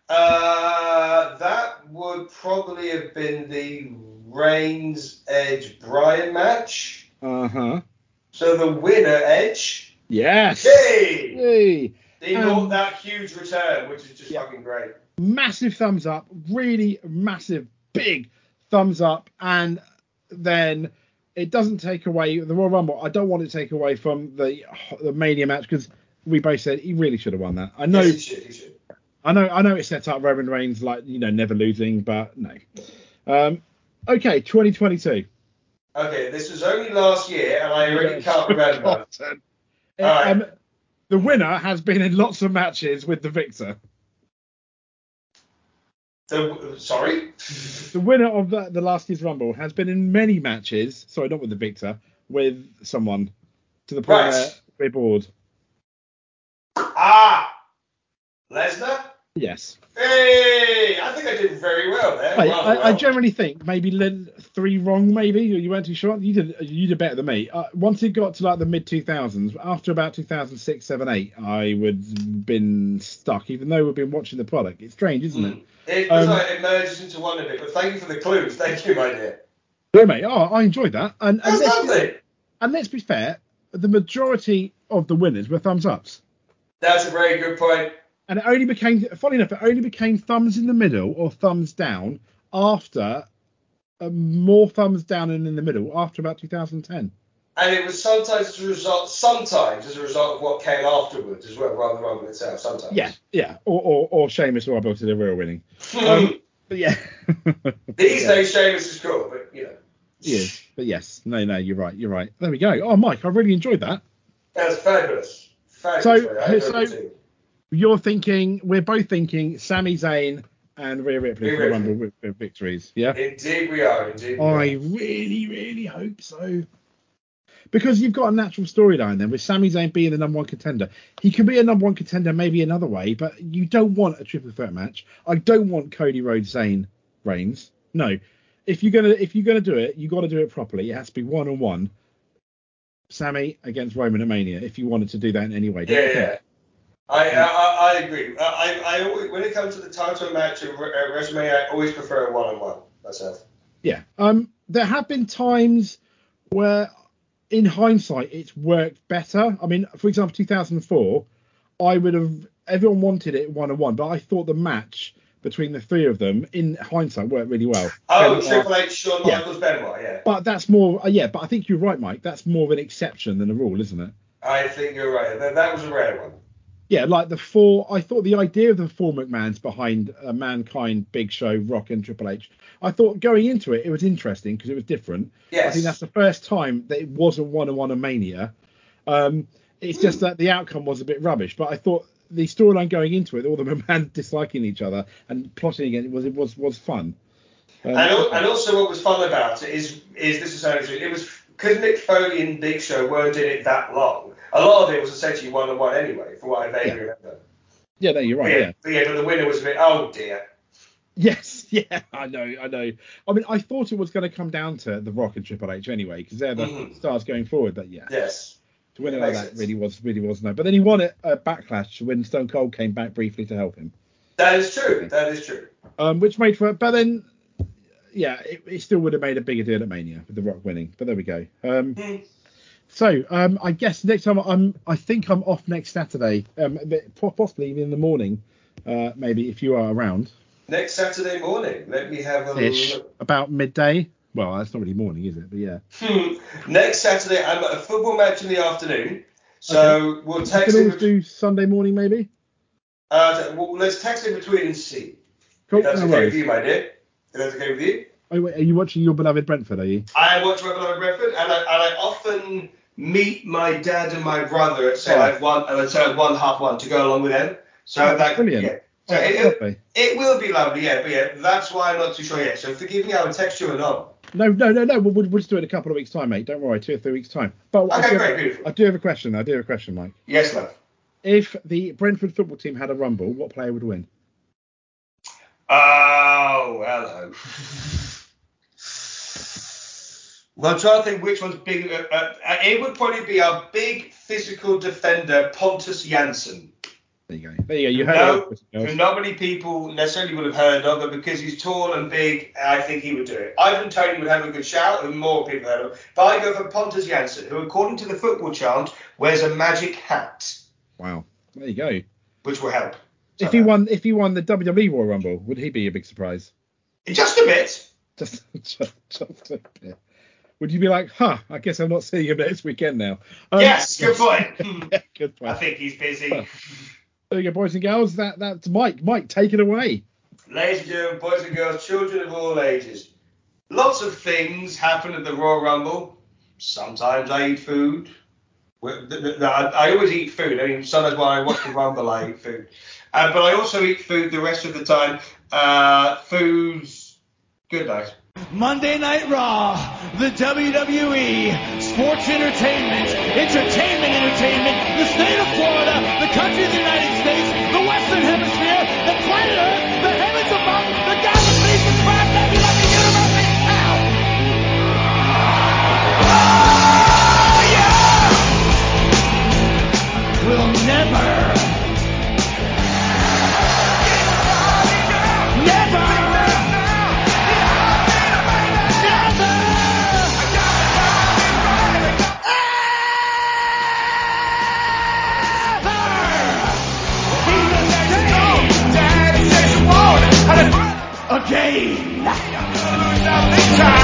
Speaker 2: Uh, that would probably have been the Reigns Edge Bryan match.
Speaker 1: Uh huh.
Speaker 2: So the winner Edge.
Speaker 1: Yes.
Speaker 2: Yay!
Speaker 1: Yay.
Speaker 2: They
Speaker 1: Um,
Speaker 2: got that huge return, which is just
Speaker 1: Yeah.
Speaker 2: fucking great.
Speaker 1: Massive thumbs up. Really massive, big thumbs up. And then it doesn't take away the Royal Rumble. I don't want it to take away from the the Mania match because we both said he really should have won that. I know.
Speaker 2: Yes, he should, he should.
Speaker 1: I know, I know, it set up Roman Reigns like you know never losing, but no. Um, okay, 2022.
Speaker 2: Okay, this was only last year, and I really can't remember.
Speaker 1: Forgotten.
Speaker 2: All right.
Speaker 1: Um, the winner has been in lots of matches with the victor.
Speaker 2: The, sorry?
Speaker 1: The winner of the, the last year's Rumble has been in many matches. Sorry, not with the victor, with someone to the point
Speaker 2: Right.
Speaker 1: where we're bored.
Speaker 2: ah! Lesnar?
Speaker 1: Yes.
Speaker 2: Hey! I think I did very well there.
Speaker 1: I,
Speaker 2: Wow,
Speaker 1: I, I
Speaker 2: wow.
Speaker 1: generally think maybe Lynn three wrong, maybe you you weren't too sure. You did you did better than me. Uh, once it got to like the mid 2000s, after about 2006, 7, 8, I would been stuck, even though we've been watching the product. It's strange, isn't
Speaker 2: Hmm.
Speaker 1: it?
Speaker 2: It was
Speaker 1: Um,
Speaker 2: like it merges into one of it, but thank you for the clues. Thank you, my dear.
Speaker 1: No, mate. Oh, I enjoyed that. And and
Speaker 2: That's
Speaker 1: let's,
Speaker 2: lovely.
Speaker 1: and let's be fair, the majority of the winners were thumbs ups.
Speaker 2: That's a very good point.
Speaker 1: And it only became, funny enough, it only became thumbs in the middle or thumbs down after uh, more thumbs down and in the middle after about 2010.
Speaker 2: And it was sometimes as a result, sometimes as a result of what came afterwards as well, rather than the Rumble itself. Sometimes.
Speaker 1: Yeah, yeah. Or or, or Sheamus or obviously the real winning. Um, but yeah.
Speaker 2: These
Speaker 1: yeah.
Speaker 2: days, Sheamus is cool, but you know,
Speaker 1: Yeah, But yes, no, no, you're right, you're right. There we go. Oh, Mike, I really enjoyed that.
Speaker 2: that's fabulous. Fabulous.
Speaker 1: So-
Speaker 2: I agree
Speaker 1: so-
Speaker 2: with you.
Speaker 1: You're thinking, we're both thinking Sami Zayn and Rhea Ripley
Speaker 2: Rhea
Speaker 1: for the
Speaker 2: Ripley.
Speaker 1: Rumble with, with victories. Yeah.
Speaker 2: indeed we are. Indeed. we
Speaker 1: I
Speaker 2: are.
Speaker 1: really, really hope so. Because you've got a natural storyline then with Sami Zayn being the number one contender. He can be a number one contender maybe another way, but you don't want a triple threat match. I don't want Cody Rhodes Zayn Reigns. No. If you're gonna if you're gonna do it, you gotta do it properly. It has to be one on one. Sammy against Roman at Mania, if you wanted to do that in any way. Don't
Speaker 2: Yeah,
Speaker 1: you
Speaker 2: yeah.
Speaker 1: think?
Speaker 2: I, I, I agree. I, I, I always, when it comes to the title match at Re- at WrestleMania, I always prefer a one-on-one myself.
Speaker 1: Yeah. Um, there have been times where, in hindsight, it's worked better. I mean, for example, 2004, I would have everyone wanted it one on one, but I thought the match between the three of them, in hindsight, worked really well.
Speaker 2: Oh,
Speaker 1: Benoit-
Speaker 2: Triple H, Shawn
Speaker 1: Yeah.
Speaker 2: Michaels, Benoit. Yeah.
Speaker 1: but that's more, uh, yeah. But I think you're right, Mike. That's more of an exception than a rule, isn't it?
Speaker 2: I think you're right. That, that was a rare one.
Speaker 1: Yeah, like the four. I thought the idea of the four McMahons behind uh, Mankind, Big Show, Rock, and Triple H. I thought going into it, it was interesting because it was different. I
Speaker 2: Yes.
Speaker 1: think that's the first time that it wasn't one on one a mania. Um, it's just that the outcome was a bit rubbish. But I thought the storyline going into it, all the McMahons disliking each other and plotting against it was it was was fun. Um,
Speaker 2: And, al- and also, what was fun about it is, is this is how it it was because Mick Foley and Big Show weren't in it that long. A lot of it was essentially one on one anyway, from what I vaguely
Speaker 1: Yeah.
Speaker 2: remember.
Speaker 1: yeah, no, you're
Speaker 2: But
Speaker 1: right.
Speaker 2: yeah,
Speaker 1: yeah.
Speaker 2: But yeah, but the winner was a bit, oh dear.
Speaker 1: Yes, yeah, I know, I know. I mean, I thought it was going to come down to The Rock and Triple H anyway, because they're the
Speaker 2: Mhm.
Speaker 1: stars going forward. But yeah,
Speaker 2: Yes.
Speaker 1: to win it
Speaker 2: Makes
Speaker 1: like that
Speaker 2: sense.
Speaker 1: really was, really was no. But then he won it at Backlash when Stone Cold came back briefly to help him,
Speaker 2: That is true. That is true.
Speaker 1: um, which made for. But then, yeah, it, it still would have made a bigger deal at Mania with The Rock winning. But there we go. Um,
Speaker 2: Hmm.
Speaker 1: so um, I guess next time I'm, I think I'm off next Saturday, um, but po- possibly even in the morning, uh, maybe if you are around.
Speaker 2: Next Saturday morning, let me have a
Speaker 1: Ish,
Speaker 2: look.
Speaker 1: about midday. Well, that's not really morning, is it? But yeah.
Speaker 2: Hmm. Next Saturday, I'm at a football match in the afternoon. So we'll
Speaker 1: We
Speaker 2: text
Speaker 1: could
Speaker 2: in.
Speaker 1: always do Sunday morning, maybe.
Speaker 2: Uh, well, let's text in between and see.
Speaker 1: Cool.
Speaker 2: if that's
Speaker 1: No
Speaker 2: okay with
Speaker 1: worries.
Speaker 2: you, my dear. If that's okay with you.
Speaker 1: Oh, wait, are you watching your beloved Brentford? Are you?
Speaker 2: I watch Rebel Over Bradford, and I, and I often meet my dad and my brother at say
Speaker 1: Oh.
Speaker 2: like one, and say like one half one to go along with them. So
Speaker 1: Oh,
Speaker 2: that
Speaker 1: brilliant.
Speaker 2: yeah. So
Speaker 1: Oh,
Speaker 2: it,
Speaker 1: that's
Speaker 2: it,
Speaker 1: lovely.
Speaker 2: it will be lovely, yeah, but yeah, that's why I'm not too sure yet. So forgive me, I will text you anon.
Speaker 1: No, no, no, no. We'll, we'll we'll just do it in a couple of weeks' time, mate. Don't worry, two or three weeks' time. But I,
Speaker 2: Okay,
Speaker 1: do
Speaker 2: great,
Speaker 1: have,
Speaker 2: beautiful.
Speaker 1: I do have a question. I do have a question, Mike.
Speaker 2: Yes, love.
Speaker 1: If the Brentford football team had a rumble, what player would win?
Speaker 2: Oh, hello. Well, I'm trying to think which one's big. Uh, uh, it would probably be our big physical defender, Pontus Janssen.
Speaker 1: There you go. There you go. You heard
Speaker 2: No,
Speaker 1: it.
Speaker 2: who not many people necessarily would have heard of, but because he's tall and big, I think he would do it. Ivan Tony would have a good shout, and more people heard of. But I go for Pontus Janssen, who, according to the football chant, wears a magic hat,
Speaker 1: Wow. There you go.
Speaker 2: which will help.
Speaker 1: If he won, if he won the WWE Royal Rumble, would he be a big surprise?
Speaker 2: just a bit.
Speaker 1: Just, just, just a bit. Would you be like, huh? I guess I'm not seeing him next weekend now. Um,
Speaker 2: yes, good point. Hmm.
Speaker 1: good point.
Speaker 2: I think he's busy.
Speaker 1: There you go, boys and girls. That that's Mike. Mike, take it away.
Speaker 2: Ladies and gentlemen, boys and girls, children of all ages, lots of things happen at the Royal Rumble. Sometimes I eat food. Well, th- th- th- I I always eat food. I mean, sometimes while I watch the Rumble, I eat food. Uh, but I also eat food the rest of the time. Uh, food's good night.
Speaker 3: Monday Night Raw, the WWE, sports entertainment, entertainment, entertainment, the state of Florida, the country of the United States, the Western Hemisphere, the planet Earth, the heavens above, the God of peace and pride, that you love the universe is hell. Oh, yeah! Oh, We'll never, never, Again.